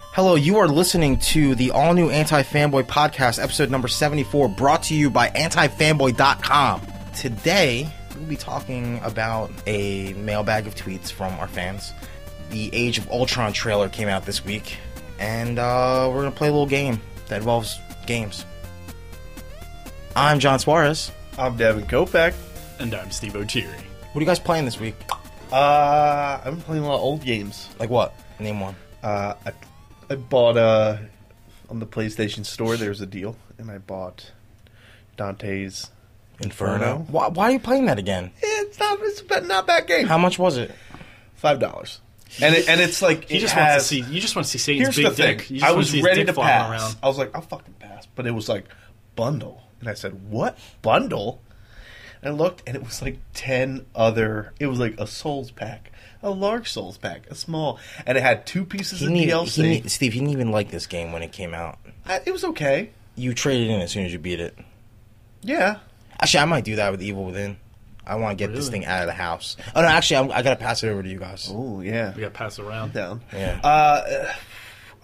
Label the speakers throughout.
Speaker 1: Hello, you are listening to the all new Anti Fanboy podcast, episode number 74, brought to you by antifanboy.com. Today, we'll be talking about a mailbag of tweets from our fans. The Age of Ultron trailer came out this week, and uh, we're going to play a little game that involves games. I'm John Suarez.
Speaker 2: I'm Devin Kopeck.
Speaker 3: And I'm Steve O'Teary.
Speaker 1: What are you guys playing this week?
Speaker 2: Uh, I've been playing a lot of old games.
Speaker 1: Like what? Name one.
Speaker 2: Uh, I, I bought uh on the PlayStation Store. There's a deal, and I bought Dante's. Inferno?
Speaker 1: Why, why are you playing that again?
Speaker 2: It's not. It's a bad- not a bad game.
Speaker 1: How much was it?
Speaker 2: Five dollars. And it, and it's like
Speaker 3: You
Speaker 2: it
Speaker 3: just want
Speaker 2: has,
Speaker 3: to see. You just want to see
Speaker 2: Here's
Speaker 3: Satan's big
Speaker 2: the thing.
Speaker 3: dick. You just
Speaker 2: I
Speaker 3: wanna
Speaker 2: was
Speaker 3: see his
Speaker 2: ready
Speaker 3: dick
Speaker 2: to
Speaker 3: flying
Speaker 2: pass.
Speaker 3: around.
Speaker 2: I was like, I'll fucking pass. But it was like bundle, and I said, what bundle? And I looked, and it was like ten other. It was like a Souls pack, a large Souls pack, a small, and it had two pieces
Speaker 1: He
Speaker 2: of
Speaker 1: need,
Speaker 2: DLC.
Speaker 1: he need, Steve, he didn't even like this game when it came out.
Speaker 2: I, it was okay.
Speaker 1: You traded in as soon as you beat it.
Speaker 2: Yeah,
Speaker 1: Actually, I might do that with Evil Within. I want to get this
Speaker 3: Really?
Speaker 1: thing out of the house. Oh no, actually, I'm, I gotta pass it over to you guys.
Speaker 2: Oh yeah,
Speaker 3: We got to pass around.
Speaker 2: down.
Speaker 1: Yeah.
Speaker 2: Uh,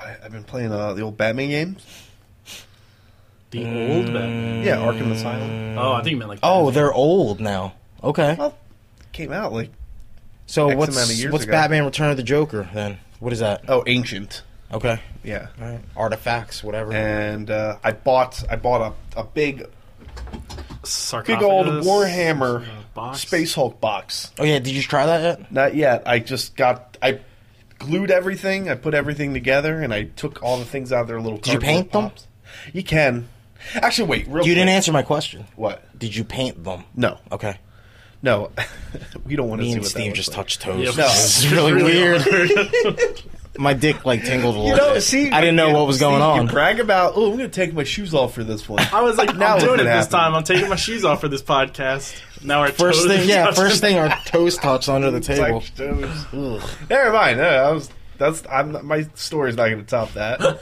Speaker 2: I, I've been playing uh, the old Batman games.
Speaker 3: The old
Speaker 2: Mm.
Speaker 3: Batman.
Speaker 2: Yeah, Arkham Asylum.
Speaker 3: Oh, I think you meant like.
Speaker 1: Oh,
Speaker 3: Batman.
Speaker 1: they're old now. Okay.
Speaker 2: Well, came out like
Speaker 1: So
Speaker 2: Oh. X
Speaker 1: what's
Speaker 2: amount of years
Speaker 1: what's
Speaker 2: ago.
Speaker 1: Batman Return of the Joker then? What is that?
Speaker 2: oh ancient.
Speaker 1: Okay.
Speaker 2: Yeah,
Speaker 1: All right. Artifacts, whatever.
Speaker 2: and uh, I bought I bought a, a big big
Speaker 3: Sarcophagus,
Speaker 2: old Warhammer
Speaker 3: uh, box.
Speaker 2: Space Hulk box.
Speaker 1: oh yeah, did you try that yet?
Speaker 2: Not yet. I just got I glued everything. I put everything together, and I took all the things out of their little.
Speaker 1: Did you
Speaker 2: cardboard
Speaker 1: paint them?
Speaker 2: pops. You can. Actually, wait. Real
Speaker 1: You didn't
Speaker 2: quick.
Speaker 1: answer my question.
Speaker 2: What?
Speaker 1: Did you paint them?
Speaker 2: No,
Speaker 1: Okay.
Speaker 2: no. we don't want to
Speaker 1: Me
Speaker 2: see
Speaker 1: and
Speaker 2: what that
Speaker 1: Steve
Speaker 2: looks
Speaker 1: just
Speaker 2: like.
Speaker 1: touched toes.
Speaker 3: Yeah,
Speaker 1: This
Speaker 2: No.
Speaker 1: is really, weird. My dick like tingled a little
Speaker 2: You know,
Speaker 1: bit.
Speaker 2: see,
Speaker 1: I didn't know what was
Speaker 2: see,
Speaker 1: going on.
Speaker 2: You brag about, oh, I'm going to take my shoes off for this one.
Speaker 3: I was like,
Speaker 2: Now
Speaker 3: I'm doing
Speaker 2: it
Speaker 3: it this
Speaker 2: happened.
Speaker 3: time. I'm taking my shoes off for this podcast. Now our
Speaker 1: First
Speaker 3: toes
Speaker 1: thing,
Speaker 3: are
Speaker 1: yeah,
Speaker 3: touching.
Speaker 1: first thing, our toes touched under the
Speaker 2: It's
Speaker 1: table.
Speaker 2: like, dude,
Speaker 1: Ugh.
Speaker 2: never mind. No, I was. That's I'm not- my story's not going to top that.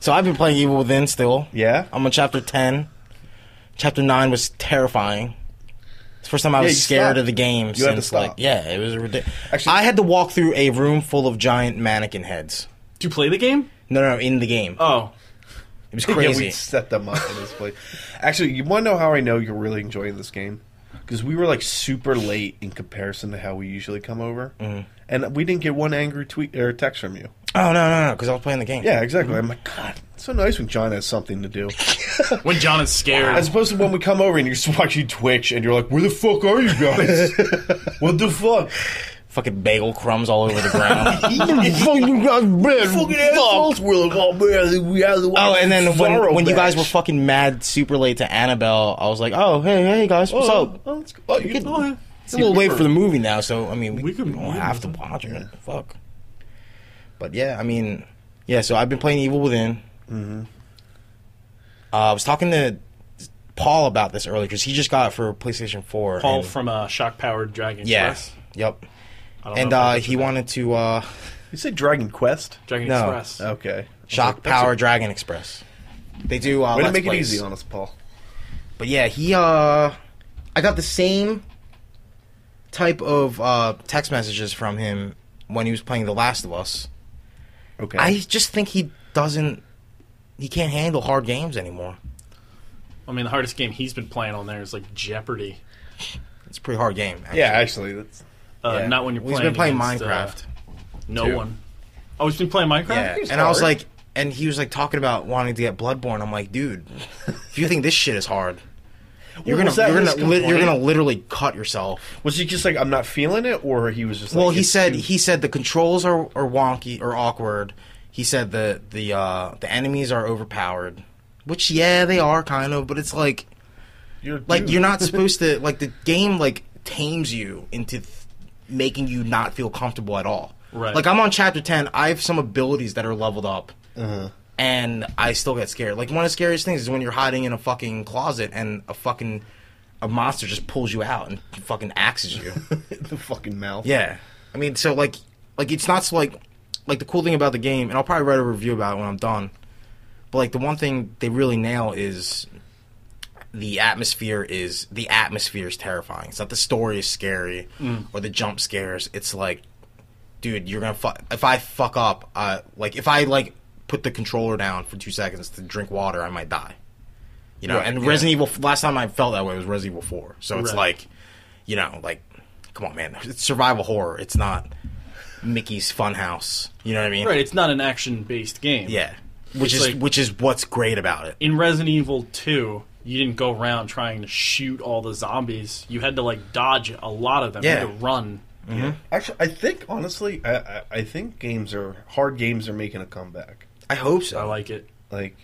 Speaker 1: So I've been playing Evil Within still.
Speaker 2: Yeah,
Speaker 1: I'm on chapter ten. Chapter nine was terrifying. It's the first time I
Speaker 2: Yeah,
Speaker 1: was
Speaker 2: you
Speaker 1: scared
Speaker 2: stopped.
Speaker 1: of the game.
Speaker 2: You had to
Speaker 1: since,
Speaker 2: stop.
Speaker 1: Like, yeah, it was ridiculous.
Speaker 2: Actually-
Speaker 1: I had to walk through a room full of giant mannequin heads.
Speaker 3: Do you play the game?
Speaker 1: No, no, in the game.
Speaker 3: Oh,
Speaker 1: it was
Speaker 2: Yeah,
Speaker 1: crazy.
Speaker 2: we set them up in this place. Actually, you want to know how I know you're really enjoying this game? Because we were like super late in comparison to how we usually come over,
Speaker 1: Mm-hmm.
Speaker 2: and we didn't get one angry tweet or text from you.
Speaker 1: oh no, no, no, because I was playing the game.
Speaker 2: Yeah, exactly.
Speaker 1: Mm-hmm.
Speaker 2: I'm like, God, it's so nice when John has something to do.
Speaker 3: when John is
Speaker 2: As
Speaker 3: scared.
Speaker 2: opposed to when we come over and you're just watching Twitch and you're like, where the fuck are you guys? what the fuck?
Speaker 1: Fucking bagel crumbs all over the ground.
Speaker 2: Fucking assholes, we're like, oh man, we have the
Speaker 1: oh, and then
Speaker 2: Zorro
Speaker 1: when, when you guys were
Speaker 2: match."
Speaker 1: fucking mad, super late to Annabelle, I was like, oh hey hey guys, what's
Speaker 2: oh,
Speaker 1: up?
Speaker 2: oh, it's- oh, you,
Speaker 1: Good-
Speaker 2: oh, yeah.
Speaker 1: It's a little late for the movie now, so I mean, we,
Speaker 3: We could-
Speaker 1: don't
Speaker 3: we could
Speaker 1: have to
Speaker 3: move
Speaker 1: watch it. Fuck. But yeah, I mean, yeah. So I've been playing Evil Within. Mm-hmm. Uh, I was talking to Paul about this earlier because he just got it for PlayStation Four.
Speaker 3: Paul
Speaker 1: and-
Speaker 3: from uh, Shock Powered Dragon
Speaker 1: yeah,
Speaker 3: Express.
Speaker 1: yep.
Speaker 3: I don't know
Speaker 1: And
Speaker 3: if I
Speaker 1: uh,
Speaker 3: mentioned
Speaker 1: he
Speaker 3: that.
Speaker 1: wanted to uh,
Speaker 2: You say Dragon Quest?
Speaker 3: Dragon
Speaker 1: No.
Speaker 3: Express.
Speaker 2: Okay.
Speaker 1: shock
Speaker 2: That's a-
Speaker 1: power Dragon Express. They do. Uh,
Speaker 2: Way to
Speaker 1: Let's
Speaker 2: make it
Speaker 1: Plays.
Speaker 2: easy on us, Paul.
Speaker 1: But yeah, he uh I got the same type of uh text messages from him when he was playing The Last of Us.
Speaker 2: Okay.
Speaker 1: I just think he doesn't he can't handle hard games anymore.
Speaker 3: I mean, the hardest game he's been playing on there is like Jeopardy.
Speaker 1: It's a pretty hard game. Actually.
Speaker 2: yeah, actually, that's
Speaker 3: Uh,
Speaker 1: Yeah.
Speaker 3: Not when you're
Speaker 1: Well,
Speaker 3: playing.
Speaker 1: he's been playing
Speaker 3: against, uh,
Speaker 1: Minecraft.
Speaker 3: no
Speaker 2: too.
Speaker 3: one. Oh, he's been playing Minecraft.
Speaker 1: yeah,
Speaker 2: it's
Speaker 1: and I was
Speaker 2: hard.
Speaker 1: like, and he was like talking about wanting to get Bloodborne. I'm like, dude, if you think this shit is hard, you're
Speaker 2: Well,
Speaker 1: gonna
Speaker 2: was that
Speaker 1: you're
Speaker 2: his
Speaker 1: gonna li- you're
Speaker 2: complaint?
Speaker 1: gonna literally cut yourself.
Speaker 2: was he just like I'm not feeling it, or he was just like,
Speaker 1: Well, he
Speaker 2: it's
Speaker 1: said
Speaker 2: too-
Speaker 1: he said the controls are, are wonky or awkward. He said the the uh, the enemies are overpowered, which yeah they are kind of, but it's like
Speaker 2: you're a
Speaker 1: like
Speaker 2: dude.
Speaker 1: you're not supposed to like the game like tames you into th- making you not feel comfortable at all.
Speaker 3: Right.
Speaker 1: Like I'm on chapter ten, I have some abilities that are leveled up, and I still get scared. Like one of the scariest things is when you're hiding in a fucking closet and a fucking a monster just pulls you out and fucking axes you.
Speaker 2: the fucking mouth.
Speaker 1: Yeah, I mean, so like, like it's not so like, like the cool thing about the game, and I'll probably write a review about it when I'm done. But like the one thing they really nail is the atmosphere is the
Speaker 2: Mm.
Speaker 1: atmosphere is terrifying. It's not the story is scary or the jump scares. It's like dude, you're gonna fuck. If I fuck up, uh, like if I like put the controller down for two seconds to drink water, I might die. You know,
Speaker 2: Right,
Speaker 1: and
Speaker 2: yeah.
Speaker 1: Resident Evil. Last time I felt that way was Resident Evil Four. So it's
Speaker 3: Right.
Speaker 1: like, you know, like, come on, man, it's survival horror. It's not Mickey's Funhouse. You know what I mean?
Speaker 3: Right, it's not an action-based game.
Speaker 1: Yeah. Which
Speaker 3: It's
Speaker 1: is
Speaker 3: like-
Speaker 1: which is what's great about it.
Speaker 3: in Resident Evil 2, you didn't go around trying to shoot all the zombies. You had to like dodge a lot of them. You
Speaker 1: Yeah.
Speaker 3: had to run.
Speaker 2: Actually, I think honestly, I, I, I think games are hard. Games are making a comeback.
Speaker 1: I hope so.
Speaker 3: I like it.
Speaker 2: Like,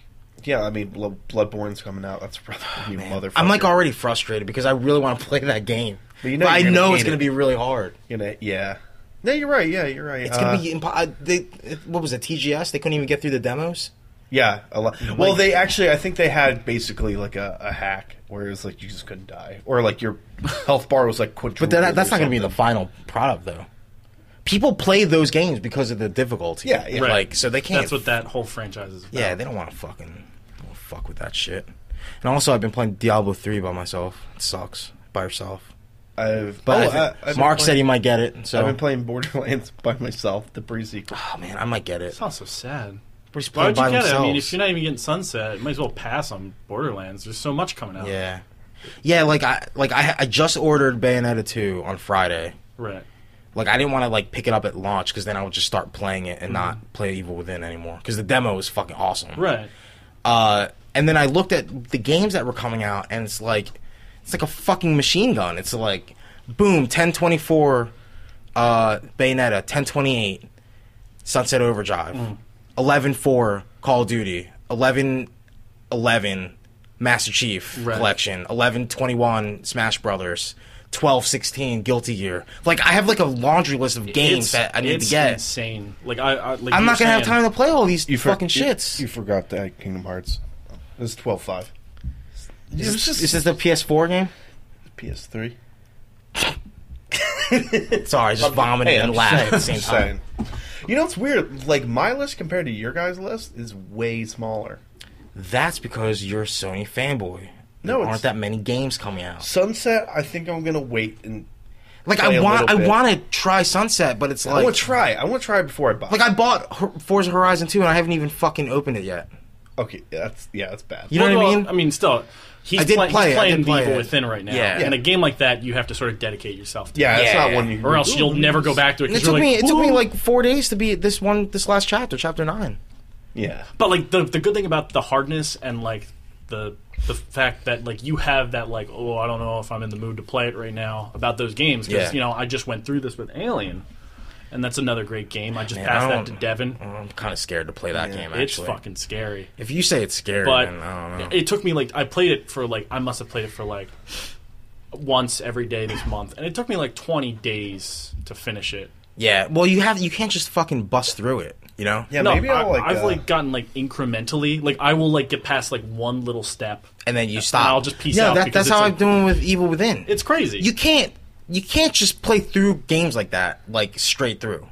Speaker 2: yeah, I mean, Blood, Bloodborne's coming out. That's probably you motherfucker.
Speaker 1: Oh, I'm like already frustrated because I really want to play that game. But,
Speaker 2: But you know
Speaker 1: I
Speaker 2: you're gonna
Speaker 1: know
Speaker 2: hate
Speaker 1: it's going to be
Speaker 2: it.
Speaker 1: really hard.
Speaker 2: You know, yeah. No, you're right. Yeah, you're right.
Speaker 1: It's going
Speaker 2: Uh,
Speaker 1: to be impo- I- they what was it TGS? They couldn't even get through the demos.
Speaker 2: yeah, a lot. Well, they actually, I think they had basically like a, a hack where it was like you just couldn't die, or like your health bar was like quadrupled.
Speaker 1: But that,
Speaker 2: or
Speaker 1: that's not going to be
Speaker 2: something.
Speaker 1: the final product though. People play those games because of the difficulty.
Speaker 2: Yeah, yeah.
Speaker 3: Right.
Speaker 1: Like so they can't
Speaker 3: That's what that whole franchise is about.
Speaker 1: Yeah, they don't want to fucking they don't fuck with that shit. And also I've been playing Diablo 3 by myself. It sucks by yourself.
Speaker 2: I've,
Speaker 1: But
Speaker 2: oh,
Speaker 1: I
Speaker 2: I-
Speaker 1: think-
Speaker 2: I've been
Speaker 1: Mark
Speaker 2: playing-
Speaker 1: said he might get it. So
Speaker 2: I've been playing Borderlands by myself, the pre-sequel.
Speaker 1: Oh man, I might get it.
Speaker 3: It's not so sad.
Speaker 1: We're just
Speaker 3: Why
Speaker 1: playing
Speaker 3: would you
Speaker 1: by
Speaker 3: get
Speaker 1: themselves.
Speaker 3: it? I mean, if you're not even getting Sunset, you might as well pass on Borderlands. There's so much coming out.
Speaker 1: yeah, yeah. Like I, like I, I just ordered Bayonetta two on Friday.
Speaker 3: Right.
Speaker 1: Like I didn't want to like pick it up at launch because then I would just start playing it and not play Evil Within anymore because the demo was fucking awesome.
Speaker 3: Right.
Speaker 1: Uh, and then I looked at the games that were coming out and it's like, it's like a fucking machine gun. It's like, boom, ten twenty four, uh, Bayonetta, ten twenty eight, Sunset Overdrive,
Speaker 3: Mm.
Speaker 1: eleven four, Call of Duty, eleven eleven, Master Chief
Speaker 3: Right.
Speaker 1: Collection, eleven twenty one, Smash Brothers. 12, 16, Guilty Gear. Like, I have like a laundry list of games
Speaker 3: It's-
Speaker 1: that I need to
Speaker 3: it's
Speaker 1: get.
Speaker 3: insane. Like I, I like
Speaker 1: I'm
Speaker 3: you
Speaker 1: not
Speaker 3: were
Speaker 1: gonna have
Speaker 3: saying,
Speaker 1: time to play all these
Speaker 2: for-
Speaker 1: fucking shits.
Speaker 2: You, you forgot that Kingdom Hearts. This is twelve five. It was just
Speaker 1: is this the PS4 game?
Speaker 2: PS3.
Speaker 1: Sorry, I just vomited
Speaker 2: Hey, I'm
Speaker 1: and laughed at the
Speaker 2: just
Speaker 1: same
Speaker 2: saying,
Speaker 1: time.
Speaker 2: just saying. You know, it's weird. Like my list compared to your guys' list is way smaller.
Speaker 1: That's because you're a Sony fanboy.
Speaker 2: No,
Speaker 1: There
Speaker 2: it's-
Speaker 1: aren't that many games coming out.
Speaker 2: Sunset, I think I'm gonna wait and
Speaker 1: Like
Speaker 2: play
Speaker 1: I
Speaker 2: a
Speaker 1: want, I
Speaker 2: little bit. Oh,
Speaker 1: want to try Sunset, but it's
Speaker 2: I
Speaker 1: like,
Speaker 2: want to try. I want to try before I buy.
Speaker 1: like I bought Hor- Forza Horizon 2 and I haven't even fucking opened it yet.
Speaker 2: okay, yeah, that's yeah, that's bad.
Speaker 1: You know
Speaker 3: Well,
Speaker 1: what I
Speaker 3: well,
Speaker 1: mean?
Speaker 3: I mean, still, he's,
Speaker 1: I did
Speaker 3: play-
Speaker 1: play it,
Speaker 3: he's
Speaker 1: I
Speaker 3: playing
Speaker 1: did play
Speaker 3: Evil
Speaker 1: it.
Speaker 3: Within right now.
Speaker 1: Yeah.
Speaker 3: And a game like that, you have to sort of dedicate yourself to.
Speaker 2: yeah, it's
Speaker 1: Yeah.
Speaker 2: not one you.
Speaker 3: Or else you'll
Speaker 2: Ooh,
Speaker 3: never go back to it.
Speaker 1: And it
Speaker 3: 'cause
Speaker 1: took
Speaker 3: you're
Speaker 1: me,
Speaker 3: like,
Speaker 1: it took me
Speaker 3: "Ooh."
Speaker 1: like four days to be at this one, this last chapter, chapter nine.
Speaker 2: Yeah,
Speaker 3: But like the the good thing about the hardness and like the the fact that like you have that like oh I don't know if I'm in the mood to play it right now about those games because
Speaker 1: Yeah.
Speaker 3: you know I just went through this with Alien, and that's another great game. I just
Speaker 1: Man,
Speaker 3: passed
Speaker 1: I
Speaker 3: that to
Speaker 1: don't-
Speaker 3: Devin.
Speaker 1: I'm kind of scared to play that game. Actually,
Speaker 3: It's fucking scary.
Speaker 1: If you say it's scary,
Speaker 3: But
Speaker 1: then I don't know.
Speaker 3: it took me like I played it for like I must have played it for like once every day this month, and it took me like 20 days to finish it.
Speaker 1: yeah, well, you have, you can't just fucking bust through it. You know?
Speaker 2: yeah.
Speaker 3: no,
Speaker 2: maybe
Speaker 3: I,
Speaker 2: I'll like.
Speaker 3: have
Speaker 2: uh,
Speaker 3: like gotten like incrementally. Like I will like get past like one little step.
Speaker 1: And then you stop.
Speaker 3: I'll just peace
Speaker 1: yeah,
Speaker 3: out
Speaker 1: that,
Speaker 3: because
Speaker 1: that's how
Speaker 3: it's
Speaker 1: I'm
Speaker 3: like-
Speaker 1: doing with Evil Within.
Speaker 3: It's crazy.
Speaker 1: you can't you can't just play through games like that like straight through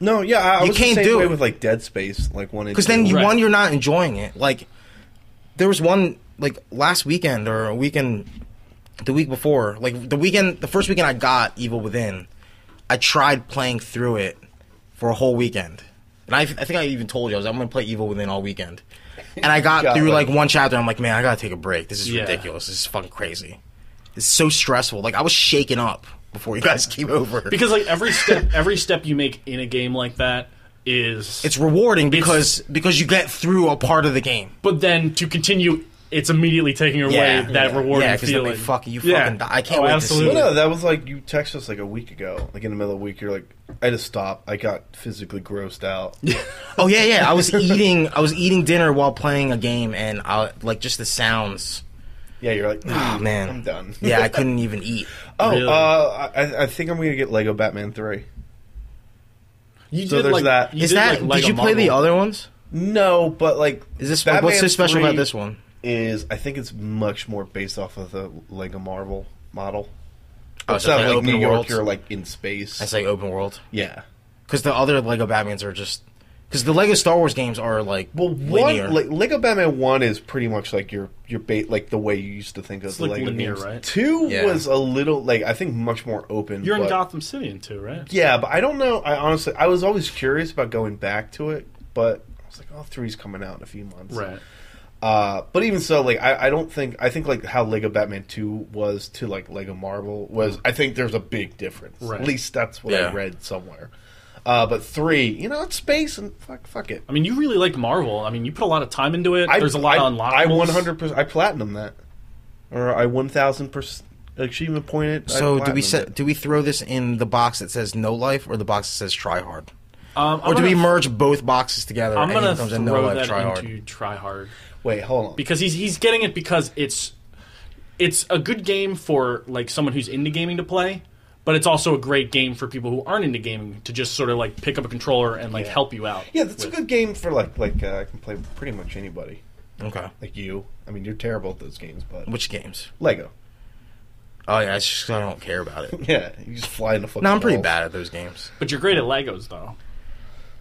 Speaker 2: no, yeah, I, I
Speaker 1: you
Speaker 2: was the
Speaker 1: can't
Speaker 2: same
Speaker 1: do
Speaker 2: way
Speaker 1: it.
Speaker 2: with like Dead Space, like one.
Speaker 1: because then you,
Speaker 3: Right.
Speaker 1: one you're not enjoying it like there was one like last weekend or a weekend the week before like the weekend the first weekend i got evil within i tried playing through it for a whole weekend and I, I think i even told you i was like, i'm gonna play evil within all weekend and i got,
Speaker 2: Got
Speaker 1: through
Speaker 2: like-
Speaker 1: like one chapter i'm like man i gotta take a break this is
Speaker 3: Yeah.
Speaker 1: ridiculous this is fucking crazy it's so stressful like i was shaken up before you guys came over
Speaker 3: because like every step every step you make in a game like that is
Speaker 1: it's rewarding because because you get through a part of the game.
Speaker 3: but then to continue it's immediately taking away that
Speaker 1: yeah,
Speaker 3: rewarding
Speaker 1: yeah, 'cause then
Speaker 3: feeling
Speaker 1: they fuck- you
Speaker 3: Yeah.
Speaker 1: fucking die. I can't
Speaker 3: Oh,
Speaker 1: wait to see
Speaker 3: absolutely.
Speaker 1: it.
Speaker 2: Well, no, that was like you texted us like a week ago, like in the middle of the week. You're like, I just stopped. I got physically grossed out.
Speaker 1: Oh yeah, yeah. I was eating I was eating dinner while playing a game, and I like just the sounds.
Speaker 2: yeah, you're like,
Speaker 1: Oh man,
Speaker 2: I'm done.
Speaker 1: yeah, I couldn't even eat.
Speaker 2: Oh,
Speaker 3: Really?
Speaker 2: uh, I, I think I'm gonna get Lego Batman Three.
Speaker 3: You
Speaker 2: So
Speaker 3: did,
Speaker 2: there's
Speaker 3: like-
Speaker 2: that.
Speaker 3: you
Speaker 1: Is
Speaker 3: did,
Speaker 1: that?
Speaker 3: like, Lego
Speaker 1: did you play the
Speaker 3: Marvel.
Speaker 1: other ones?
Speaker 2: No, but like,
Speaker 1: Is this like, what's
Speaker 2: Batman
Speaker 1: so special
Speaker 2: 3
Speaker 1: about this one?
Speaker 2: Is I think it's much more based off of the Lego Marvel model.
Speaker 1: Oh,
Speaker 2: Instead of
Speaker 1: like
Speaker 2: like
Speaker 1: open
Speaker 2: New York,
Speaker 1: world.
Speaker 2: you're like in space.
Speaker 1: That's like open world
Speaker 2: yeah,
Speaker 1: because the other Lego Batman's are just Because the Lego Star Wars games are like
Speaker 2: Well,
Speaker 1: linear.
Speaker 2: one like Lego Batman One is pretty much like your your bait like the way you used to think of
Speaker 3: It's,
Speaker 2: the
Speaker 3: like,
Speaker 2: Lego
Speaker 3: linear,
Speaker 2: games.
Speaker 3: right?
Speaker 2: Two
Speaker 1: Yeah.
Speaker 2: was a little like I think much more open.
Speaker 3: You're in
Speaker 2: but-
Speaker 3: Gotham City in two, right?
Speaker 2: Yeah, but I don't know. I honestly I was always curious about going back to it, but I was like, oh, three's coming out in a few months,
Speaker 3: Right.
Speaker 2: Uh, but even so, like I, I don't think I think like how Lego Batman Two was to like Lego Marvel was I think there's a big difference.
Speaker 3: Mm. Right.
Speaker 2: At least that's what
Speaker 1: Yeah.
Speaker 2: I read somewhere. Uh, but three, you know, it's space and fuck, fuck it.
Speaker 3: I mean, you really liked Marvel. I mean, you put a lot of time into it.
Speaker 2: I,
Speaker 3: There's a lot
Speaker 2: I,
Speaker 3: of unlockables.
Speaker 2: I one hundred percent. I platinum that, or I one thousand percent achievement pointed.
Speaker 1: so do we
Speaker 2: set?
Speaker 1: set, do we throw this in the box that says no life or the box that says try hard?
Speaker 3: Um, I'm
Speaker 1: Or do
Speaker 3: gonna-
Speaker 1: we merge both boxes together and
Speaker 3: I'm
Speaker 1: it
Speaker 3: gonna
Speaker 1: becomes
Speaker 3: throw
Speaker 1: a no life
Speaker 3: that
Speaker 1: try hard?
Speaker 3: into try hard
Speaker 2: Wait, hold on.
Speaker 3: because he's he's getting it because it's it's a good game for like someone who's into gaming to play, but it's also a great game for people who aren't into gaming to just sort of like pick up a controller and like help you out.
Speaker 2: yeah, that's a
Speaker 3: with.
Speaker 2: good game for like like uh, I can play with pretty much anybody.
Speaker 1: Okay.
Speaker 2: Like you, I mean, you're terrible at those games, but
Speaker 1: Which games?
Speaker 2: Lego.
Speaker 1: Oh yeah, it's just 'cause I don't care about it.
Speaker 2: Yeah, you just fly in the fucking.
Speaker 1: No, I'm pretty
Speaker 2: walls.
Speaker 1: bad at those games.
Speaker 3: But you're great at Legos though.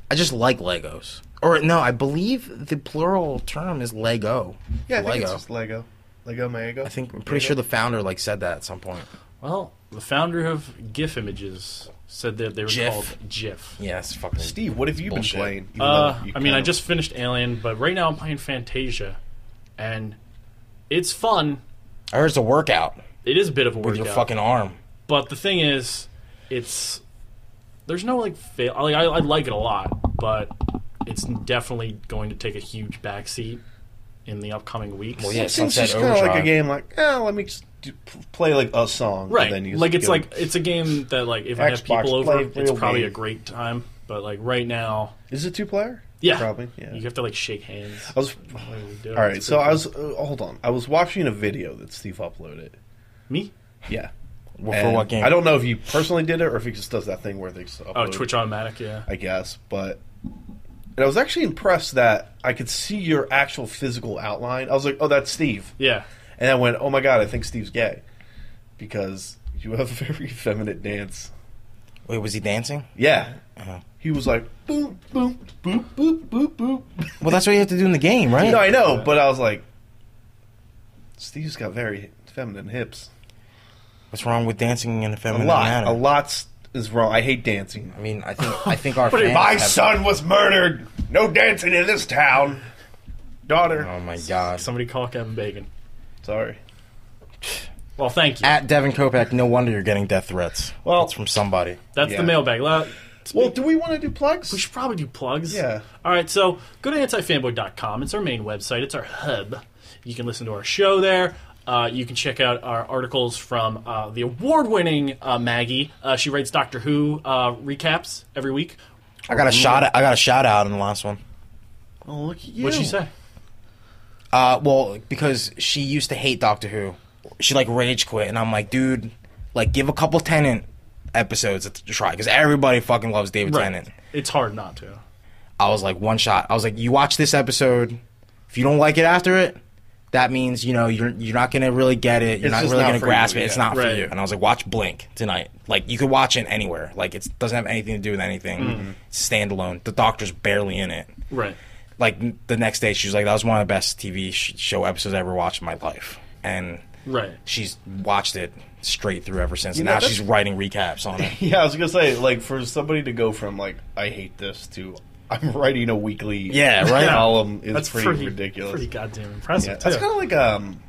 Speaker 1: I just like Legos. Or no, I believe the plural term is Lego.
Speaker 2: Yeah, I think
Speaker 1: Lego.
Speaker 2: it's just Lego. Lego Mago.
Speaker 1: I think I'm pretty sure the founder like said that at some point.
Speaker 3: Well, the founder of GIF Images said that they were
Speaker 1: GIF.
Speaker 3: called GIF.
Speaker 1: Yeah, it's fucking
Speaker 2: Steve, what have you
Speaker 1: Bullshit.
Speaker 2: been playing? even
Speaker 3: Uh,
Speaker 2: though you
Speaker 3: I mean, I
Speaker 2: kinda-
Speaker 3: just finished Alien, but right now I'm playing Fantasia, and it's fun.
Speaker 1: I heard it's a workout
Speaker 3: It is a bit of a
Speaker 1: with your
Speaker 3: workout.
Speaker 1: fucking arm.
Speaker 3: But the thing is, it's there's no like fail. Like I, I like it a lot, but it's definitely going to take a huge backseat in the upcoming weeks.
Speaker 1: Well, yeah.
Speaker 2: It seems
Speaker 1: Sunset
Speaker 2: just kind of like a
Speaker 1: Overdrive.
Speaker 2: game. Like, oh, let me just do, play like a song. and
Speaker 3: right.
Speaker 2: then you
Speaker 3: like
Speaker 2: just
Speaker 3: it's
Speaker 2: go-
Speaker 3: like it's a game that like if I have
Speaker 2: Xbox,
Speaker 3: people over,
Speaker 2: play
Speaker 3: it's
Speaker 2: real
Speaker 3: probably
Speaker 2: game.
Speaker 3: a great time. But like right now,
Speaker 2: is it two player?
Speaker 3: yeah,
Speaker 2: probably. Yeah.
Speaker 3: you have to like shake hands.
Speaker 2: I was. All right, so I was. Uh, hold on, I was watching a video that Steve uploaded.
Speaker 3: me.
Speaker 2: Yeah.
Speaker 1: Well, For
Speaker 2: And
Speaker 1: what game?
Speaker 2: I don't know if he personally did it or if he just does that thing where they just upload.
Speaker 3: Oh, Twitch automatic. Yeah.
Speaker 2: I guess, but and I was actually impressed that I could see your actual physical outline. I was like, "Oh, that's Steve,"
Speaker 3: Yeah.
Speaker 2: and I went, "Oh my god, I think Steve's gay," because you have a very effeminate dance.
Speaker 1: Wait, was he dancing?
Speaker 2: Yeah,
Speaker 1: Uh-huh.
Speaker 2: he was like, "Boop, boop, boop, boop, boop, boop."
Speaker 1: Well, that's what you have to do in the game, right?
Speaker 2: No, I know, but I was like, "Steve's got very feminine hips.
Speaker 1: What's wrong with dancing in a
Speaker 2: A
Speaker 1: feminine
Speaker 2: lot,
Speaker 1: manner?
Speaker 2: a lot is wrong. I hate dancing."
Speaker 1: I mean, I think I think our
Speaker 3: But if
Speaker 1: fans
Speaker 2: My
Speaker 1: have-
Speaker 2: son was murdered. No dancing in this town. Daughter.
Speaker 1: Oh my god!
Speaker 3: Somebody call Kevin Bacon.
Speaker 2: Sorry.
Speaker 3: Well, thank you.
Speaker 1: At Devin Kopeck, no wonder you're getting death threats.
Speaker 2: Well-
Speaker 1: it's from somebody.
Speaker 3: That's
Speaker 2: Yeah.
Speaker 3: the mailbag. La-
Speaker 2: Well, do we want to do plugs?
Speaker 3: We should probably do plugs.
Speaker 2: Yeah.
Speaker 3: All right, so go to antifanboy.com. It's our main website, it's our hub. You can listen to our show there. Uh, you can check out our articles from uh, the award winning uh, Maggie. Uh, she writes Doctor Who uh, recaps every week.
Speaker 1: I got a shot. I got a shout out in the last one.
Speaker 2: Oh, look at you.
Speaker 3: What'd she say?
Speaker 1: Uh, well, because she used to hate Doctor Who, she like rage quit, and I'm like, dude, like give a couple Tenant episodes a t- try because everybody fucking loves David Tennant.
Speaker 3: It's hard not to.
Speaker 1: I was like, one shot. I was like, you watch this episode. If you don't like it after it, that means you know you're you're not gonna really get it. You're
Speaker 2: It's
Speaker 1: not
Speaker 2: just
Speaker 1: really
Speaker 2: not
Speaker 1: gonna
Speaker 2: for
Speaker 1: grasp
Speaker 2: you,
Speaker 1: it. It's
Speaker 2: yeah.
Speaker 1: not for
Speaker 3: Right.
Speaker 1: you. And I was like, watch Blink tonight. Like you could watch it anywhere. Like it doesn't have anything to do with anything.
Speaker 2: Mm-hmm.
Speaker 1: It's standalone. The Doctor's barely in it.
Speaker 3: Right.
Speaker 1: Like n- the next day, she was like, that was one of the best TV sh- show episodes I ever watched in my life. And
Speaker 3: Right.
Speaker 1: she's watched it straight through ever since.
Speaker 2: You
Speaker 1: And
Speaker 2: know,
Speaker 1: now
Speaker 2: that's-
Speaker 1: she's writing recaps on it.
Speaker 2: Yeah, I was gonna say, like, for somebody to go from like I hate this to I'm writing a weekly
Speaker 1: Yeah, right.
Speaker 2: column is
Speaker 3: That's
Speaker 2: pretty,
Speaker 3: pretty
Speaker 2: ridiculous.
Speaker 3: Pretty goddamn impressive.
Speaker 2: yeah,
Speaker 3: too.
Speaker 2: that's kind of like um,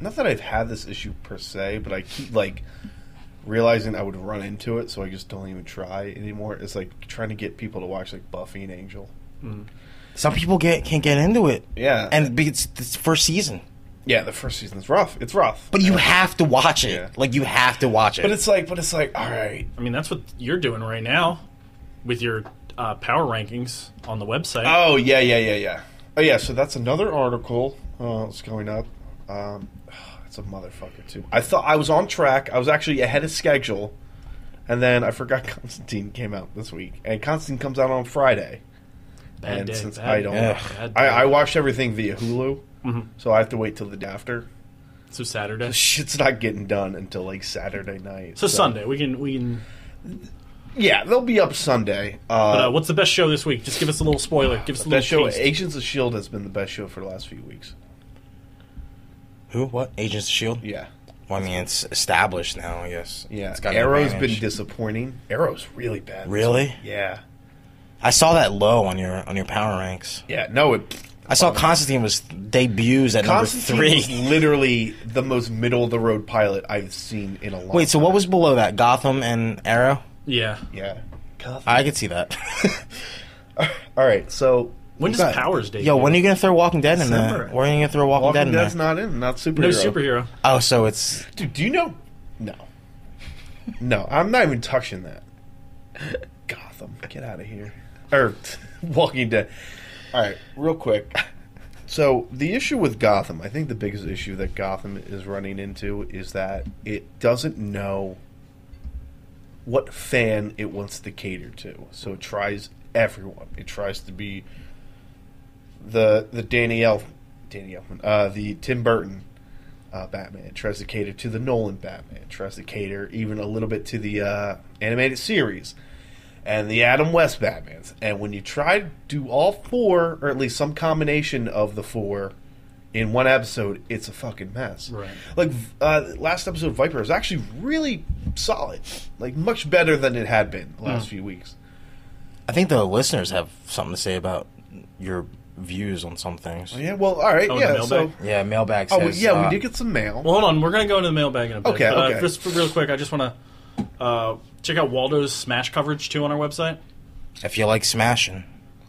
Speaker 2: not that I've had this issue per se, but I keep like realizing I would run into it, so I just don't even try anymore. It's like trying to get people to watch like Buffy and Angel.
Speaker 1: Some people get can't get into it.
Speaker 2: Yeah,
Speaker 1: And be- it's the first season.
Speaker 2: yeah, the first season's rough. It's rough,
Speaker 1: But you have to watch it.
Speaker 2: Yeah.
Speaker 1: Like you have to watch it.
Speaker 2: but it's like, but it's like, all right,
Speaker 3: I mean, that's what you're doing right now with your uh, power rankings on the website.
Speaker 2: Oh yeah, yeah, yeah, yeah. Oh yeah. So that's another article uh, that's going up. Um, it's a motherfucker too. I thought I was on track. I was actually ahead of schedule, and then I forgot Constantine came out this week, and Constantine comes out on Friday.
Speaker 3: bad
Speaker 2: and
Speaker 3: day,
Speaker 2: since
Speaker 3: bad
Speaker 2: I
Speaker 3: day,
Speaker 2: don't-
Speaker 1: Ugh.
Speaker 3: bad
Speaker 2: I,
Speaker 3: day.
Speaker 2: I watched everything via Hulu, so I have to wait till the day after.
Speaker 3: so Saturday.
Speaker 2: Shit's not getting done until like Saturday night.
Speaker 3: So Sunday, we can we can
Speaker 2: Yeah, they'll be up Sunday. Uh,
Speaker 3: But uh, what's the best show this week? Just give us a little spoiler. Give us a little
Speaker 2: that show,
Speaker 3: taste.
Speaker 2: Agents of Shield, E has been the best show for the last few weeks.
Speaker 1: Who? What? Agents of Shield?
Speaker 2: Yeah,
Speaker 1: E Well, I mean, it's established now, I guess.
Speaker 2: yeah.
Speaker 1: It's got an
Speaker 2: Arrow's been
Speaker 1: advantage.
Speaker 2: disappointing. Arrow's really bad.
Speaker 1: Really?
Speaker 2: Yeah,
Speaker 1: I saw that low on your on your power ranks.
Speaker 2: yeah. No, it.
Speaker 1: I saw Constantine was debuts at
Speaker 2: Constantine
Speaker 1: number
Speaker 2: was
Speaker 1: three.
Speaker 2: literally the most middle of the road pilot I've seen in a long.
Speaker 1: Wait, so what
Speaker 2: time.
Speaker 1: was below that? Gotham and Arrow?
Speaker 3: yeah.
Speaker 2: Yeah. All
Speaker 1: I could see that.
Speaker 2: right. So
Speaker 3: When does
Speaker 2: But-
Speaker 3: Powers Day?
Speaker 1: Yo, when are you gonna throw Walking Dead in there?
Speaker 2: December.
Speaker 1: When are you gonna throw Walking, Dead
Speaker 2: Walking
Speaker 1: in
Speaker 2: Dead's
Speaker 1: there?
Speaker 2: not in. Not superhero.
Speaker 3: no superhero?
Speaker 1: Oh, so it's
Speaker 2: Dude, do you know? No. No, I'm not even touching that. Gotham, get out of here. Or Walking Dead. All right, real quick. So the issue with Gotham, I think the biggest issue that Gotham is running into is that it doesn't know what fan it wants to cater to. So it tries everyone. It tries to be the the Danny El, Danny Elfman, uh, the Tim Burton uh, Batman. It tries to cater to the Nolan Batman. It tries to cater even a little bit to the uh, animated series and the Adam West Batmans. And when you try to do all four, or at least some combination of the four, in one episode, it's a fucking mess.
Speaker 3: Right.
Speaker 2: Like uh, last episode, of Viper was actually really solid. Like much better than it had been the
Speaker 3: Hmm.
Speaker 2: last few weeks.
Speaker 1: I think the listeners have something to say about your views on some things.
Speaker 2: Yeah. Well, all right.
Speaker 3: Oh, the
Speaker 2: yeah.
Speaker 3: mailbag?
Speaker 2: So.
Speaker 1: Yeah, mailbag says.
Speaker 2: Oh yeah,
Speaker 1: uh,
Speaker 2: we did get some mail.
Speaker 3: Well, hold on. We're gonna go into the mailbag in a bit.
Speaker 2: Okay,
Speaker 3: but, uh,
Speaker 2: okay.
Speaker 3: Just for real quick, I just want to uh, check out Waldo's Smash coverage too on our website.
Speaker 1: If you like smashing,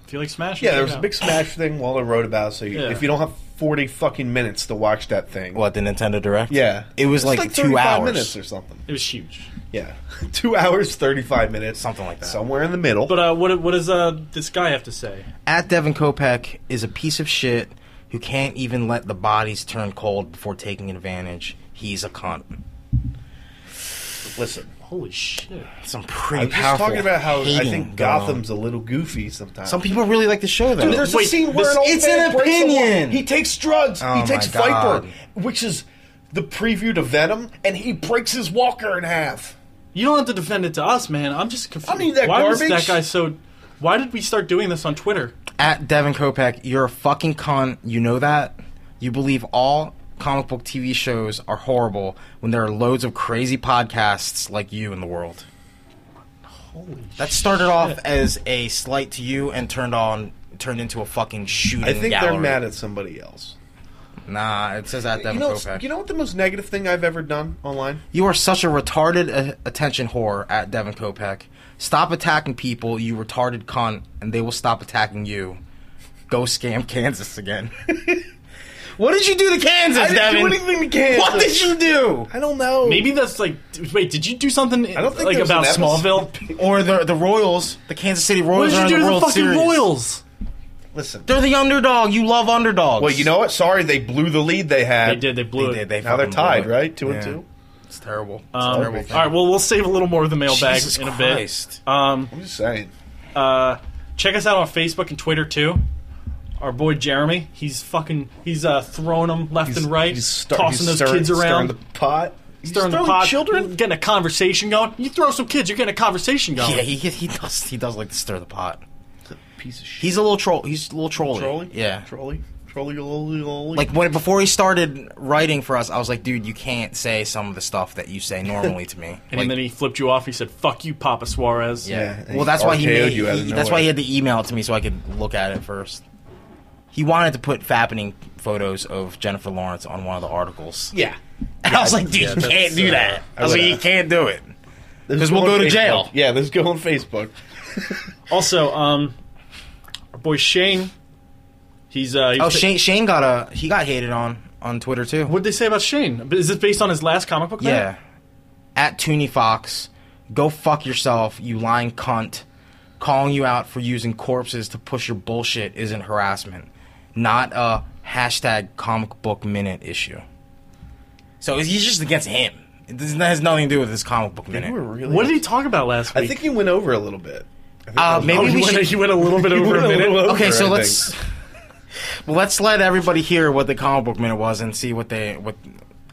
Speaker 3: If you like Smash,
Speaker 2: Yeah,
Speaker 3: check
Speaker 2: there
Speaker 3: it
Speaker 2: was a
Speaker 3: out.
Speaker 2: big Smash thing Waller wrote about. So you,
Speaker 3: Yeah.
Speaker 2: if you don't have forty fucking minutes to watch that thing,
Speaker 1: what the Nintendo Direct?
Speaker 2: Yeah,
Speaker 1: it was
Speaker 2: It's
Speaker 1: like, two
Speaker 2: 35
Speaker 1: hours.
Speaker 2: minutes or something.
Speaker 3: It was huge.
Speaker 2: Yeah, two hours thirty-five minutes,
Speaker 1: Something like that.
Speaker 2: somewhere in the middle.
Speaker 3: But uh, what what does uh, this guy have to say?
Speaker 1: At Devin Kopeck is a piece of shit who can't even let the bodies turn cold before taking advantage. He's a cunt.
Speaker 2: Listen,
Speaker 3: Holy shit!
Speaker 1: Some
Speaker 2: I
Speaker 1: pretty
Speaker 2: was just
Speaker 1: uh, powerful.
Speaker 2: talking about how I
Speaker 1: hating
Speaker 2: think
Speaker 1: going on.
Speaker 2: Gotham's a little goofy sometimes.
Speaker 1: Some people really like the show though.
Speaker 2: Dude, there's
Speaker 3: Wait,
Speaker 2: a scene where
Speaker 3: this-
Speaker 2: an old
Speaker 1: it's
Speaker 2: man
Speaker 1: an
Speaker 2: breaks the
Speaker 1: opinion.
Speaker 2: wall. He takes drugs.
Speaker 1: Oh my
Speaker 2: he takes
Speaker 1: God.
Speaker 2: Viper, which is the preview to Venom, and he breaks his walker in half.
Speaker 3: You don't have to defend it to us, man. I'm just confused.
Speaker 2: I need that
Speaker 3: why was
Speaker 2: garbage.
Speaker 3: that guy so? Why did we start doing this on Twitter?
Speaker 1: at Devin Kopeck, you're a fucking cunt. You know that. You believe all comic book TV shows are horrible when there are loads of crazy podcasts like you in the world.
Speaker 3: Holy
Speaker 1: That started off as a slight to you and turned on turned into a fucking shooting.
Speaker 2: I think
Speaker 1: gallery.
Speaker 2: they're mad at somebody else.
Speaker 1: Nah, it says at Devin
Speaker 2: You know,
Speaker 1: Kopeck.
Speaker 2: you know what the most negative thing I've ever done online?
Speaker 1: You are such a retarded uh, attention whore at Devin Kopeck. Stop attacking people, you retarded cunt, and they will stop attacking you. Go scam Kansas again. what did you do to Kansas,
Speaker 2: I didn't
Speaker 1: Devin?
Speaker 2: do anything to Kansas.
Speaker 1: What did you do?
Speaker 2: I don't know.
Speaker 3: Maybe that's like. Wait, did you do something?
Speaker 2: I don't think
Speaker 3: like
Speaker 2: there was
Speaker 3: about
Speaker 2: an episode.
Speaker 3: Smallville.
Speaker 1: Or the the Royals, the Kansas City
Speaker 3: What
Speaker 1: Royals
Speaker 3: did
Speaker 1: are
Speaker 3: you
Speaker 1: in
Speaker 3: do to
Speaker 1: the
Speaker 3: the
Speaker 1: World
Speaker 3: fucking
Speaker 1: Series.
Speaker 3: Royals?
Speaker 2: Listen.
Speaker 1: They're the underdog. You love underdogs.
Speaker 2: Well, you know what? Sorry, they blew the lead they had.
Speaker 3: They did. They blew
Speaker 1: They
Speaker 3: it.
Speaker 1: did. They
Speaker 2: Now they're
Speaker 1: fucking blew
Speaker 2: tied,
Speaker 1: it.
Speaker 2: right? Two and
Speaker 1: Yeah.
Speaker 2: two.
Speaker 1: It's terrible. It's
Speaker 3: Um,
Speaker 1: terrible.
Speaker 3: all right. Well, we'll save a little more of the mailbag
Speaker 1: Jesus
Speaker 3: in a
Speaker 1: Christ.
Speaker 3: bit. Um,
Speaker 2: I'm just saying.
Speaker 3: uh, check us out on Facebook and Twitter too. Our boy Jeremy, he's fucking, he's uh, throwing them left and right,
Speaker 2: He's stir-
Speaker 3: tossing
Speaker 2: he's
Speaker 3: those kids
Speaker 2: stirring- stirring
Speaker 3: around,
Speaker 2: the pot. He's
Speaker 3: stirring the
Speaker 2: throwing
Speaker 3: pot,
Speaker 2: Children.
Speaker 3: getting a conversation going. You throw some kids, you're getting a conversation going.
Speaker 1: Yeah, he, he does he does like to stir the pot.
Speaker 2: Piece of shit.
Speaker 1: He's a little troll. He's a little trolly.
Speaker 2: Trolley?
Speaker 1: Yeah.
Speaker 2: Trolley. Trolley. Trolley. trolley.
Speaker 1: like when before he started writing for us, I was like, dude, you can't say some of the stuff that you say normally to me.
Speaker 3: and
Speaker 1: Like,
Speaker 3: then he flipped you off. He said, "Fuck you, Papa Suarez."
Speaker 1: yeah.
Speaker 2: Yeah,
Speaker 1: well,
Speaker 2: he
Speaker 1: that's why he
Speaker 2: RKO'd
Speaker 1: made.
Speaker 2: you out of
Speaker 1: he- that's why
Speaker 2: nowhere.
Speaker 1: he had to email it to me so I could look at it first. He wanted to put fappening photos of Jennifer Lawrence on one of the articles.
Speaker 2: yeah.
Speaker 1: And I was like, dude,
Speaker 3: yeah,
Speaker 1: you can't
Speaker 3: that's,
Speaker 1: do
Speaker 3: uh,
Speaker 1: that. I was
Speaker 2: would
Speaker 1: like, you
Speaker 2: ask.
Speaker 1: can't do it.
Speaker 2: Because
Speaker 1: we'll go to jail.
Speaker 2: Yeah, let's go on Facebook.
Speaker 3: Also, um, our boy Shane, he's uh, he
Speaker 1: Oh,
Speaker 3: was-
Speaker 1: Shane, Shane got a he got hated on on Twitter too.
Speaker 3: What'd they say about Shane? Is this based on his last comic book? night?
Speaker 1: Yeah. At Toonie Fox, go fuck yourself, you lying cunt. Calling you out for using corpses to push your bullshit isn't harassment, not a hashtag comic book minute issue. So he's just against him. It doesn't- that has nothing to do with his comic book
Speaker 2: You were
Speaker 1: minute.
Speaker 2: really.
Speaker 3: What did he talk about last week?
Speaker 2: I think he went over a little bit. I think
Speaker 1: Uh,
Speaker 2: that was-
Speaker 1: maybe
Speaker 3: Oh, he,
Speaker 1: we
Speaker 3: went,
Speaker 1: should-
Speaker 3: he went a little bit
Speaker 2: He
Speaker 3: over a
Speaker 2: went a
Speaker 3: minute.
Speaker 2: little over,
Speaker 1: Okay, so
Speaker 2: I
Speaker 1: let's well, let's let everybody hear what the comic book minute was and see what they what.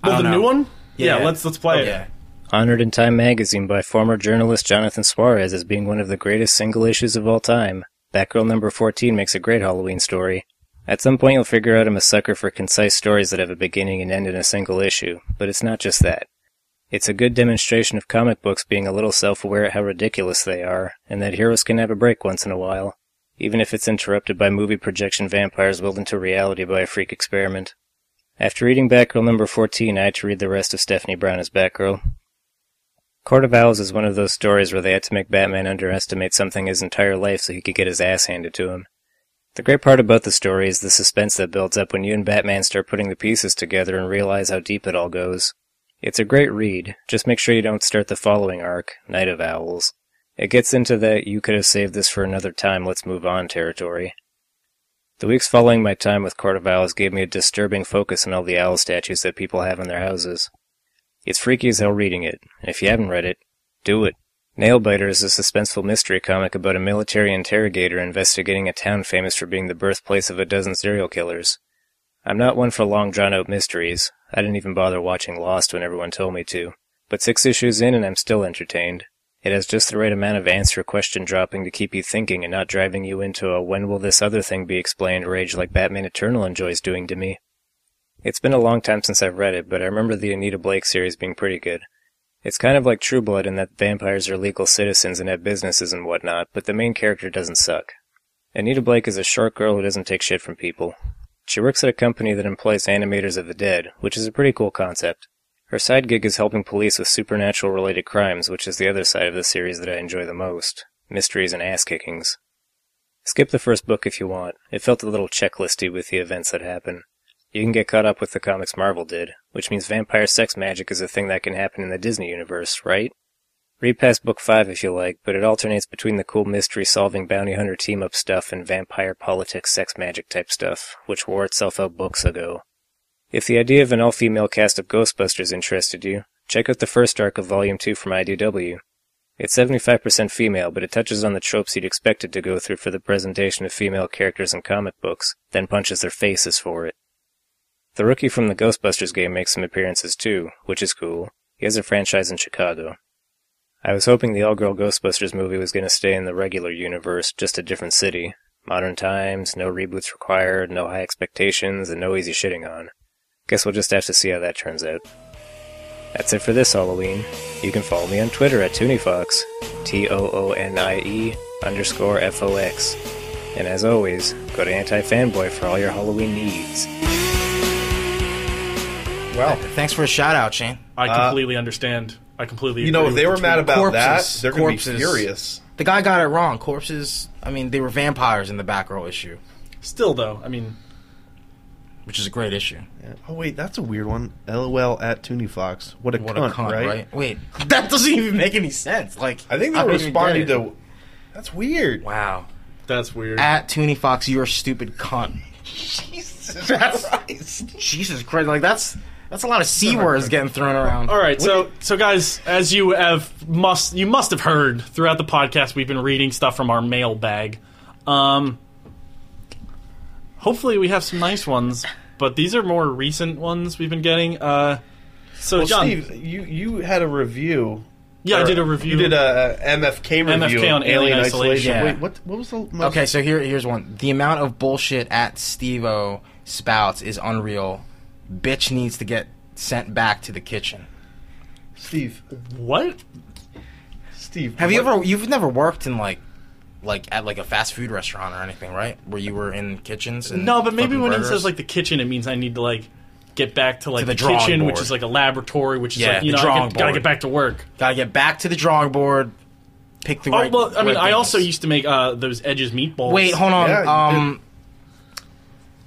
Speaker 1: I
Speaker 3: Oh,
Speaker 1: don't
Speaker 3: the
Speaker 1: know.
Speaker 3: new one? Yeah, let's let's play
Speaker 1: Okay.
Speaker 3: it.
Speaker 4: Honored in Time magazine by former journalist Jonathan Suarez as being one of the greatest single issues of all time. Batgirl number 14 makes a great Halloween story. At some point, you'll figure out I'm a sucker for concise stories that have a beginning and end in a single issue, but it's not just that. It's a good demonstration of comic books being a little self aware at how ridiculous they are, and that heroes can have a break once in a while, even if it's interrupted by movie projection vampires willed into reality by a freak experiment. After reading Batgirl number 14, I had to read the rest of Stephanie Brown as Batgirl. Court of Owls is one of those stories where they had to make Batman underestimate something his entire life so he could get his ass handed to him. The great part about the story is the suspense that builds up when you and Batman start putting the pieces together and realize how deep it all goes. It's a great read, just make sure you don't start the following arc, Night of Owls. It gets into the you could have saved this for another time, let's move on territory. The weeks following my time with Court of Owls gave me a disturbing focus on all the owl statues that people have in their houses. It's freaky as hell reading it, and if you haven't read it, do it. Nailbiter is a suspenseful mystery comic about a military interrogator investigating a town famous for being the birthplace of a dozen serial killers. I'm not one for long drawn out mysteries. I didn't even bother watching Lost when everyone told me to. But six issues in and I'm still entertained. It has just the right amount of answer question dropping to keep you thinking and not driving you into a when will this other thing be explained rage like Batman Eternal enjoys doing to me. It's been a long time since I've read it, but I remember the Anita Blake series being pretty good. It's kind of like True Blood in that vampires are legal citizens and have businesses and whatnot, but the main character doesn't suck. Anita Blake is a short girl who doesn't take shit from people. She works at a company that employs animators of the dead, which is a pretty cool concept. Her side gig is helping police with supernatural related crimes, which is the other side of the series that I enjoy the most mysteries and ass kickings. Skip the first book if you want. It felt a little checklisty with the events that happen. You can get caught up with the comics Marvel did, which means vampire sex magic is a thing that can happen in the Disney universe, right? Read past book 5 if you like, but it alternates between the cool mystery solving bounty hunter team up stuff and vampire politics sex magic type stuff, which wore itself out books ago. If the idea of an all female cast of Ghostbusters interested you, check out the first arc of Volume 2 from IDW. It's 75% female, but it touches on the tropes you'd expect it to go through for the presentation of female characters in comic books, then punches their faces for it. The rookie from the Ghostbusters game makes some appearances too, which is cool. He has a franchise in Chicago. I was hoping the all girl Ghostbusters movie was going to stay in the regular universe, just a different city. Modern times, no reboots required, no high expectations, and no easy shitting on. Guess we'll just have to see how that turns out. That's it for this Halloween. You can follow me on Twitter at ToonieFox, T O O N I E underscore F O X. And as always, go to Anti Fanboy for all your Halloween needs.
Speaker 1: Well, thanks for a shout out, Shane.
Speaker 3: I completely understand. I completely.
Speaker 2: Uh, You know,
Speaker 3: agree
Speaker 2: if
Speaker 3: with
Speaker 2: they
Speaker 3: the
Speaker 2: were
Speaker 3: tweet.
Speaker 2: mad about
Speaker 1: Corpses.
Speaker 2: that, they're going to
Speaker 1: Corpses.
Speaker 2: be furious.
Speaker 1: The guy got it wrong. Corpses, I mean, they were vampires in the Batgirl issue,
Speaker 3: Still, though, I mean,
Speaker 1: which is a great issue.
Speaker 2: Oh wait, that's a weird one. LOL at ToonieFox. What a
Speaker 1: What
Speaker 2: cunt,
Speaker 1: a cunt,
Speaker 2: right?
Speaker 1: right? Wait, that doesn't even make any sense. Like,
Speaker 2: I think they
Speaker 1: don't
Speaker 2: were
Speaker 1: even
Speaker 2: responding
Speaker 1: get it.
Speaker 2: to. That's weird.
Speaker 1: Wow.
Speaker 3: that's weird.
Speaker 2: Ah,
Speaker 1: At Toonie Fox, you're a stupid cunt.
Speaker 2: Jesus Christ.
Speaker 1: Jesus Christ! Like that's that's a lot of c words getting thrown around.
Speaker 3: All right, so so guys, as you have must you must have heard throughout the podcast, we've been reading stuff from our mailbag. Um, hopefully, we have some nice ones, but these are more recent ones we've been getting. Uh, so
Speaker 2: Well,
Speaker 3: John,
Speaker 2: Steve, you you had a a review
Speaker 3: yeah, I
Speaker 2: Or
Speaker 3: did a review.
Speaker 2: You did uh, a MFK review.
Speaker 3: MFK on Alien Isolation.
Speaker 1: Yeah.
Speaker 2: Wait, what? What was the most?
Speaker 1: Okay, so here here's one. The amount of bullshit at Stevo spouts is unreal. Bitch needs to get sent back to the kitchen.
Speaker 2: Steve.
Speaker 3: what?
Speaker 2: Steve.
Speaker 1: Have you
Speaker 2: what-
Speaker 1: ever? You've never worked in like, like at like a fast food restaurant or anything, right? Where you were in kitchens. And
Speaker 3: No, but maybe
Speaker 1: flipping
Speaker 3: when
Speaker 1: burgers?
Speaker 3: it says like the kitchen, it means I need to like get back to like
Speaker 1: the
Speaker 3: the,
Speaker 1: drawing
Speaker 3: kitchen,
Speaker 1: board.
Speaker 3: which is like a laboratory, which is
Speaker 1: Yeah,
Speaker 3: like you
Speaker 1: the
Speaker 3: know I
Speaker 1: drawing
Speaker 3: get- gotta
Speaker 1: board.
Speaker 3: get back to work.
Speaker 1: gotta get back to the drawing board, pick the
Speaker 3: Oh
Speaker 1: right.
Speaker 3: well, I mean,
Speaker 1: right
Speaker 3: I
Speaker 1: things.
Speaker 3: also used to make uh, those edges meatballs.
Speaker 1: Wait, hold on.
Speaker 2: Yeah, you
Speaker 1: um,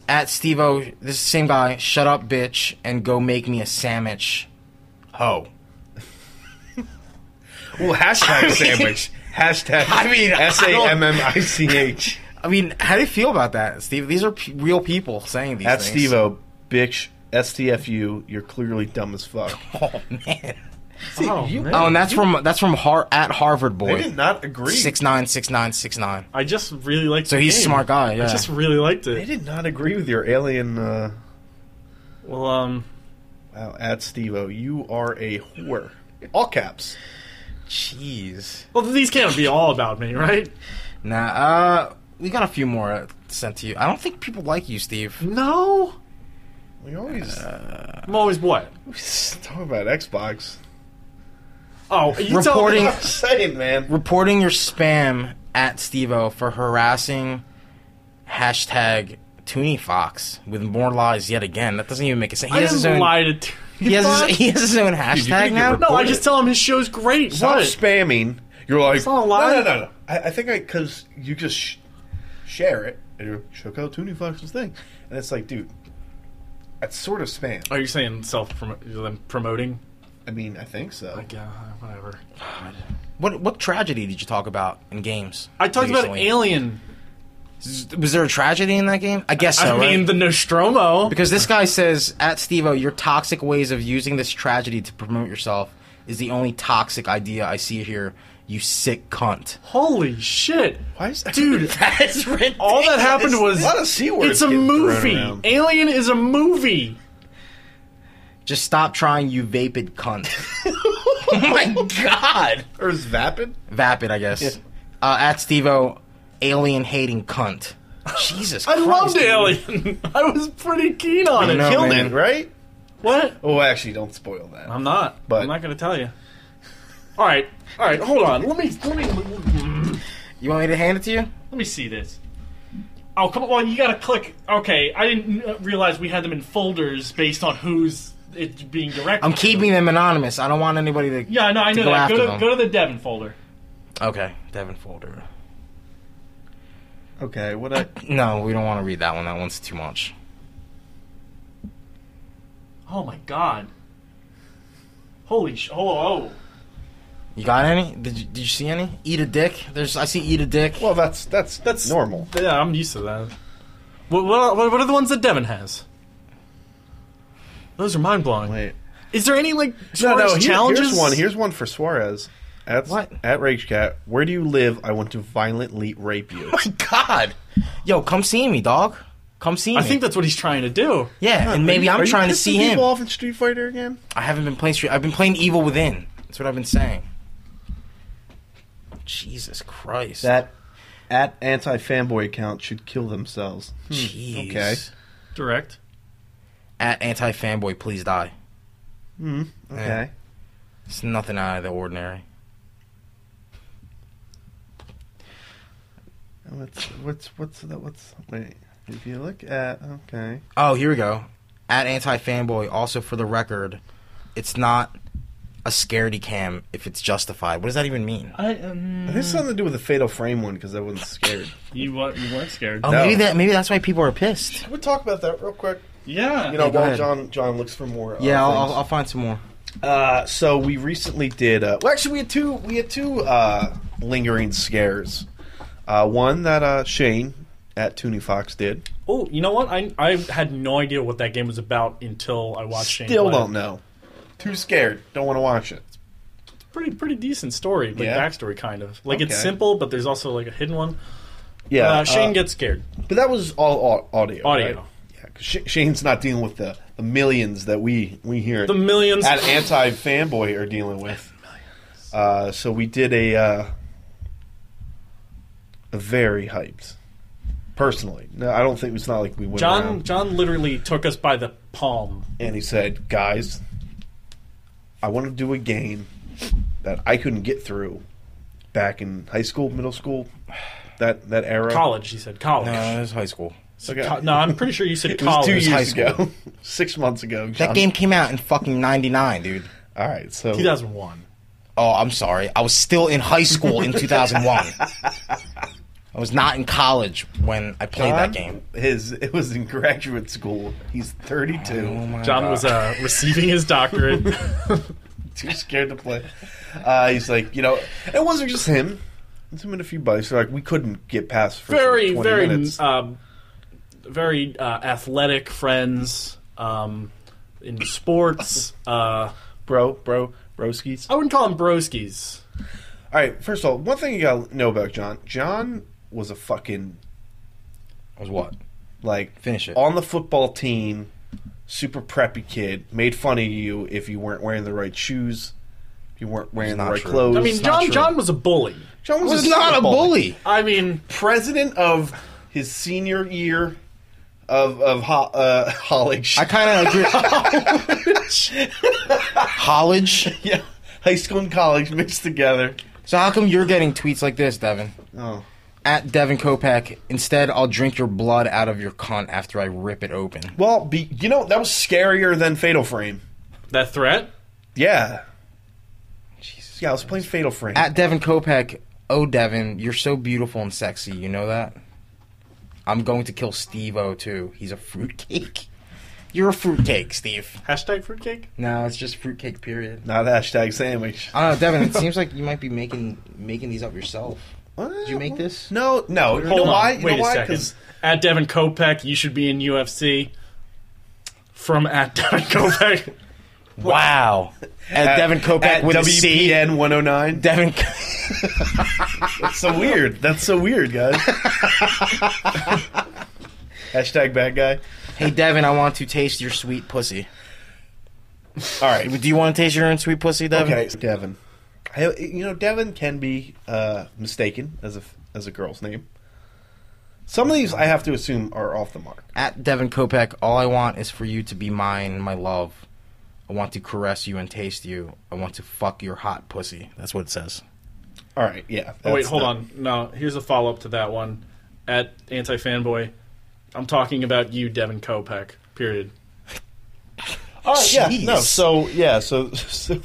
Speaker 1: at Stevo, this is the same guy. Shut up, bitch, and go make me a sandwich. Ho.
Speaker 2: Well, hashtag sandwich. Hashtag.
Speaker 1: I mean, I
Speaker 2: S a m m i c h.
Speaker 1: I mean, how do you feel about that, Steve? These are p- real people saying these
Speaker 2: At
Speaker 1: things.
Speaker 2: Stevo, bitch. STFU. You're clearly dumb as fuck.
Speaker 1: Oh man.
Speaker 3: Oh,
Speaker 2: You-
Speaker 3: man.
Speaker 1: Oh, and that's from that's from Har- at Harvard
Speaker 2: I
Speaker 1: boy.
Speaker 2: did not agree.
Speaker 1: Six nine six nine six nine.
Speaker 3: I just really liked.
Speaker 1: So
Speaker 3: the
Speaker 1: he's a
Speaker 3: game.
Speaker 1: smart guy. Yeah.
Speaker 3: I just really liked
Speaker 2: I
Speaker 3: it.
Speaker 2: did not agree with your alien. Uh,
Speaker 3: Well, um,
Speaker 2: wow. At Stevo, you are a whore. All caps.
Speaker 1: Jeez.
Speaker 3: Well, these can't be all about me, right?
Speaker 1: Nah, uh, we got a few more uh, sent to you. I don't think people like you, Steve.
Speaker 3: No.
Speaker 2: We always
Speaker 3: Uh, I'm always what?
Speaker 2: we talk about Xbox.
Speaker 3: Oh, you
Speaker 1: Reporting-
Speaker 3: Tell
Speaker 2: I'm saying, man.
Speaker 1: Reporting your spam at Stevo for harassing hashtag ToonieFox with more lies yet again. That doesn't even make sense. He
Speaker 3: I
Speaker 1: has his
Speaker 3: didn't
Speaker 1: own.
Speaker 3: lie to.
Speaker 1: He has, his, he has his own hashtag
Speaker 2: get
Speaker 1: now.
Speaker 2: reported.
Speaker 3: No, I just tell him his show's great.
Speaker 2: Stop
Speaker 3: What?
Speaker 2: spamming. You're like
Speaker 3: not a lie.
Speaker 2: No, no, no, no. I, I think I because you just sh- share it and you're check out Toonie Fox's thing, and it's like, dude, that's sort of spam.
Speaker 3: Are you saying self promoting?
Speaker 2: I mean, I think so.
Speaker 3: Yeah, whatever.
Speaker 1: What what tragedy did you talk about in games?
Speaker 3: I talked about
Speaker 1: recently?
Speaker 3: Alien.
Speaker 1: Was there a tragedy in that game? I guess so.
Speaker 3: I mean,
Speaker 1: right?
Speaker 3: the Nostromo.
Speaker 1: Because this guy says at Stevo, your toxic ways of using this tragedy to promote yourself is the only toxic idea I see here. You sick cunt.
Speaker 3: Holy shit.
Speaker 2: Why is that?
Speaker 3: Dude,
Speaker 1: That's ridiculous.
Speaker 3: all that happened was.
Speaker 2: a lot of C words
Speaker 3: It's a
Speaker 2: getting thrown
Speaker 3: movie.
Speaker 2: around.
Speaker 3: Alien is a movie.
Speaker 1: Just stop trying, you vapid cunt. oh my god.
Speaker 2: or is vapid?
Speaker 1: Vapid, I guess. Uh, at Stevo, alien hating cunt. Jesus
Speaker 3: I
Speaker 1: Christ.
Speaker 3: loved
Speaker 1: dude.
Speaker 3: Alien. I was pretty keen on
Speaker 1: I
Speaker 3: it.
Speaker 1: know,
Speaker 2: Killed
Speaker 1: man.
Speaker 2: it, right?
Speaker 3: What?
Speaker 2: Oh, actually, don't spoil that.
Speaker 1: Um,
Speaker 3: I'm not.
Speaker 2: But-
Speaker 3: I'm not going to tell you. All right. All right. Hold on. Let me. Let me.
Speaker 1: You want me to hand it to you?
Speaker 3: Let me see this. Oh come on! You gotta click. Okay, I didn't uh, realize we had them in folders based on who's it's being directed.
Speaker 1: I'm
Speaker 3: to.
Speaker 1: keeping them anonymous. I don't want anybody to.
Speaker 3: Yeah, no, I know
Speaker 1: go
Speaker 3: that.
Speaker 1: after
Speaker 3: Go to
Speaker 1: them.
Speaker 3: go to the Devon folder.
Speaker 1: Okay, Devin folder.
Speaker 2: Okay, what I
Speaker 1: No, we don't want to read that one. That one's too much.
Speaker 3: Oh my god! Holy sh! Oh, oh.
Speaker 1: You got any? Did you, did you see any? Eat a dick. There's I see eat a dick.
Speaker 2: well, that's that's
Speaker 3: That's-
Speaker 2: that's normal.
Speaker 3: yeah, I'm used to that. What what are, what are the ones that Devon has? Those are mind blowing.
Speaker 2: Wait,
Speaker 3: Is there any like
Speaker 2: no, no.
Speaker 3: Suarez
Speaker 2: here-
Speaker 3: challenges?
Speaker 2: Here's one. Here's one for Suarez. At,
Speaker 1: What?
Speaker 2: at Rage Cat, where do you live? I want to violently rape you.
Speaker 1: my god. Yo, come see me, dog. Come see me.
Speaker 3: I think that's what he's trying to do.
Speaker 1: yeah, and maybe
Speaker 2: Are
Speaker 1: I'm
Speaker 2: you
Speaker 1: trying to
Speaker 2: pissing
Speaker 1: see him.
Speaker 2: people off in Street Fighter again.
Speaker 1: I haven't been playing. Street- I've been playing Evil Within. That's what I've been saying. Jesus Christ.
Speaker 2: That at anti fanboy account should kill themselves. Hmm,
Speaker 1: Jeez.
Speaker 2: okay.
Speaker 3: Direct.
Speaker 1: At anti fanboy, please die.
Speaker 2: Hmm, Okay.
Speaker 1: It's nothing out of the ordinary.
Speaker 2: What's what's what's the, what's wait? If you look at okay,
Speaker 1: Oh, here we go. At anti fanboy. Also, for the record, it's not a scaredy cam if it's justified. What does that even mean?
Speaker 3: I um.
Speaker 2: this has something to do with the Fatal Frame one because I wasn't scared.
Speaker 3: You weren't, you weren't scared.
Speaker 1: Oh,
Speaker 2: No.
Speaker 1: maybe that. Maybe that's why people are pissed.
Speaker 2: Can we talk about that real quick?
Speaker 3: yeah.
Speaker 2: You know,
Speaker 1: Yeah, go
Speaker 2: while
Speaker 1: ahead.
Speaker 2: John John looks for more. Uh,
Speaker 1: Yeah, I'll, I'll,
Speaker 2: things.
Speaker 1: I'll find some more.
Speaker 2: Uh, so we recently did. Uh, well, actually, we had two. We had two uh, lingering scares. Uh, one that uh, Shane at Toonie Fox did.
Speaker 3: Oh, you know what? I I had no idea what that game was about until I watched Shane.
Speaker 2: Still
Speaker 3: play.
Speaker 2: don't know. Too scared. Don't want to watch it.
Speaker 3: Pretty pretty decent story, like
Speaker 2: Yeah.
Speaker 3: backstory kind of. Like it's
Speaker 2: Okay.
Speaker 3: simple, but there's also like a hidden one.
Speaker 2: Yeah,
Speaker 3: Uh, Shane
Speaker 2: uh,
Speaker 3: gets scared.
Speaker 2: But that was all au- audio.
Speaker 3: Audio.
Speaker 2: right? Yeah, 'cause Sh- Shane's not dealing with the, the millions that we we hear
Speaker 3: The millions.
Speaker 2: at anti fanboy are dealing with. Uh, so we did a, uh, a very hyped. Personally, no, I don't think it's not like we went
Speaker 3: John
Speaker 2: around
Speaker 3: John literally took us by the palm.
Speaker 2: and he said, "Guys, I want to do a game that I couldn't get through back in high school, middle school, that that era,
Speaker 3: College, he said. College.
Speaker 1: No, it's high school.
Speaker 2: Okay.
Speaker 3: Co- no, I'm pretty sure you said
Speaker 2: It was
Speaker 3: college.
Speaker 2: two years
Speaker 1: high
Speaker 2: ago, six months ago.
Speaker 1: That
Speaker 2: John-
Speaker 1: game came out in fucking '99, dude.
Speaker 2: All right, so
Speaker 3: 2001.
Speaker 1: Oh, I'm sorry. I was still in high school in 2001. I was not in college when I played that game.
Speaker 2: His it was in graduate school. He's 32.
Speaker 1: Oh
Speaker 3: John was uh, receiving his doctorate.
Speaker 2: Too scared to play. Uh, he's like, you know, it wasn't just him. It's him and a few buddies. So like, we couldn't get past for
Speaker 3: very
Speaker 2: 20
Speaker 3: very
Speaker 2: minutes.
Speaker 3: um, very uh, athletic friends um, in sports. uh,
Speaker 2: bro, bro, broskies.
Speaker 3: I wouldn't call them broskies.
Speaker 2: All right, first of all, one thing you gotta know about John. John was a fucking
Speaker 1: Was what?
Speaker 2: like
Speaker 1: Finish it.
Speaker 2: on the football team, super preppy kid. Made fun of you if you weren't wearing the right shoes. If you weren't wearing the
Speaker 1: not
Speaker 2: right
Speaker 1: true.
Speaker 2: clothes.
Speaker 3: I mean,
Speaker 1: not
Speaker 3: John
Speaker 1: true.
Speaker 3: John was a bully.
Speaker 2: John
Speaker 1: He was not a bully.
Speaker 3: I mean,
Speaker 2: President of his senior year of of ho- uh, college.
Speaker 1: I kind of agree.
Speaker 3: Oh,
Speaker 1: College.
Speaker 2: yeah, high school and college mixed together.
Speaker 1: So how come you're getting tweets like this, Devin?
Speaker 2: Oh.
Speaker 1: At Devin Kopeck, instead I'll drink your blood out of your cunt after I rip it open.
Speaker 2: Well, be, you know that was scarier than Fatal Frame.
Speaker 3: that threat.
Speaker 2: Yeah. Jesus. Yeah, I was playing Fatal Frame.
Speaker 1: At Devin Kopeck, oh Devin, you're so beautiful and sexy. You know that? I'm going to kill Steve O too. He's a fruitcake. You're a fruitcake, Steve.
Speaker 3: Hashtag fruitcake.
Speaker 1: No, it's just fruitcake. Period.
Speaker 2: not hashtag sandwich.
Speaker 1: I don't know, Devin. It seems like you might be making making these up yourself. Did you make this?
Speaker 2: No, no. You know
Speaker 3: Hold on.
Speaker 2: why? You
Speaker 3: Wait
Speaker 2: know why?
Speaker 3: a second.
Speaker 2: 'Cause
Speaker 3: At Devin Kopeck, you should be in UFC. From at Devin Oh, Kopeck.
Speaker 1: Wow. Uh, At, Devin Kopeck
Speaker 2: at
Speaker 1: with a C.
Speaker 2: WPN 109.
Speaker 1: Devin.
Speaker 2: That's oh so weird. That's so weird, guys. Hashtag bad guy.
Speaker 1: hey Devin, I want to taste your sweet pussy.
Speaker 2: All right.
Speaker 1: Do you want to taste your own sweet pussy, Devin?
Speaker 2: Okay, Devin. I, you know, Devin can be uh, mistaken as a as a girl's name. Some of these I have to assume are off the mark.
Speaker 1: At Devin Kopeck, all I want is for you to be mine, my love. I want to caress you and taste you. I want to fuck your hot pussy. That's what it says.
Speaker 2: All right, yeah.
Speaker 3: Oh wait,
Speaker 2: that's
Speaker 3: hold
Speaker 2: not-
Speaker 3: on. No, here's a follow up to that one. At anti fanboy, I'm talking about you, Devin Kopeck. Period.
Speaker 2: All right, yeah. No,
Speaker 1: Jeez.
Speaker 2: so yeah, so, so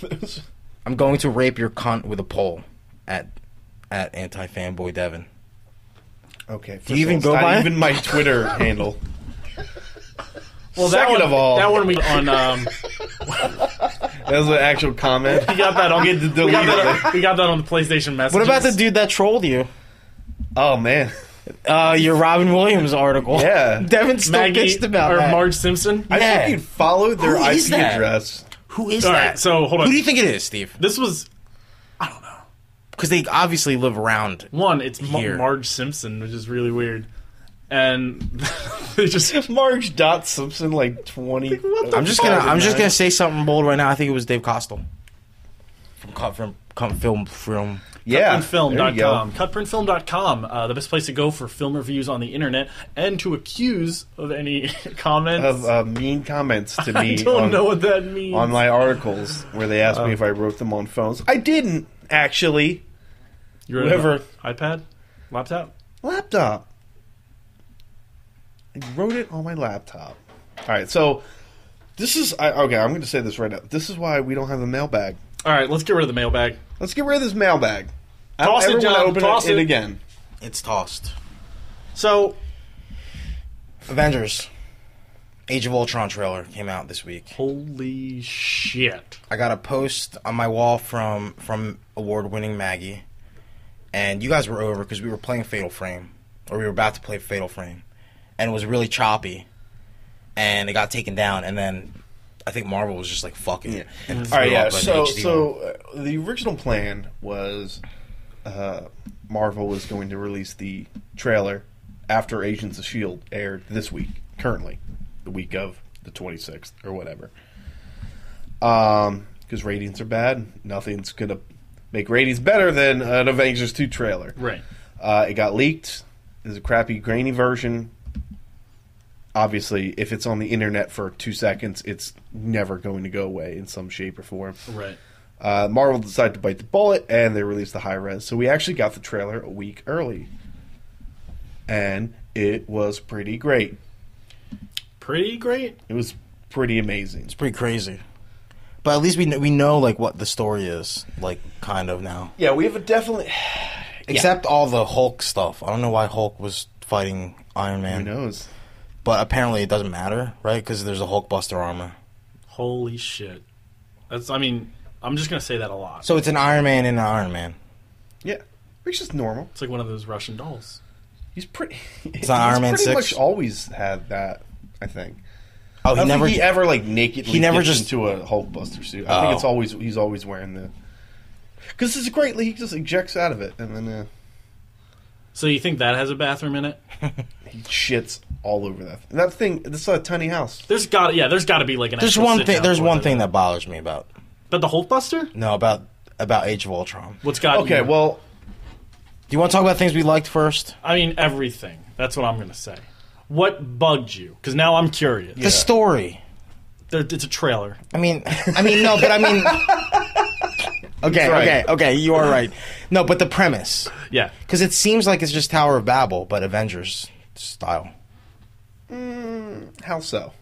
Speaker 1: I'm going to rape your cunt with a pole. At at anti fanboy Devin.
Speaker 2: okay.
Speaker 1: you even
Speaker 2: first of all,
Speaker 1: go
Speaker 2: it's
Speaker 1: by
Speaker 2: not
Speaker 1: it?
Speaker 2: even my Twitter handle?
Speaker 3: Well,
Speaker 2: Second
Speaker 3: that one,
Speaker 2: of all-
Speaker 3: that one we on. Um,
Speaker 2: That was an actual comment.
Speaker 3: we got that on.
Speaker 2: Get to
Speaker 3: we, got
Speaker 2: delete
Speaker 3: that on we got that on the PlayStation Messages.
Speaker 1: What about the dude that trolled you?
Speaker 2: Oh man,
Speaker 1: Uh, your Robin Williams article.
Speaker 2: Yeah.
Speaker 1: Devin still
Speaker 3: Maggie
Speaker 1: bitched about
Speaker 3: or
Speaker 1: that.
Speaker 3: Marge Simpson?
Speaker 2: I
Speaker 1: Yeah.
Speaker 2: think you followed their
Speaker 1: Who
Speaker 2: IP
Speaker 1: is that?
Speaker 2: address.
Speaker 1: Who is
Speaker 3: all
Speaker 1: that?
Speaker 3: right, so hold
Speaker 1: Who
Speaker 3: on.
Speaker 1: do you think it is, Steve?
Speaker 3: this was
Speaker 1: Because they obviously live around.
Speaker 3: one. It's Mar-
Speaker 1: Here.
Speaker 3: Marge Simpson, which is really weird. And they just
Speaker 2: Marge dot Simpson like twenty.
Speaker 3: what the
Speaker 1: I'm just gonna I'm just gonna say something bold right now. I think it was Dave Costell from co- from, com film film.
Speaker 2: yeah. there you
Speaker 3: Cutprintfilm.com.
Speaker 2: go.
Speaker 3: Cutprintfilm.com, uh, the best place to go for film reviews on the internet and to accuse of any comments.
Speaker 2: Of uh, mean comments to
Speaker 3: I
Speaker 2: me
Speaker 3: don't
Speaker 2: on,
Speaker 3: know what that means.
Speaker 2: on my articles where they asked
Speaker 3: Oh.
Speaker 2: me if I wrote them on phones. I didn't actually.
Speaker 3: You're on an
Speaker 2: whatever.
Speaker 3: iPad? Laptop?
Speaker 2: Laptop. I wrote it on my laptop. All right, so this is I, okay. I'm going to say this right now. This is why we don't have a mailbag.
Speaker 3: All right, let's get rid of the mailbag.
Speaker 2: Let's get rid of this mailbag. I
Speaker 3: Toss it,
Speaker 2: don't ever wanna
Speaker 3: John,
Speaker 2: Open
Speaker 3: toss
Speaker 2: it
Speaker 3: it.
Speaker 2: again.
Speaker 1: It's tossed.
Speaker 3: So,
Speaker 1: Avengers. Age of Ultron trailer came out this week.
Speaker 3: holy shit.
Speaker 1: I got a post on my wall from from award winning Maggie, and you guys were over because we were playing Fatal Frame, or we were about to play Fatal Frame, and it was really choppy, and it got taken down, and then I think Marvel was just like fucking it. and
Speaker 2: All right,
Speaker 1: threw
Speaker 2: yeah.
Speaker 1: up an
Speaker 2: So,
Speaker 1: HD
Speaker 2: so
Speaker 1: one.
Speaker 2: uh, the original plan was uh, Marvel was going to release the trailer after Agents of Shield E aired this week, currently, the week of the twenty sixth or whatever. Um, because ratings are bad. Nothing's gonna make ratings better than an Avengers two trailer.
Speaker 3: Right.
Speaker 2: Uh, it got leaked. There's a crappy, grainy version. Obviously, if it's on the internet for two seconds, it's never going to go away in some shape or form.
Speaker 3: Right.
Speaker 2: Uh, Marvel decided to bite the bullet and they released the high res. So we actually got the trailer a week early. And it was pretty great.
Speaker 3: Pretty great.
Speaker 2: It was pretty amazing.
Speaker 1: it's pretty crazy, but at least we know, we know like what the story is like kind of now.
Speaker 2: Yeah, we have a definitely.
Speaker 1: Except all the Hulk stuff. I don't know why Hulk was fighting Iron
Speaker 2: Who
Speaker 1: Man,
Speaker 2: knows?
Speaker 1: but apparently it doesn't matter, right? Because there's a Hulk Buster armor.
Speaker 3: Holy shit. That's, I mean, I'm just going to say that a lot.
Speaker 1: So it's an Iron Man and an Iron Man.
Speaker 2: Yeah, which is normal.
Speaker 3: it's like one of those Russian dolls.
Speaker 2: He's pretty. It's
Speaker 1: not Iron Man
Speaker 2: pretty
Speaker 1: 6.
Speaker 2: much always had that, I think.
Speaker 1: Oh,
Speaker 2: I
Speaker 1: he
Speaker 2: don't
Speaker 1: never.
Speaker 2: think he ever like nakedly.
Speaker 1: he never
Speaker 2: gets
Speaker 1: just-
Speaker 2: into a Hulkbuster suit. I think
Speaker 1: Oh.
Speaker 2: it's always he's always wearing the. Because it's great. He just ejects out of it and then uh,
Speaker 3: So you think that has a bathroom in it?
Speaker 2: he shits all over that. And that thing. This is a tiny house.
Speaker 3: There's got, yeah, there's got to be like an.
Speaker 1: There's
Speaker 3: actual
Speaker 1: one
Speaker 3: sit
Speaker 1: thing.
Speaker 3: down
Speaker 1: There's
Speaker 3: for
Speaker 1: one
Speaker 3: it.
Speaker 1: thing that bothers me about
Speaker 3: But the Hulkbuster?
Speaker 1: no about about Age of Ultron. Do
Speaker 3: What's got
Speaker 2: Okay,
Speaker 3: you?
Speaker 2: well,
Speaker 1: you want to talk about things we liked first?
Speaker 3: I mean everything. That's what I'm gonna say. What bugged you? Because now I'm curious.
Speaker 1: The story.
Speaker 3: There- It's a trailer.
Speaker 1: I mean, I mean, no, but I mean. Okay,
Speaker 2: right.
Speaker 1: okay, okay. You are right. No, but the premise,
Speaker 3: Yeah.
Speaker 1: because it seems like it's just Tower of Babel, but Avengers style.
Speaker 2: how so?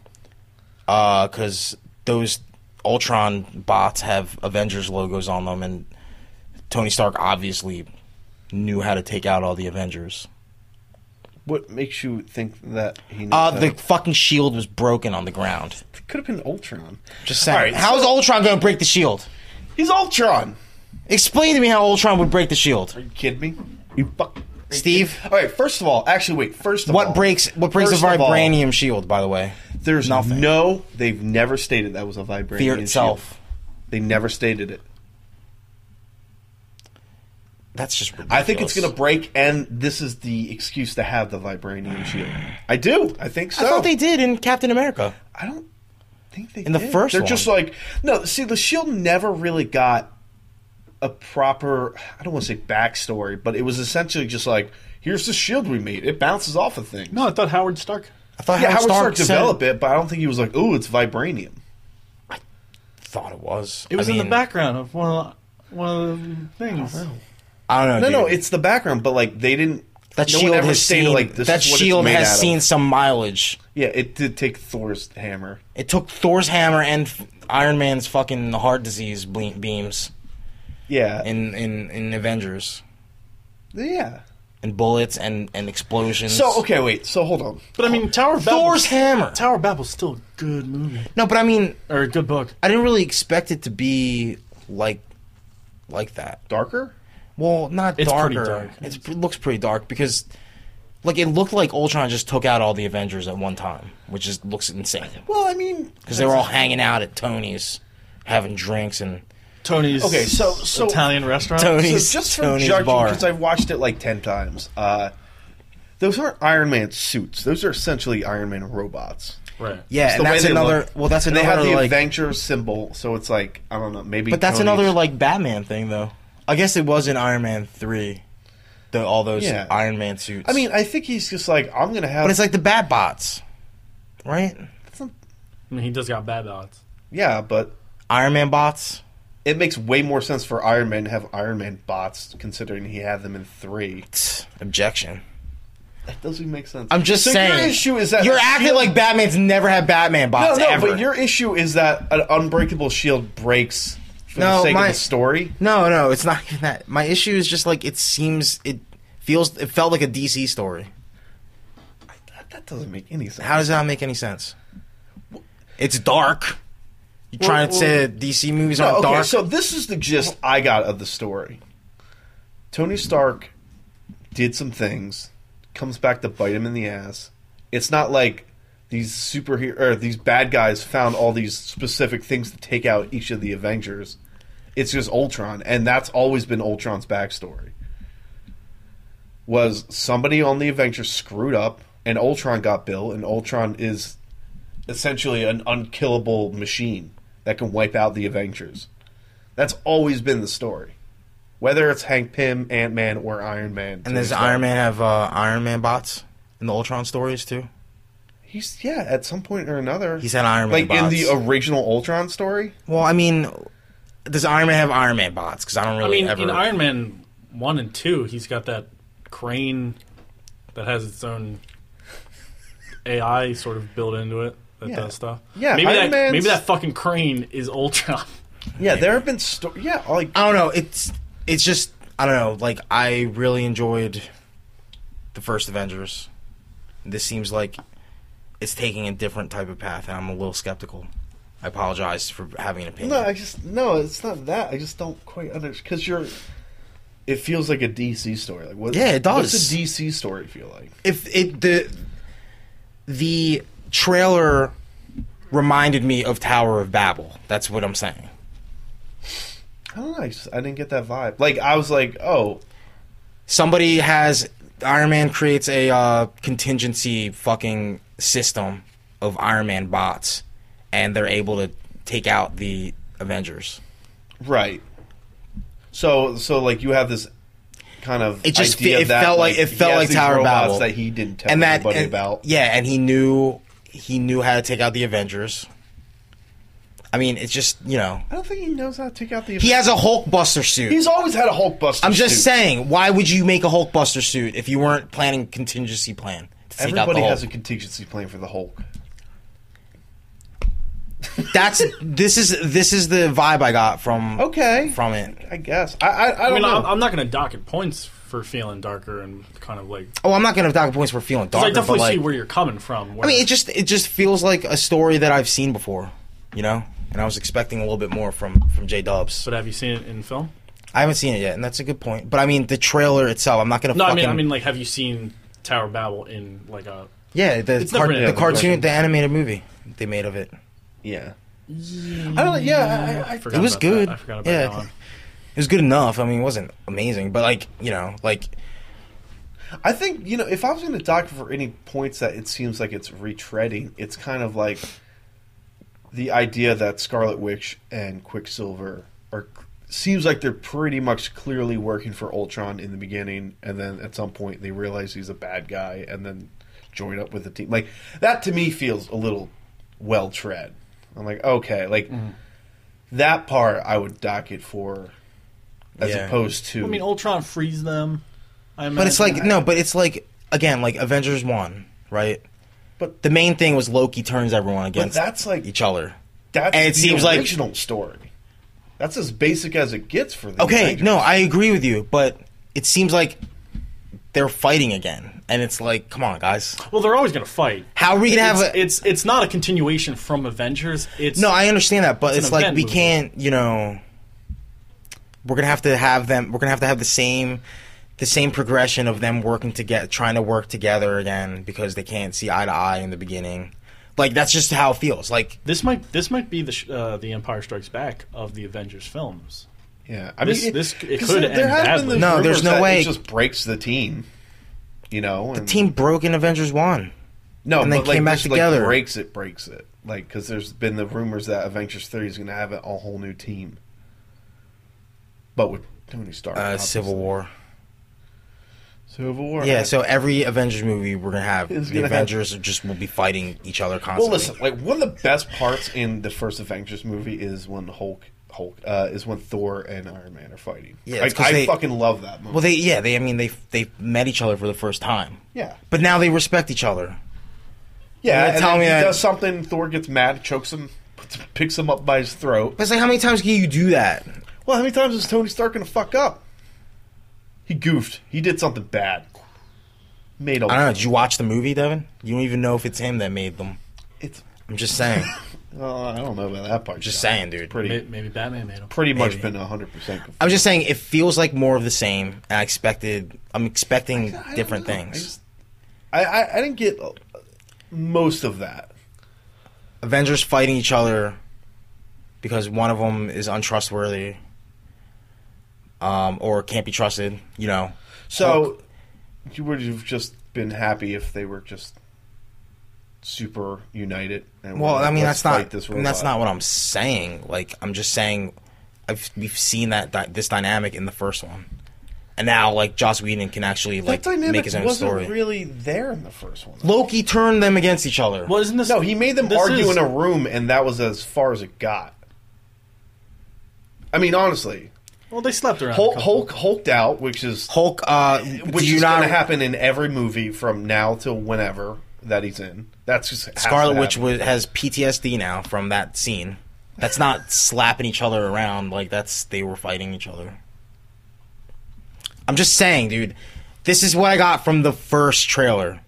Speaker 1: because Uh, those Ultron bots have Avengers logos on them, and Tony Stark obviously knew how to take out all the Avengers.
Speaker 2: What makes you think that he?
Speaker 1: Uh, the fucking shield was broken on the ground.
Speaker 2: could have been Ultron.
Speaker 1: Just saying.
Speaker 2: All right,
Speaker 1: how is
Speaker 2: so-
Speaker 1: Ultron going to break the shield?
Speaker 2: He's Ultron.
Speaker 1: Explain to me how Ultron would break the shield.
Speaker 2: You kidding me? You fuck.
Speaker 1: Steve?
Speaker 2: All right. First of all, actually, wait. First of all,
Speaker 1: What breaks? What breaks
Speaker 2: first
Speaker 1: a
Speaker 2: of all,
Speaker 1: vibranium shield? By the way,
Speaker 2: There's
Speaker 1: Nothing.
Speaker 2: No, they've never stated that was a vibranium
Speaker 1: fear
Speaker 2: shield.
Speaker 1: itself.
Speaker 2: They never stated it.
Speaker 1: That's just.
Speaker 2: I think it's going
Speaker 1: ridiculous.
Speaker 2: to break, and this is the excuse to have the vibranium shield. I do. I think so.
Speaker 1: I thought they did in Captain America.
Speaker 2: I don't think they
Speaker 1: In the
Speaker 2: did.
Speaker 1: first
Speaker 2: They're
Speaker 1: one.
Speaker 2: just like no. See, the shield never really got a proper. I don't want to say backstory, but it was essentially just like here's the shield we made. It bounces off of things.
Speaker 3: No, I thought Howard Stark.
Speaker 1: I thought
Speaker 2: yeah, Howard Stark,
Speaker 1: said-
Speaker 2: developed it, but I don't think he was like, "Oh, it's vibranium."
Speaker 1: Thought it was.
Speaker 3: It was
Speaker 1: I
Speaker 3: in
Speaker 1: mean,
Speaker 3: the background of one of the, one of the things.
Speaker 1: I don't know.
Speaker 2: No, no,
Speaker 1: dude.
Speaker 2: it's the background, but like they didn't.
Speaker 1: That
Speaker 2: no one
Speaker 1: shield
Speaker 2: ever
Speaker 1: has
Speaker 2: stated,
Speaker 1: seen
Speaker 2: like this
Speaker 1: that
Speaker 2: is what
Speaker 1: shield
Speaker 2: it's made
Speaker 1: has
Speaker 2: out of.
Speaker 1: seen some mileage.
Speaker 2: Yeah, it did take Thor's hammer.
Speaker 1: It took Thor's hammer and f- Iron Man's fucking heart disease ble- beams
Speaker 2: Yeah,
Speaker 1: in, in in Avengers
Speaker 2: yeah.
Speaker 1: and bullets and and explosions.
Speaker 2: So okay, wait. So hold on.
Speaker 3: But I mean, Tower of Babel.
Speaker 1: Thor's hammer.
Speaker 3: Tower of Babel's still a good movie
Speaker 1: No, but I mean,
Speaker 3: or a good book.
Speaker 1: I didn't really expect it to be like like that.
Speaker 2: Darker.
Speaker 1: Well, not
Speaker 3: It's
Speaker 1: darker.
Speaker 3: pretty dark.
Speaker 1: It's, it looks pretty dark because like it looked like Ultron just took out all the Avengers at one time, which just looks insane
Speaker 2: Well, I mean,
Speaker 1: because they were all hanging out at Tony's, having drinks and.
Speaker 3: Tony's
Speaker 2: Okay, so- so-
Speaker 3: Italian restaurant.
Speaker 1: Tony-
Speaker 2: So
Speaker 1: Tony's-
Speaker 2: just for
Speaker 1: Tony's
Speaker 2: judging,
Speaker 1: bar.
Speaker 2: because I've watched it like ten times. Uh, those aren't Iron Man suits. Those are essentially Iron Man robots.
Speaker 3: Right.
Speaker 1: Yeah,
Speaker 2: It's
Speaker 1: and
Speaker 2: the way
Speaker 1: that's
Speaker 2: they
Speaker 1: another.
Speaker 2: look.
Speaker 1: Well, that's
Speaker 2: And
Speaker 1: another
Speaker 2: they have the
Speaker 1: like.
Speaker 2: Avenger symbol, so it's like I don't know, maybe.
Speaker 1: But that's
Speaker 2: Tony's-
Speaker 1: another like Batman thing, though. I guess it was in Iron Man three, the, all those
Speaker 2: Yeah.
Speaker 1: Iron Man suits.
Speaker 2: I mean, I think he's just like I'm gonna have.
Speaker 1: but it's like the Batbots, right?
Speaker 3: I mean, he does got bad balance.
Speaker 2: yeah, but
Speaker 1: Iron Man bots.
Speaker 2: it makes way more sense for Iron Man to have Iron Man bots, considering he had them in three.
Speaker 1: Tch, Objection.
Speaker 2: That doesn't make sense.
Speaker 1: I'm just
Speaker 2: So
Speaker 1: saying.
Speaker 2: Your issue is that
Speaker 1: you're
Speaker 2: the
Speaker 1: acting
Speaker 2: shield-
Speaker 1: like Batman's never had Batman
Speaker 2: No,
Speaker 1: bots
Speaker 2: no,
Speaker 1: ever.
Speaker 2: but your issue is that an unbreakable shield breaks for
Speaker 1: No,
Speaker 2: the sake
Speaker 1: my-
Speaker 2: of the story.
Speaker 1: no, no, it's not even that. My issue is just like it seems it feels it felt like a DC story.
Speaker 2: That, that doesn't make any sense.
Speaker 1: How does that make any sense? It's dark. You trying to say that DC movies
Speaker 2: No,
Speaker 1: aren't
Speaker 2: okay,
Speaker 1: dark?
Speaker 2: so this is the gist I got of the story. Tony Stark did some things, comes back to bite him in the ass. It's not like these superhero or these bad guys found all these specific things to take out each of the Avengers. It's just Ultron, and that's always been Ultron's backstory. Was somebody on the Avengers screwed up, and Ultron got Bill, and Ultron is essentially an unkillable machine that can wipe out the Avengers. That's always been the story. Whether it's Hank Pym, Ant Man, or Iron Man.
Speaker 1: And does Iron Man have uh, Iron Man bots in the Ultron stories too?
Speaker 2: He's yeah, at some point or another.
Speaker 1: He's had Iron Man
Speaker 2: like in
Speaker 1: bots.
Speaker 2: the original Ultron story.
Speaker 1: Well, I mean, does Iron Man have Iron Man bots? Because I don't
Speaker 3: I
Speaker 1: really
Speaker 3: mean,
Speaker 1: ever.
Speaker 3: in Iron Man one and two, he's got that crane that has its own AI sort of built into it that
Speaker 2: Yeah.
Speaker 3: does stuff.
Speaker 2: Yeah,
Speaker 3: maybe
Speaker 2: Iron
Speaker 3: that
Speaker 2: Man's-
Speaker 3: maybe that fucking crane is Ultron.
Speaker 2: Yeah, there have been sto- yeah, like
Speaker 1: I don't know. It's it's just I don't know. Like I really enjoyed the first Avengers. This seems like it's taking a different type of path, and I'm a little skeptical. I apologize for having an opinion.
Speaker 2: no, I just no, it's not that. I just don't quite understand cuz you're it feels like a DC story. Like what
Speaker 1: Yeah, it does.
Speaker 2: What's a DC story feel like?
Speaker 1: if it the the trailer reminded me of Tower of Babel. That's what I'm saying.
Speaker 2: I don't know. I, just, I didn't get that vibe. Like I was like, "Oh,
Speaker 1: somebody has Iron Man creates a uh, contingency fucking system of Iron Man bots, and they're able to take out the Avengers.
Speaker 2: right." So so like you have this kind of
Speaker 1: It just
Speaker 2: idea
Speaker 1: fe- it
Speaker 2: that,
Speaker 1: felt like- it
Speaker 2: he
Speaker 1: felt
Speaker 2: has
Speaker 1: like
Speaker 2: these
Speaker 1: Tower of
Speaker 2: robots
Speaker 1: Babel.
Speaker 2: that he didn't tell
Speaker 1: and that
Speaker 2: anybody
Speaker 1: and-
Speaker 2: about.
Speaker 1: Yeah, and he knew he knew how to take out the Avengers. I mean, it's just you know
Speaker 2: I don't think he knows how to take out the.
Speaker 1: he has a Hulkbuster suit.
Speaker 2: He's always had a Hulkbuster.
Speaker 1: I'm just
Speaker 2: suit.
Speaker 1: saying, why would you make a Hulkbuster suit if you weren't planning contingency plan? To take
Speaker 2: Everybody
Speaker 1: out
Speaker 2: has
Speaker 1: the
Speaker 2: a
Speaker 1: Hulk?
Speaker 2: contingency plan for the Hulk.
Speaker 1: That's this is this is the vibe I got from
Speaker 2: Okay.
Speaker 1: from it.
Speaker 2: I guess. I I, I
Speaker 3: I
Speaker 2: don't
Speaker 3: mean,
Speaker 2: know.
Speaker 3: I'm, I'm not going to dock it points for feeling darker and kind of like. 'cause
Speaker 1: Oh, I'm not gonna dock points for feeling darker,
Speaker 3: I definitely
Speaker 1: but like,
Speaker 3: see where you're coming from. Where,
Speaker 1: I mean, it just it just feels like a story that I've seen before, you know. And I was expecting a little bit more from from J Dubs.
Speaker 3: but have you seen it in film?
Speaker 1: I haven't seen it yet, and that's a good point. But I mean, the trailer itself, I'm not gonna.
Speaker 3: No, I
Speaker 1: fucking,
Speaker 3: mean, I mean, like, have you seen Tower of Babel in like a?
Speaker 1: yeah, the,
Speaker 3: It's
Speaker 1: car-
Speaker 3: never been
Speaker 1: the
Speaker 3: a-
Speaker 1: cartoon, the animated movie they made of it.
Speaker 2: yeah. I don't. Yeah. I, I,
Speaker 3: I
Speaker 2: I
Speaker 3: forgot
Speaker 1: It was
Speaker 3: about
Speaker 1: good.
Speaker 3: That. I forgot about
Speaker 1: Yeah.
Speaker 3: that one.
Speaker 1: It was good enough. I mean, it wasn't amazing, but like you know, like
Speaker 2: I think you know if I was going to dock for any points that it seems like it's retreading, it's kind of like the idea that Scarlet Witch and Quicksilver are seems like they're pretty much clearly working for Ultron in the beginning, and then at some point they realize he's a bad guy, and then join up with the team. Like that to me feels a little well tread. I'm like okay, like that part I would dock it for, as
Speaker 1: Yeah.
Speaker 2: opposed to
Speaker 3: I mean, Ultron frees them. I
Speaker 1: But it's
Speaker 3: imagine.
Speaker 1: like no, but it's like again, like Avengers one, right?
Speaker 2: But-
Speaker 1: the main thing was Loki turns everyone
Speaker 2: but
Speaker 1: against
Speaker 2: that's like
Speaker 1: each other.
Speaker 2: That's
Speaker 1: And it
Speaker 2: the
Speaker 1: seems like-
Speaker 2: original story. That's as basic as it gets for the
Speaker 1: Okay,
Speaker 2: Avengers.
Speaker 1: no, I agree with you, but it seems like they're fighting again, and it's like, come on, guys,
Speaker 3: well, they're always going to fight.
Speaker 1: how are we gonna have
Speaker 3: it's,
Speaker 1: a?
Speaker 3: it's it's not a continuation from Avengers. It's
Speaker 1: no, I understand that, but
Speaker 3: it's an
Speaker 1: it's, like
Speaker 3: event
Speaker 1: we
Speaker 3: movie.
Speaker 1: can't, you know, we're gonna have to have them. We're gonna have to have the same. The same progression of them working to get trying to work together again because they can't see eye to eye in the beginning, like that's just how it feels. Like
Speaker 3: this might this might be the sh- uh, the Empire Strikes Back of the Avengers films.
Speaker 2: Yeah, I
Speaker 3: This-
Speaker 2: mean,
Speaker 3: this- it
Speaker 2: 'cause
Speaker 3: could
Speaker 2: there, there
Speaker 3: end
Speaker 2: has
Speaker 3: badly.
Speaker 2: Been those
Speaker 1: No, there's
Speaker 2: rumors
Speaker 1: no
Speaker 2: that
Speaker 1: way.
Speaker 2: It just breaks the team. You know, and,
Speaker 1: team broke in Avengers One.
Speaker 2: No,
Speaker 1: and they
Speaker 2: but, like,
Speaker 1: came back
Speaker 2: this,
Speaker 1: together.
Speaker 2: Like, breaks it, breaks it. Like because there's been the rumors that Avengers Three is going to have a whole new team, but with Tony Stark.
Speaker 1: Uh,
Speaker 2: obviously.
Speaker 1: Civil War.
Speaker 2: Civil War.
Speaker 1: Yeah, so every Avengers movie we're gonna have,
Speaker 2: It's
Speaker 1: the
Speaker 2: gonna have-
Speaker 1: Avengers are just will be fighting each other
Speaker 2: Well,
Speaker 1: constantly.
Speaker 2: listen, like one of the best parts in the first Avengers movie is when Hulk, Hulk, uh, is when Thor and Iron Man are fighting.
Speaker 1: Yeah, it's
Speaker 2: like,
Speaker 1: 'cause
Speaker 2: I
Speaker 1: they-
Speaker 2: fucking love that movie.
Speaker 1: Well, they yeah they I mean they they met each other for the first time,
Speaker 2: yeah,
Speaker 1: but now they respect each other.
Speaker 2: yeah.
Speaker 1: You're
Speaker 2: And
Speaker 1: telling
Speaker 2: then
Speaker 1: me
Speaker 2: he
Speaker 1: that-
Speaker 2: does something. Thor gets mad, chokes him, puts, picks him up by his throat.
Speaker 1: But it's like how many times can you do that?
Speaker 2: Well, how many times is Tony Stark gonna fuck up? He goofed. He did something bad. Made a.
Speaker 1: I don't know. Did you watch the movie, Devin? You don't even know if it's him that made them.
Speaker 2: It's.
Speaker 1: I'm just saying.
Speaker 2: Well, Oh, I don't know about that part.
Speaker 1: Just
Speaker 2: John.
Speaker 1: saying, dude.
Speaker 2: It's Pretty.
Speaker 3: May- Maybe Batman made them.
Speaker 2: pretty much
Speaker 1: maybe.
Speaker 2: been hundred percent.
Speaker 1: I'm just saying it feels like more of the same. and I expected. I'm expecting
Speaker 2: I don't
Speaker 1: different
Speaker 2: know.
Speaker 1: things.
Speaker 2: I, just, I, I I didn't get uh, most of that.
Speaker 1: Avengers fighting each other because one of them is untrustworthy um, or can't be trusted. You know,
Speaker 2: So you would have just been happy if they were just super united. And
Speaker 1: Well,
Speaker 2: were like,
Speaker 1: I mean
Speaker 2: "Let's
Speaker 1: that's not
Speaker 2: fight this
Speaker 1: I mean, that's not
Speaker 2: robot."
Speaker 1: what I'm saying. Like I'm just saying, I've we've seen that dy- this dynamic in the first one, and now like Joss Whedon can actually like
Speaker 2: that dynamic
Speaker 1: make his own
Speaker 2: wasn't
Speaker 1: story.
Speaker 2: really there in the first one.
Speaker 1: Loki turned them against each other.
Speaker 3: Well, isn't this?
Speaker 2: no, he made them
Speaker 3: this
Speaker 2: argue
Speaker 3: is-
Speaker 2: in a room, and that was as far as it got. I mean, honestly,
Speaker 3: Well, they slept around. a
Speaker 2: Hulk,
Speaker 3: couple-
Speaker 2: Hulk hulked out, which is
Speaker 1: Hulk, uh,
Speaker 2: which
Speaker 1: do you
Speaker 2: is
Speaker 1: not?
Speaker 2: going to happen in every movie from now till whenever that he's in. That's just has to
Speaker 1: Scarlet Witch
Speaker 2: happen.
Speaker 1: was, has PTSD now from that scene. That's not slapping each other around like that's they were fighting each other. I'm just saying, dude. This is what I got from the first trailer.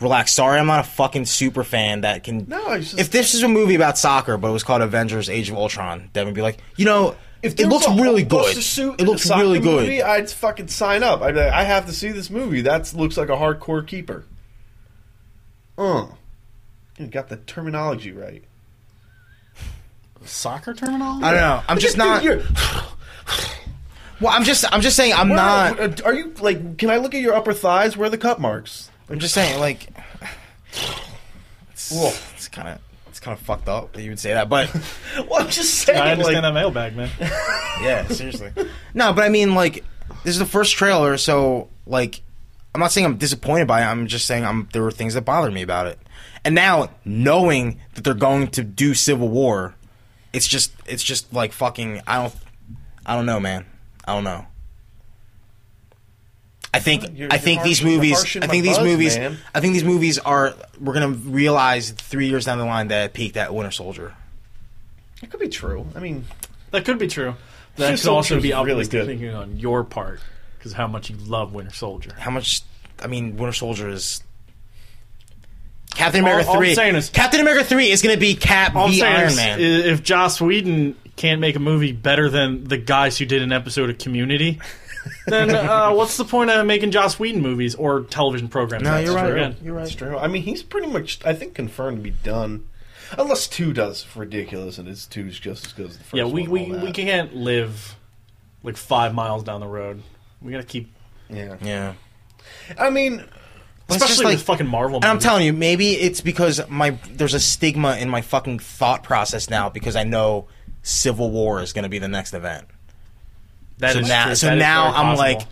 Speaker 1: Relax. Sorry, I'm not a fucking super fan that can.
Speaker 2: No, it's just-
Speaker 1: if this is a movie about soccer, but it was called Avengers: Age of Ultron, Devin would be like, you know,
Speaker 2: If
Speaker 1: it
Speaker 2: there
Speaker 1: looks
Speaker 2: was a
Speaker 1: really
Speaker 2: Hulkbuster
Speaker 1: good.
Speaker 2: Suit
Speaker 1: It
Speaker 2: and a
Speaker 1: looks
Speaker 2: soccer
Speaker 1: really good.
Speaker 2: Movie, I'd fucking sign up. I'd be like, I have to see this movie. That looks like a hardcore keeper. Uh, you got the terminology right.
Speaker 3: soccer terminology.
Speaker 1: I don't know. I'm just not.
Speaker 2: Dude, you're-
Speaker 1: Well, I'm just. I'm just saying. I'm
Speaker 2: where-
Speaker 1: not.
Speaker 2: Are you like? Can I look at your upper thighs? Where are the cut marks?
Speaker 1: I'm just saying, like,
Speaker 2: Well,
Speaker 1: it's kind of. It's kind of fucked up that you would say that, but
Speaker 2: well I'm just saying.
Speaker 3: I understand
Speaker 2: like,
Speaker 3: that mailbag, man.
Speaker 1: Yeah, seriously. No, but I mean, like, this is the first trailer, so like, I'm not saying I'm disappointed by it. I'm just saying I'm there were things that bothered me about it. And now knowing that they're going to do Civil War, it's just it's just like fucking. I don't, I don't know, man. I don't know. I think
Speaker 2: You're- you're
Speaker 1: I think these
Speaker 2: harsh- you're
Speaker 1: movies
Speaker 2: harshing
Speaker 1: I
Speaker 2: my
Speaker 1: think these
Speaker 2: buzz,
Speaker 1: movies
Speaker 2: man.
Speaker 1: I think these movies are we're gonna realize three years down the line that it peaked at Winter Soldier.
Speaker 2: It could be true. I mean,
Speaker 3: That could be true.
Speaker 2: Winter
Speaker 3: That could
Speaker 2: Soldier
Speaker 3: also
Speaker 2: was
Speaker 3: be
Speaker 2: really
Speaker 3: optimistic
Speaker 2: good.
Speaker 3: thinking on your part because how much you love Winter Soldier.
Speaker 1: How much? I mean, Winter Soldier is. Captain America
Speaker 3: all I'm
Speaker 1: three.
Speaker 3: saying is-
Speaker 1: Captain America three is going to be Cap
Speaker 3: All I'm
Speaker 1: v
Speaker 3: saying
Speaker 1: Iron
Speaker 3: is,
Speaker 1: Man.
Speaker 3: i- if Joss Whedon can't make a movie better than the guys who did an episode of Community, then uh, what's the point of making Joss Whedon movies or television programs?
Speaker 1: no,
Speaker 3: That's
Speaker 1: you're right.
Speaker 3: true. Again,
Speaker 1: You're
Speaker 2: it's
Speaker 1: right.
Speaker 2: true. I mean, he's pretty much, I think, confirmed to be done. Unless two does ridiculous, and it's two is just as good as the first.
Speaker 3: Yeah, we,
Speaker 2: one,
Speaker 3: we,
Speaker 2: all that.
Speaker 3: we can't live like five miles down the road. We gotta keep,
Speaker 2: Yeah.
Speaker 1: Yeah.
Speaker 2: I mean,
Speaker 1: it's just
Speaker 3: especially
Speaker 1: like-
Speaker 3: with fucking Marvel.
Speaker 1: And I'm
Speaker 3: movies.
Speaker 1: telling you, maybe it's because my there's a stigma in my fucking thought process now because I know Civil War is going to be the next event.
Speaker 3: That
Speaker 1: so
Speaker 3: is
Speaker 1: now,
Speaker 3: true.
Speaker 1: so
Speaker 3: That is
Speaker 1: now
Speaker 3: very
Speaker 1: I'm
Speaker 3: possible.
Speaker 1: like,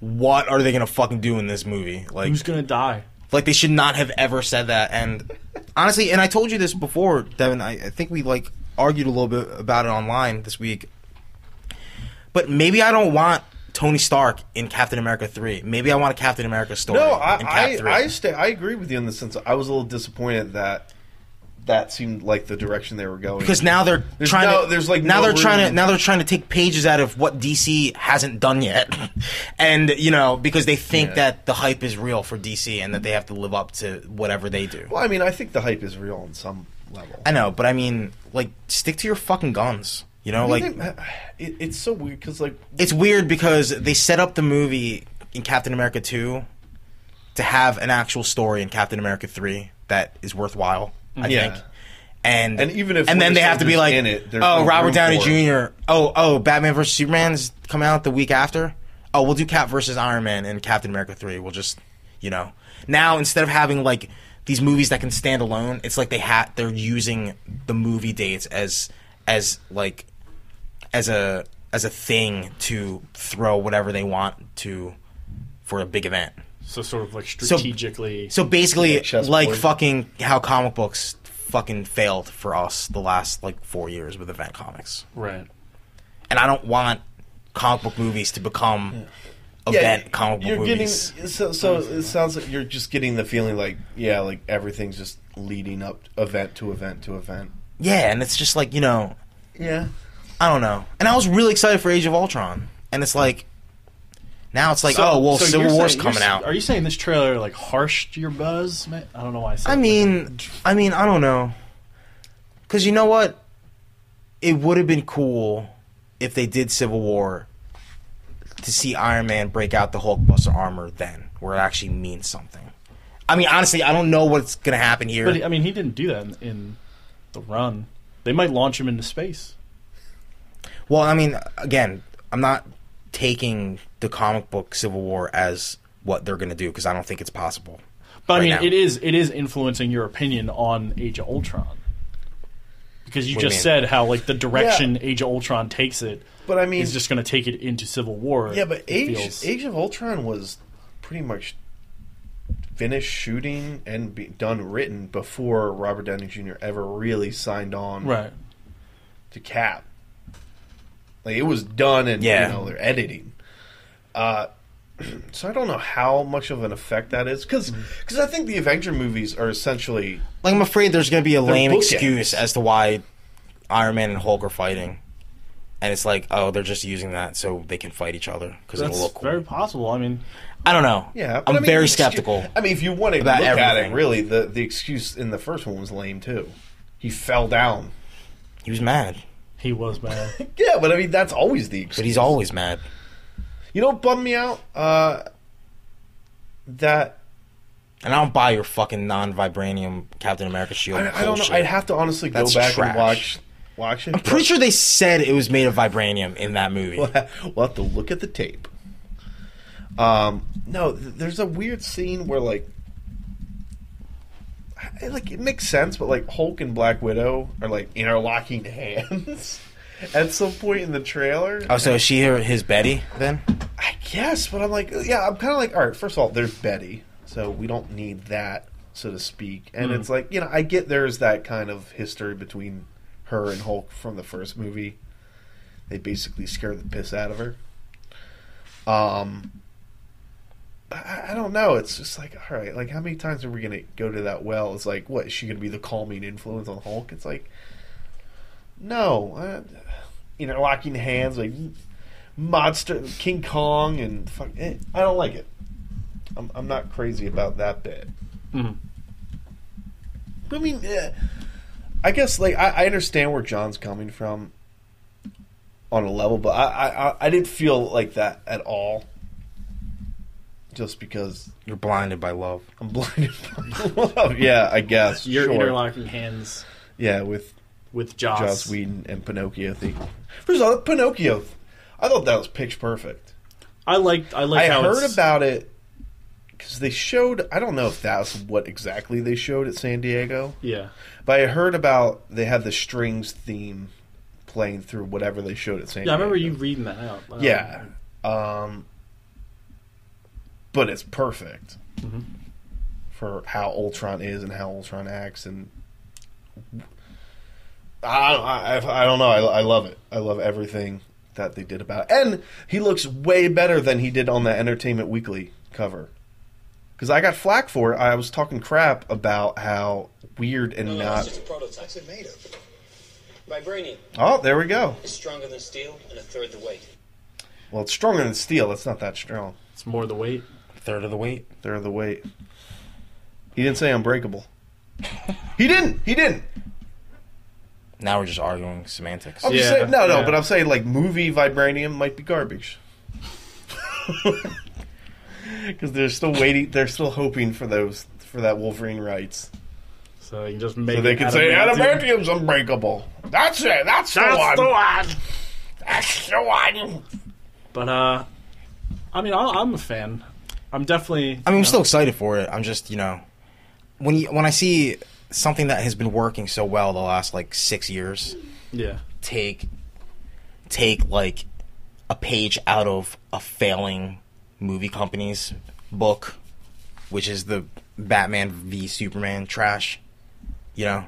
Speaker 1: what are they going to fucking do in this movie? Like,
Speaker 3: who's gonna die?
Speaker 1: Like they should not have ever said that. And honestly, and I told you this before, Devin. I, I think we like argued a little bit about it online this week. But maybe I don't want Tony Stark in Captain America three. Maybe I want a Captain America story.
Speaker 2: no,
Speaker 1: in
Speaker 2: I
Speaker 1: Cap
Speaker 2: I,
Speaker 1: 3.
Speaker 2: I, stay, I agree with you in the sense I was a little disappointed that that seemed like the direction they were going.
Speaker 1: because now they're
Speaker 2: There's
Speaker 1: trying
Speaker 2: no-
Speaker 1: to
Speaker 2: there's, like,
Speaker 1: now
Speaker 2: no
Speaker 1: they're trying to
Speaker 2: room.
Speaker 1: now they're trying to take pages out of what DC hasn't done yet, and you know because they think
Speaker 2: Yeah.
Speaker 1: that the hype is real for DC and that they have to live up to whatever they do.
Speaker 2: well, I mean, I think the hype is real on some level.
Speaker 1: I know, but I mean, like, stick to your fucking guns. You know,
Speaker 2: I
Speaker 1: like,
Speaker 2: mean, they- it, it's so weird because like
Speaker 1: it's weird because they set up the movie in Captain America 2 to have an actual story in Captain America 3 that is worthwhile, I
Speaker 2: Yeah.
Speaker 1: think. And,
Speaker 2: And even if
Speaker 1: and then
Speaker 2: Winter
Speaker 1: they have to be
Speaker 2: Soldier's
Speaker 1: like,
Speaker 2: in it, there's
Speaker 1: oh,
Speaker 2: no
Speaker 1: Robert
Speaker 2: room
Speaker 1: Downey
Speaker 2: for it."
Speaker 1: Jr. Oh, oh, Batman vs Superman's coming out the week after. Oh, we'll do Cap versus Iron Man and Captain America three. We'll just, you know, now instead of having like these movies that can stand alone, it's like they ha- they're using the movie dates as as like as a as a thing to throw whatever they want to for a big event.
Speaker 3: So sort of like strategically.
Speaker 1: So basically,
Speaker 2: Like chessboard.
Speaker 1: like fucking how comic books fucking failed for us the last like four years with event comics,
Speaker 3: right.
Speaker 1: and I don't want comic book movies to become
Speaker 2: yeah,
Speaker 1: event comic book
Speaker 2: you're
Speaker 1: movies.
Speaker 2: getting so so it sounds like you're just getting the feeling like yeah like everything's just leading up event to event to event.
Speaker 1: yeah, and it's just like you know,
Speaker 2: Yeah.
Speaker 1: I don't know. And I was really excited for Age of Ultron, and it's like now it's like
Speaker 3: So-
Speaker 1: oh well,
Speaker 3: so
Speaker 1: Civil
Speaker 3: you're
Speaker 1: War's
Speaker 3: saying- you're
Speaker 1: coming
Speaker 3: s-
Speaker 1: out.
Speaker 3: Are you saying this trailer like harshed your buzz? man? I don't know why I said.
Speaker 1: I
Speaker 3: that.
Speaker 1: mean, I mean, I don't know. Cause you know what? It would have been cool if they did Civil War to see Iron Man break out the Hulkbuster armor then, where it actually means something. I mean, honestly, I don't know what's gonna happen here.
Speaker 3: but I mean, he didn't do that in, in the run. They might launch him into space.
Speaker 1: Well, I mean, again, I'm not taking the comic book Civil War as what they're gonna do because I don't think it's possible.
Speaker 3: But I
Speaker 1: Right
Speaker 3: mean,
Speaker 1: now.
Speaker 3: it is it is influencing your opinion on Age of Ultron because you
Speaker 1: What do you
Speaker 3: just
Speaker 1: mean?
Speaker 3: said how like the direction Age of Ultron takes it
Speaker 2: But I mean,
Speaker 3: is just going to take it into Civil War.
Speaker 2: yeah, but
Speaker 3: it
Speaker 2: Age
Speaker 3: feels.
Speaker 2: Age of Ultron was pretty much finished shooting and be done written before Robert Downey Jr. ever really signed on
Speaker 3: right.
Speaker 2: to Cap. Like it was done, and
Speaker 1: Yeah.
Speaker 2: you know they're editing. Uh, so I don't know how much of an effect that is because
Speaker 3: Mm.
Speaker 2: I think the Avenger movies are essentially
Speaker 1: Like, I'm afraid there's going to be a lame
Speaker 2: bookends.
Speaker 1: excuse as to why Iron Man and Hulk are fighting. And it's like, oh, they're just using that so they can fight each other because it'll
Speaker 3: That's
Speaker 1: look cool.
Speaker 3: very possible. I mean,
Speaker 1: I don't know.
Speaker 2: yeah.
Speaker 1: I'm
Speaker 2: but I mean, the
Speaker 1: very
Speaker 2: excu-
Speaker 1: skeptical.
Speaker 2: I mean, if you want to look
Speaker 1: about
Speaker 2: at it,
Speaker 1: everything.
Speaker 2: really the the excuse in the first one was lame too. He fell down.
Speaker 1: he was mad,
Speaker 3: he was bad.
Speaker 2: Yeah, but I mean that's always the excuse.
Speaker 1: but he's always mad.
Speaker 2: You know, what bummed me out. Uh, that
Speaker 1: And I don't buy your fucking non-vibranium Captain America shield.
Speaker 2: I, I don't know.
Speaker 1: bullshit.
Speaker 2: I'd have to honestly go
Speaker 1: That's
Speaker 2: back
Speaker 1: trash.
Speaker 2: and watch watch it. I'm
Speaker 1: Pretty sure they said it was made of vibranium in that movie.
Speaker 2: we'll have to look at the tape. Um, no, th- there's a weird scene where like, I- like it makes sense, but like Hulk and Black Widow are like interlocking hands, At some point in the trailer,
Speaker 1: Oh, so is she her- his Betty then?
Speaker 2: I guess, but I'm like, yeah, I'm kind of like, all right. First of all, there's Betty, so we don't need that, so to speak. And it's like, you know, I get there's that kind of history between her and Hulk from the first movie. They basically scare the piss out of her. Um, but I, I don't know. It's just like, all right, like how many times are we gonna go to that well? It's like, what is she gonna be the calming influence on Hulk? It's like, no, uh, interlocking hands, like monster King Kong and fuck, eh, I don't like it. I'm, I'm not crazy about that bit.
Speaker 3: Mhm.
Speaker 2: But I mean, eh, I guess like I, I understand where John's coming from on a level, but I, I I- I didn't feel like that at all. Just because
Speaker 1: You're blinded by love.
Speaker 2: I'm blinded by love. Yeah, I guess.
Speaker 3: Your
Speaker 2: sure.
Speaker 3: interlocking hands
Speaker 2: Yeah, with
Speaker 3: with Joss.
Speaker 2: Joss Whedon and Pinocchio thing. First of all, Pinocchio. I thought that was pitch perfect.
Speaker 3: I liked. I like
Speaker 2: I
Speaker 3: how
Speaker 2: heard
Speaker 3: it's,
Speaker 2: about it because they showed. I don't know if that's what exactly they showed at San Diego,
Speaker 3: Yeah.
Speaker 2: but I heard about they had the strings theme playing through whatever they showed at San.
Speaker 3: Yeah, I remember you
Speaker 2: Diego.
Speaker 3: reading that out. loud.
Speaker 2: Yeah, um, but it's perfect
Speaker 3: Mhm.
Speaker 2: for how Ultron is and how Ultron acts, and I I, I, I don't know. I, I love it. I love everything that they did about it, and he looks way better than he did on the Entertainment Weekly cover. Because I got flack for it. I was talking crap about how weird and
Speaker 5: No, no,
Speaker 2: not.
Speaker 5: it's just a prototype.
Speaker 6: What's it made of? Vibranium
Speaker 2: Oh, there we go.
Speaker 6: is stronger than steel and a third the weight.
Speaker 2: Well, it's stronger than steel. It's not that strong.
Speaker 3: It's more the weight.
Speaker 1: Third of the weight.
Speaker 2: They're the weight. He didn't say unbreakable. he didn't. He didn't.
Speaker 1: Now we're just arguing semantics.
Speaker 2: I'm just
Speaker 3: Yeah,
Speaker 2: saying, no, no.
Speaker 3: yeah.
Speaker 2: But I'm saying like movie vibranium might be garbage. Because they're still waiting. They're still hoping for those for that Wolverine rights.
Speaker 3: So you can just make.
Speaker 2: So they
Speaker 3: it
Speaker 2: can say
Speaker 3: adamantium.
Speaker 2: adamantium's unbreakable. That's it. That's, the one.
Speaker 3: That's the one.
Speaker 2: That's the one.
Speaker 3: But uh, I mean, I, I'm a fan. I'm definitely.
Speaker 1: I mean, I'm still excited for it. I'm just, you know, when you, when I see something that has been working so well the last like six years,
Speaker 3: Yeah.
Speaker 1: take take like a page out of a failing movie company's book, which is the Batman v Superman trash. You know,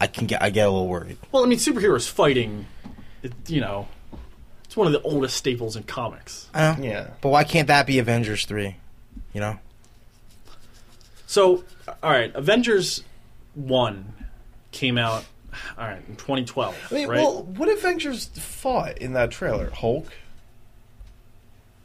Speaker 1: I can get I get a little worried.
Speaker 3: Well, I mean, superheroes fighting. It, you know, it's one of the oldest staples in comics.
Speaker 1: I know.
Speaker 2: Yeah.
Speaker 1: But why can't that be Avengers three? You know,
Speaker 3: So, all right, Avengers one came out. All right, in 2012,
Speaker 2: I mean,
Speaker 3: right?
Speaker 2: well, what Avengers fought in that trailer? Hulk.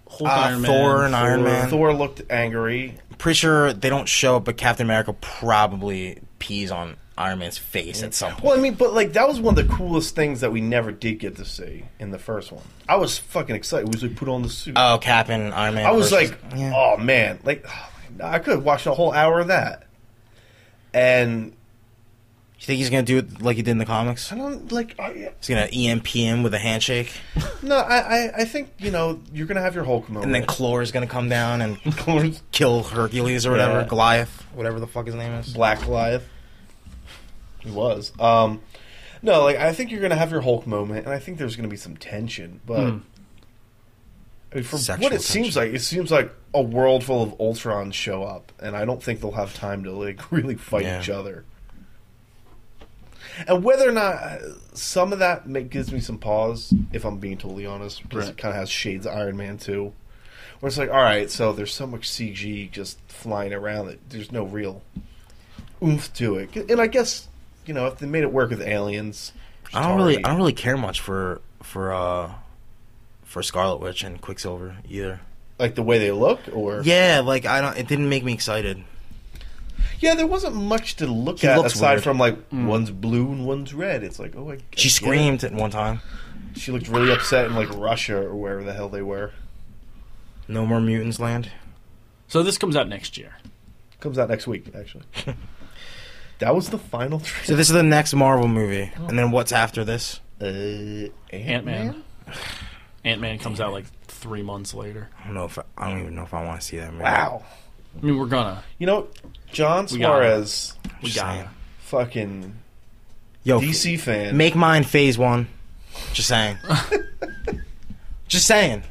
Speaker 3: Hulk,
Speaker 1: uh, Thor and Iron Man.
Speaker 2: Thor looked angry.
Speaker 1: pretty sure they don't show it, but Captain America probably pees on Iron Man's face at some point.
Speaker 2: Well, I mean, but like that was one of the coolest things that we never did get to see in the first one. I was fucking excited. We was like, put on the suit.
Speaker 1: Oh, Cap and Iron Man.
Speaker 2: I was
Speaker 1: versus-
Speaker 2: like,
Speaker 1: yeah.
Speaker 2: oh man, like oh, my God, I could have watched a whole hour of that. And
Speaker 1: you think he's gonna do it like he did in the comics?
Speaker 2: I don't like. I,
Speaker 1: He's gonna EMP him with a handshake,
Speaker 2: no, I, I, I think you know you're gonna have your Hulk moment.
Speaker 1: and then Clor is gonna come down and
Speaker 2: Claire's
Speaker 1: kill Hercules or whatever,
Speaker 2: Yeah.
Speaker 1: Goliath, whatever the fuck his name is.
Speaker 2: Black Goliath. He was. Um, no, like I think you're gonna have your Hulk moment, and I think there's gonna be some tension, but. I mean, for
Speaker 1: Sexual
Speaker 2: what it seems
Speaker 1: tension.
Speaker 2: like, it seems like a world full of Ultrons show up, and I don't think they'll have time to like really fight
Speaker 1: Yeah.
Speaker 2: each other. And whether or not uh, some of that ma- gives me some pause, if I'm being totally honest, because it
Speaker 3: Right.
Speaker 2: kind of has shades of Iron Man too, where it's like, all right, so there's so much CG just flying around that there's no real oomph to it. And I guess you know if they made it work with aliens,
Speaker 1: I don't really,
Speaker 2: Atari.
Speaker 1: I don't really care much for for uh for Scarlet Witch and Quicksilver either.
Speaker 2: like the way they look, or
Speaker 1: Yeah, like I don't. It didn't make me excited.
Speaker 2: Yeah, there wasn't much to look
Speaker 1: He
Speaker 2: at
Speaker 1: looks
Speaker 2: aside
Speaker 1: weird.
Speaker 2: from like
Speaker 3: Mm.
Speaker 2: one's blue and one's red. It's like, oh, I, I
Speaker 1: She
Speaker 2: get
Speaker 1: screamed at one time.
Speaker 2: it. She looked really upset in like Russia or wherever the hell they were.
Speaker 1: No more mutants land.
Speaker 3: So this comes out next year.
Speaker 2: Comes out next week, actually. that was the final.
Speaker 1: So
Speaker 2: Tra-
Speaker 1: this is the next Marvel movie, and then what's after this?
Speaker 2: uh,
Speaker 3: Ant Man. Ant Man comes out like three months later.
Speaker 1: I don't know if I, I don't even know if I want to see that movie.
Speaker 2: Wow.
Speaker 3: I mean, we're gonna.
Speaker 2: You know, John
Speaker 3: We got it.
Speaker 2: Suarez,
Speaker 3: We
Speaker 1: Just
Speaker 3: got
Speaker 1: saying.
Speaker 3: it.
Speaker 2: fucking
Speaker 1: Yo,
Speaker 2: DC fan.
Speaker 1: make mine phase one. Just saying. Just saying.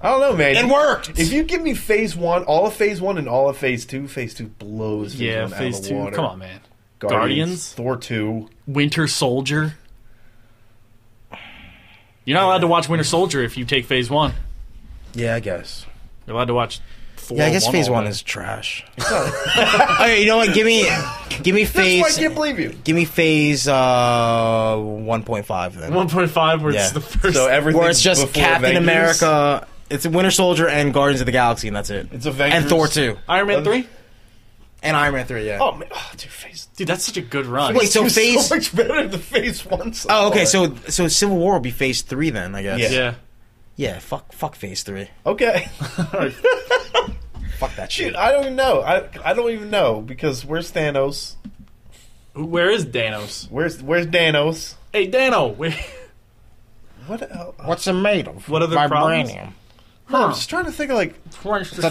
Speaker 2: I don't know, man.
Speaker 1: It worked.
Speaker 2: If you give me phase one, all of phase one, and all of phase two, phase two blows. Phase
Speaker 3: Yeah,
Speaker 2: one
Speaker 3: phase
Speaker 2: out of
Speaker 3: two.
Speaker 2: the Water.
Speaker 3: Come on, man. Guardians?
Speaker 2: Thor two.
Speaker 3: Winter Soldier. You're not allowed to watch Winter Soldier if you take phase one.
Speaker 1: Yeah, I guess.
Speaker 3: You're allowed to watch. Thor
Speaker 1: Yeah, I guess phase one
Speaker 3: already.
Speaker 1: is trash. okay, you know what? Give me, give me
Speaker 2: That's why I
Speaker 1: phase.
Speaker 2: can't believe you.
Speaker 1: Give me phase uh, 1.5 then.
Speaker 3: 1.5, where
Speaker 1: Yeah.
Speaker 3: it's the first.
Speaker 2: So everything
Speaker 1: Where it's just
Speaker 2: before
Speaker 1: Captain
Speaker 2: Avengers?
Speaker 1: America, it's Winter Soldier and Guardians of the Galaxy, and that's it.
Speaker 2: It's Avengers.
Speaker 1: and Thor two
Speaker 3: Iron Man 3?
Speaker 1: and Iron Man three. Yeah.
Speaker 2: Oh man, oh, dude, phase
Speaker 3: Dude, that's such a good run.
Speaker 1: Wait, so
Speaker 2: two is
Speaker 1: phase-
Speaker 2: so much better than phase one. so
Speaker 1: Oh, okay.
Speaker 2: far.
Speaker 1: So so Civil War will be phase three then, I guess.
Speaker 2: Yeah.
Speaker 3: yeah.
Speaker 1: Yeah. Fuck. Fuck phase three.
Speaker 2: okay,
Speaker 1: Fuck that shit.
Speaker 2: dude, I don't even know. I I don't even know because where's Thanos?
Speaker 3: Who- Where is Danos?
Speaker 2: Where's where's Danos?
Speaker 3: Hey, Dano, where,
Speaker 2: What? el-
Speaker 1: What's it made of?
Speaker 3: What other problems?
Speaker 1: Vibranium.
Speaker 2: No, I'm just trying to think of like
Speaker 1: It's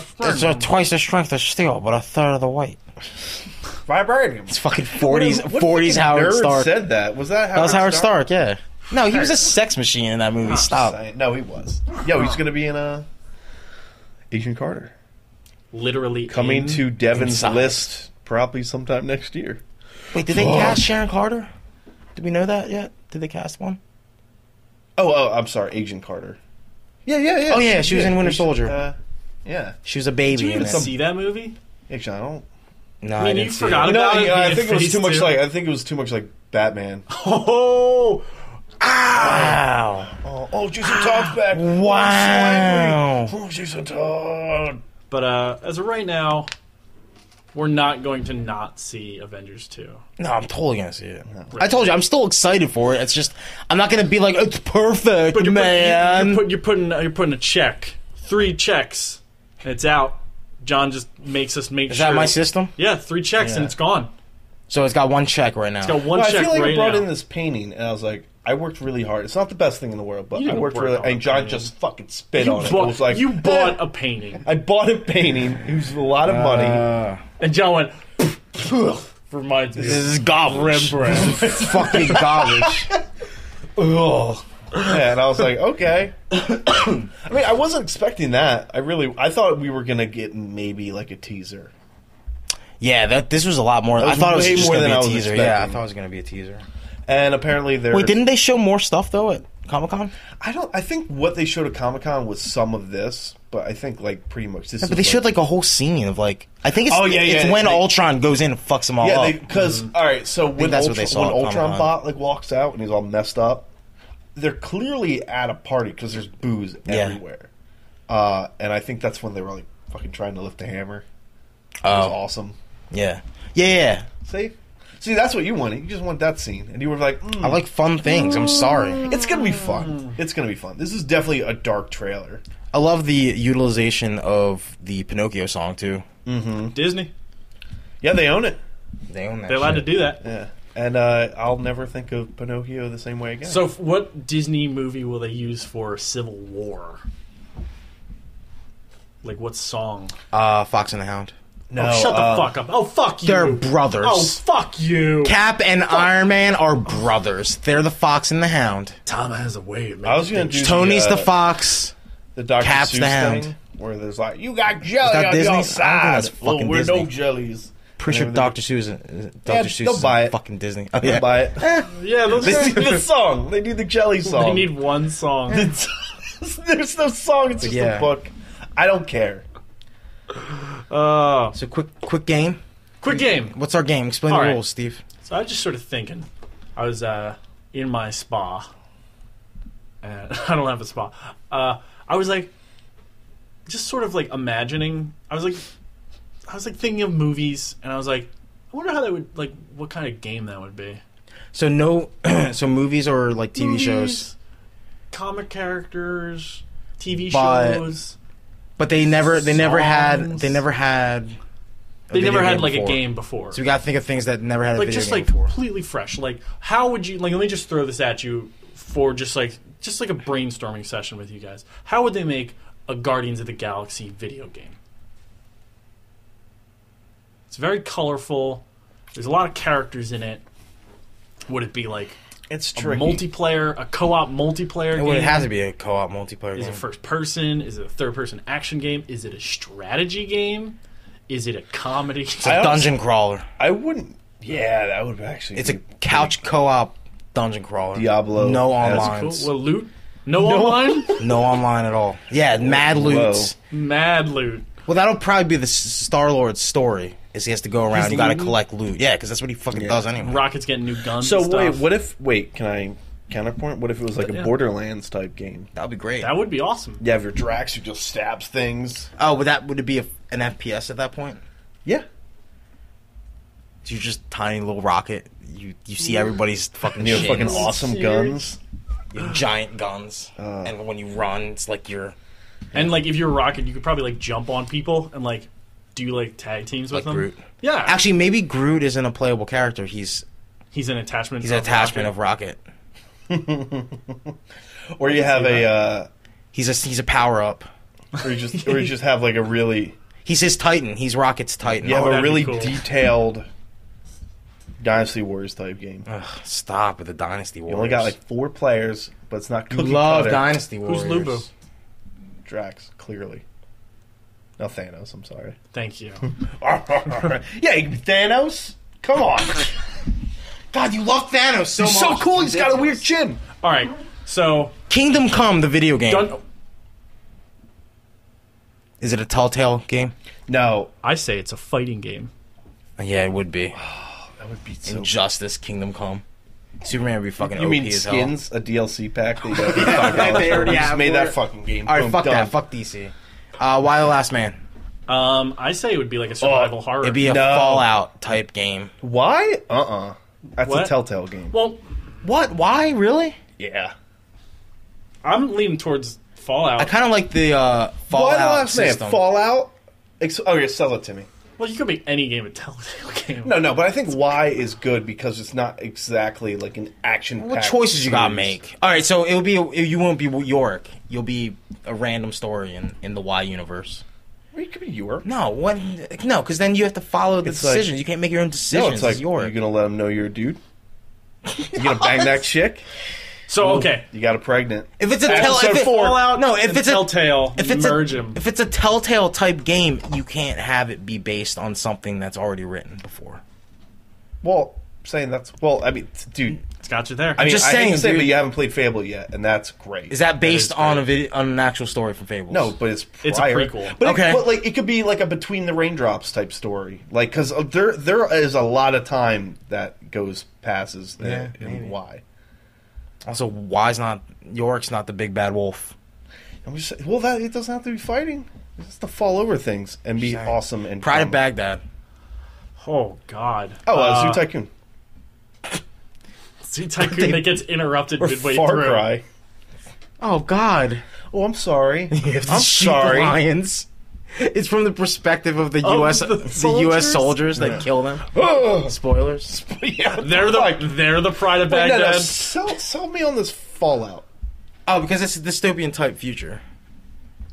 Speaker 1: uh, twice the strength of steel, but a third of the weight.
Speaker 2: vibranium.
Speaker 1: It's fucking forties.
Speaker 2: What- what
Speaker 1: Forties
Speaker 2: fucking
Speaker 1: Howard
Speaker 2: nerd
Speaker 1: Stark.
Speaker 2: said that. Was that Howard
Speaker 1: that was Howard
Speaker 2: Stark?
Speaker 1: Stark. Yeah. No, he was a sex machine in that movie. Stop.
Speaker 2: Saying- No, he was. Yo, he's gonna be in a Agent Carter
Speaker 3: literally
Speaker 2: coming
Speaker 3: in-
Speaker 2: to Devin's
Speaker 1: inside.
Speaker 2: list probably sometime next year.
Speaker 1: Wait, did they
Speaker 2: Fuck.
Speaker 1: cast Sharon Carter? Did we know that yet? Did they cast one?
Speaker 2: Oh, oh, I'm sorry, Agent Carter. Yeah, yeah, yeah.
Speaker 1: Oh, yeah, she was in Winter
Speaker 2: Agent-
Speaker 1: Soldier.
Speaker 2: Uh, yeah,
Speaker 1: She was a
Speaker 3: Did you
Speaker 1: baby. in
Speaker 3: even
Speaker 1: it.
Speaker 3: see that movie?
Speaker 2: actually, I don't.
Speaker 1: No,
Speaker 3: mean,
Speaker 1: didn't
Speaker 3: you
Speaker 1: see
Speaker 3: forgot
Speaker 1: it.
Speaker 2: You know,
Speaker 3: about it
Speaker 2: I, I
Speaker 3: being
Speaker 2: think it was
Speaker 3: phase
Speaker 2: too much
Speaker 3: two?
Speaker 2: like I think it was too much like Batman.
Speaker 3: Oh,
Speaker 1: Wow.
Speaker 2: Oh, oh Jason Todd's back!
Speaker 1: Wow.
Speaker 2: Oh, so angry. Oh, Jason Todd!
Speaker 3: but uh, as of right now, we're not going to not see Avengers two.
Speaker 1: No, I'm totally gonna see it. I told you, I'm still excited for it. It's just I'm not gonna be like it's perfect,
Speaker 3: But you're
Speaker 1: man.
Speaker 3: putting, you're, put, you're putting you're putting a check, three checks, and it's out. John just makes us make
Speaker 1: Is
Speaker 3: sure.
Speaker 1: that my system?
Speaker 3: Yeah, three checks and
Speaker 2: Yeah.
Speaker 3: it's gone.
Speaker 1: So it's got one check right now.
Speaker 3: It's got one
Speaker 2: Well, I
Speaker 3: check
Speaker 2: feel like
Speaker 3: right
Speaker 2: I brought
Speaker 3: now.
Speaker 2: in this painting, and I was like, I worked really hard. It's not the best thing in the world, but
Speaker 3: You
Speaker 2: I
Speaker 3: didn't
Speaker 2: worked
Speaker 3: work
Speaker 2: really.
Speaker 3: on
Speaker 2: And
Speaker 3: the
Speaker 2: John
Speaker 3: painting.
Speaker 2: just fucking spit
Speaker 3: you
Speaker 2: on it. I
Speaker 3: bought,
Speaker 2: was like,
Speaker 3: you bought
Speaker 2: "Eh."
Speaker 3: a painting,
Speaker 2: I bought a painting. It was a lot of money.
Speaker 1: Uh,
Speaker 3: and John went. reminds me.
Speaker 1: this
Speaker 3: of-
Speaker 1: is garbage. This is fucking garbage.
Speaker 2: Ugh. Yeah, and I was like, okay. I mean, I wasn't expecting that. I really, I thought we were gonna get maybe like a teaser.
Speaker 1: Yeah, that this was a lot more.
Speaker 2: That
Speaker 1: I
Speaker 2: was
Speaker 1: thought it was
Speaker 2: way
Speaker 1: just
Speaker 2: more
Speaker 1: gonna
Speaker 2: than
Speaker 1: be
Speaker 2: I
Speaker 1: a
Speaker 2: was
Speaker 1: teaser. Yeah, I
Speaker 2: expecting.
Speaker 1: thought it was gonna be a teaser.
Speaker 2: And apparently, there.
Speaker 1: Wait, didn't they show more stuff though at Comic Con?
Speaker 2: I don't. I think what they showed at Comic Con was some of this, but I think like pretty much this.
Speaker 1: But
Speaker 2: is
Speaker 1: they showed like a whole scene of like I think it's
Speaker 2: Oh, yeah,
Speaker 1: it's
Speaker 2: yeah,
Speaker 1: when
Speaker 2: they-
Speaker 1: Ultron goes in and fucks them all
Speaker 2: yeah,
Speaker 1: up.
Speaker 2: because right. So when
Speaker 1: Mm-hmm. that's what
Speaker 2: Ultron,
Speaker 1: they saw at
Speaker 2: when Ultron
Speaker 1: Comic-Con.
Speaker 2: bot like walks out and he's all messed up, they're clearly at a party because there's booze everywhere, uh, and I think that's when they were like fucking trying to lift the hammer. It was
Speaker 1: Oh.
Speaker 2: awesome.
Speaker 1: Yeah, yeah, yeah.
Speaker 2: See, see, that's what you wanted. You just want that scene, and you were like, mm,
Speaker 1: I like fun things. I'm sorry.
Speaker 2: it's gonna be fun. It's gonna be fun. This is definitely a dark trailer.
Speaker 1: I love the utilization of the Pinocchio song too.
Speaker 3: Disney.
Speaker 2: Yeah, they own it.
Speaker 1: They own that.
Speaker 3: They're allowed to
Speaker 1: shit.
Speaker 3: do that.
Speaker 2: Yeah, and uh, I'll never think of Pinocchio the same way again.
Speaker 3: So, f- what Disney movie will they use for Civil War? Like, what song?
Speaker 1: Uh, Fox and the Hound.
Speaker 2: no,
Speaker 3: oh, shut the
Speaker 2: uh,
Speaker 3: fuck up! Oh, fuck you!
Speaker 1: They're brothers.
Speaker 3: Oh, fuck you!
Speaker 1: Cap and Iron Man are brothers. They're the Fox and the Hound.
Speaker 3: Tom has a way of making
Speaker 2: I was gonna
Speaker 3: things-
Speaker 2: do
Speaker 1: Tony's
Speaker 2: the,
Speaker 1: the
Speaker 2: uh,
Speaker 1: fox.
Speaker 2: the Dr.
Speaker 1: Cap's
Speaker 2: Seuss
Speaker 1: the Hound.
Speaker 2: thing, where there's like, you got jelly
Speaker 1: that
Speaker 2: on
Speaker 1: Disney? I don't
Speaker 2: your
Speaker 1: think that's
Speaker 2: side.
Speaker 1: fucking
Speaker 2: Well, we're
Speaker 1: Disney.
Speaker 2: no jellies.
Speaker 1: Pretty sure
Speaker 2: Whatever
Speaker 1: Dr. Seuss. Dr.
Speaker 2: Yeah,
Speaker 1: Seuss
Speaker 2: they'll
Speaker 1: is
Speaker 2: buy it.
Speaker 1: fucking Disney. Oh,
Speaker 2: They
Speaker 1: yeah.
Speaker 2: do. buy it.
Speaker 3: Yeah, those
Speaker 2: they
Speaker 3: guys.
Speaker 2: do the song. They do the jelly song.
Speaker 3: They need one song.
Speaker 2: It's- there's no song. It's just
Speaker 1: Yeah.
Speaker 2: a book. I don't care.
Speaker 3: Uh,
Speaker 1: So quick, quick game.
Speaker 3: quick game.
Speaker 1: What's our game? Explain
Speaker 3: All
Speaker 1: the
Speaker 3: right.
Speaker 1: rules, Steve.
Speaker 3: So I was just sort of thinking. I was uh, in my spa, and I don't have a spa. Uh, I was like, just sort of like imagining. I was like, I was like thinking of movies, and I was like, I wonder how that would like what kind of game that would be.
Speaker 1: So no, so movies or like TV shows,
Speaker 3: Movies, comic characters, TV
Speaker 1: But
Speaker 3: shows.
Speaker 1: but they never, they never had,
Speaker 3: Songs.
Speaker 1: they never had. a
Speaker 3: They
Speaker 1: video
Speaker 3: never had like
Speaker 1: before.
Speaker 3: a game before.
Speaker 1: So we gotta think of things that never had a
Speaker 3: like
Speaker 1: video
Speaker 3: just
Speaker 1: game
Speaker 3: like
Speaker 1: before.
Speaker 3: completely fresh. Like how would you like let me just throw this at you for just like just like a brainstorming session with you guys. How would they make a Guardians of the Galaxy video game? It's very colorful. There's a lot of characters in it. Would it be like
Speaker 2: It's
Speaker 3: a
Speaker 2: tricky.
Speaker 3: multiplayer, a co-op multiplayer
Speaker 1: Well,
Speaker 3: game.
Speaker 1: it has to be a co-op multiplayer
Speaker 3: Is
Speaker 1: game.
Speaker 3: it first person? Is it a third person action game? Is it a strategy game? Is it a comedy?
Speaker 2: I don't-
Speaker 1: dungeon crawler.
Speaker 2: I wouldn't. Yeah, that would actually.
Speaker 1: It's a
Speaker 2: be
Speaker 1: couch co-op dungeon crawler.
Speaker 2: Diablo.
Speaker 1: No
Speaker 2: That's
Speaker 1: online.
Speaker 3: Cool. Well, loot. No, online.
Speaker 1: No online at all. Yeah, mad loots.
Speaker 3: Mad loot.
Speaker 1: Well, that'll probably be the Star Lord's story. Is he has to go around.
Speaker 2: He's
Speaker 1: you got to
Speaker 2: looting?
Speaker 1: collect loot. Yeah, because that's what he fucking does anyway.
Speaker 3: Rockets getting new guns.
Speaker 2: So
Speaker 3: and stuff.
Speaker 2: wait, what if? Wait, can I counterpoint? What if it was like a
Speaker 3: yeah.
Speaker 2: Borderlands type game?
Speaker 1: That would be great.
Speaker 3: That would be awesome.
Speaker 2: You have your Drax who just stabs things.
Speaker 1: oh, would that would it be a, an FPS at that point?
Speaker 2: Yeah,
Speaker 1: You just tiny little rocket. You you see
Speaker 2: Mm.
Speaker 1: everybody's fucking
Speaker 2: and you have
Speaker 1: shit.
Speaker 2: fucking
Speaker 3: Shit.
Speaker 2: awesome
Speaker 3: Serious?
Speaker 2: guns.
Speaker 1: You have giant guns,
Speaker 2: Uh.
Speaker 1: and when you run, it's like you're
Speaker 3: And like, if you're a rocket, you could probably like jump on people and like do like tag teams
Speaker 1: like
Speaker 3: with them.
Speaker 1: Groot.
Speaker 3: Yeah,
Speaker 1: Actually, maybe Groot isn't a playable character. He's
Speaker 3: he's an attachment.
Speaker 1: he's an
Speaker 3: of
Speaker 1: attachment
Speaker 3: Oh, rocket.
Speaker 1: of Rocket.
Speaker 2: Or you have a, uh,
Speaker 1: He's a he's a power up.
Speaker 2: or you just, or you just have like a really,
Speaker 1: He's his Titan. He's Rocket's Titan.
Speaker 2: you have
Speaker 3: Oh,
Speaker 2: a
Speaker 3: that'd be
Speaker 2: really
Speaker 3: cool.
Speaker 2: detailed Dynasty Warriors type game.
Speaker 1: Ugh, Oh, stop with the Dynasty Warriors.
Speaker 2: You only got like four players, but it's not
Speaker 1: You
Speaker 2: cookie
Speaker 1: love
Speaker 2: cutter.
Speaker 1: Dynasty Warriors.
Speaker 3: Who's Lubu?
Speaker 2: Drax, clearly. No Thanos. I'm sorry.
Speaker 3: Thank you.
Speaker 2: yeah, you can be Thanos. Come on.
Speaker 1: God, you love Thanos so
Speaker 2: He's so cool. He's got a weird chin.
Speaker 3: All right. So
Speaker 1: Kingdom Come, the video game.
Speaker 3: done.
Speaker 1: Is it a Telltale game?
Speaker 2: No,
Speaker 3: I say it's a fighting game.
Speaker 1: Yeah, it would be.
Speaker 2: that would be so.
Speaker 1: Injustice, Kingdom Come. Superman would be fucking
Speaker 2: You
Speaker 1: OP
Speaker 2: mean
Speaker 1: as
Speaker 2: skins, a DLC pack? That you gotta pay five dollars
Speaker 1: they
Speaker 2: for?
Speaker 1: already
Speaker 2: You just
Speaker 1: have
Speaker 2: made that
Speaker 1: it.
Speaker 2: fucking game.
Speaker 1: hell. All
Speaker 2: Boom,
Speaker 1: right, fuck
Speaker 2: done.
Speaker 1: that. Fuck DC. Uh, Why the Last Man?
Speaker 3: Um, I say it would be like a survival
Speaker 2: Oh,
Speaker 3: horror.
Speaker 1: It'd be a
Speaker 2: No.
Speaker 1: Fallout type game.
Speaker 2: Why? Uh uh That's
Speaker 3: What?
Speaker 2: a Telltale game.
Speaker 3: well,
Speaker 1: What? Why? Really?
Speaker 2: yeah.
Speaker 3: I'm leaning towards Fallout.
Speaker 1: I kind of like the uh,
Speaker 2: Why
Speaker 1: Fallout
Speaker 2: the last name?
Speaker 1: system.
Speaker 2: Fallout? Ex- oh, yeah, sell it to me.
Speaker 3: well, you could make any game a Telltale game.
Speaker 2: No, no, but I think Y is good because it's not exactly like an action
Speaker 1: What choices you gotta make? All right, so it'll be you won't be York. You'll be a random story in, in the Y universe.
Speaker 2: You could be York. No,
Speaker 1: No, what? No, because then you have to follow the
Speaker 2: It's like-
Speaker 1: decisions. you can't make your own decisions.
Speaker 2: it's like,
Speaker 1: as
Speaker 2: you're
Speaker 1: York.
Speaker 2: going to let them know you're a dude? You gonna bang that chick?
Speaker 3: So okay.
Speaker 2: You got her pregnant.
Speaker 1: If it's a tell,
Speaker 3: Episode
Speaker 1: if it,
Speaker 3: four. Fallout.
Speaker 1: no, if
Speaker 3: and
Speaker 1: it's a
Speaker 3: Telltale,
Speaker 1: if it's
Speaker 3: merge
Speaker 1: a,
Speaker 3: 'em.
Speaker 1: if it's a telltale type game, you can't have it be based on something that's already written before.
Speaker 2: Well, saying that's well, I mean, t- dude.
Speaker 3: it's got you there.
Speaker 2: I mean,
Speaker 1: just
Speaker 2: I hate to
Speaker 1: saying,
Speaker 2: say, but
Speaker 1: dude.
Speaker 2: you haven't played Fable yet, and that's great.
Speaker 1: Is that based
Speaker 3: is
Speaker 1: on a video, on an actual story from Fables?
Speaker 2: No, but it's prior.
Speaker 3: It's a prequel.
Speaker 2: But, it-
Speaker 1: Okay.
Speaker 2: but like it could be like a between the raindrops type story, like because there there is a lot of time that goes passes
Speaker 1: Yeah,
Speaker 2: in
Speaker 1: maybe.
Speaker 2: why.
Speaker 1: Also, why's not York's not the big bad wolf?
Speaker 2: And we just, well, that it doesn't have to be fighting. It's just to fall over things and be awesome and
Speaker 1: Pride
Speaker 2: fun.
Speaker 3: Um,
Speaker 1: of Baghdad.
Speaker 3: oh God.
Speaker 2: Oh, uh,
Speaker 3: Uh,
Speaker 2: Zoo Tycoon,
Speaker 3: Zoo Tycoon that gets interrupted
Speaker 2: or
Speaker 3: midway
Speaker 2: Far
Speaker 3: through.
Speaker 2: Cry.
Speaker 1: Oh God!
Speaker 2: Oh, I'm sorry. I'm
Speaker 1: I'm
Speaker 2: sorry.
Speaker 1: lions. It's from the perspective of the U.S.
Speaker 3: the
Speaker 1: The, U.S.
Speaker 3: soldiers?
Speaker 1: soldiers that kill them.
Speaker 2: Ugh.
Speaker 1: Spoilers.
Speaker 2: yeah,
Speaker 3: They're the
Speaker 2: fuck.
Speaker 3: they're the pride of
Speaker 2: Wait, no,
Speaker 3: Baghdad.
Speaker 2: no, sell, sell me on this Fallout.
Speaker 1: Oh, because it's a dystopian type future,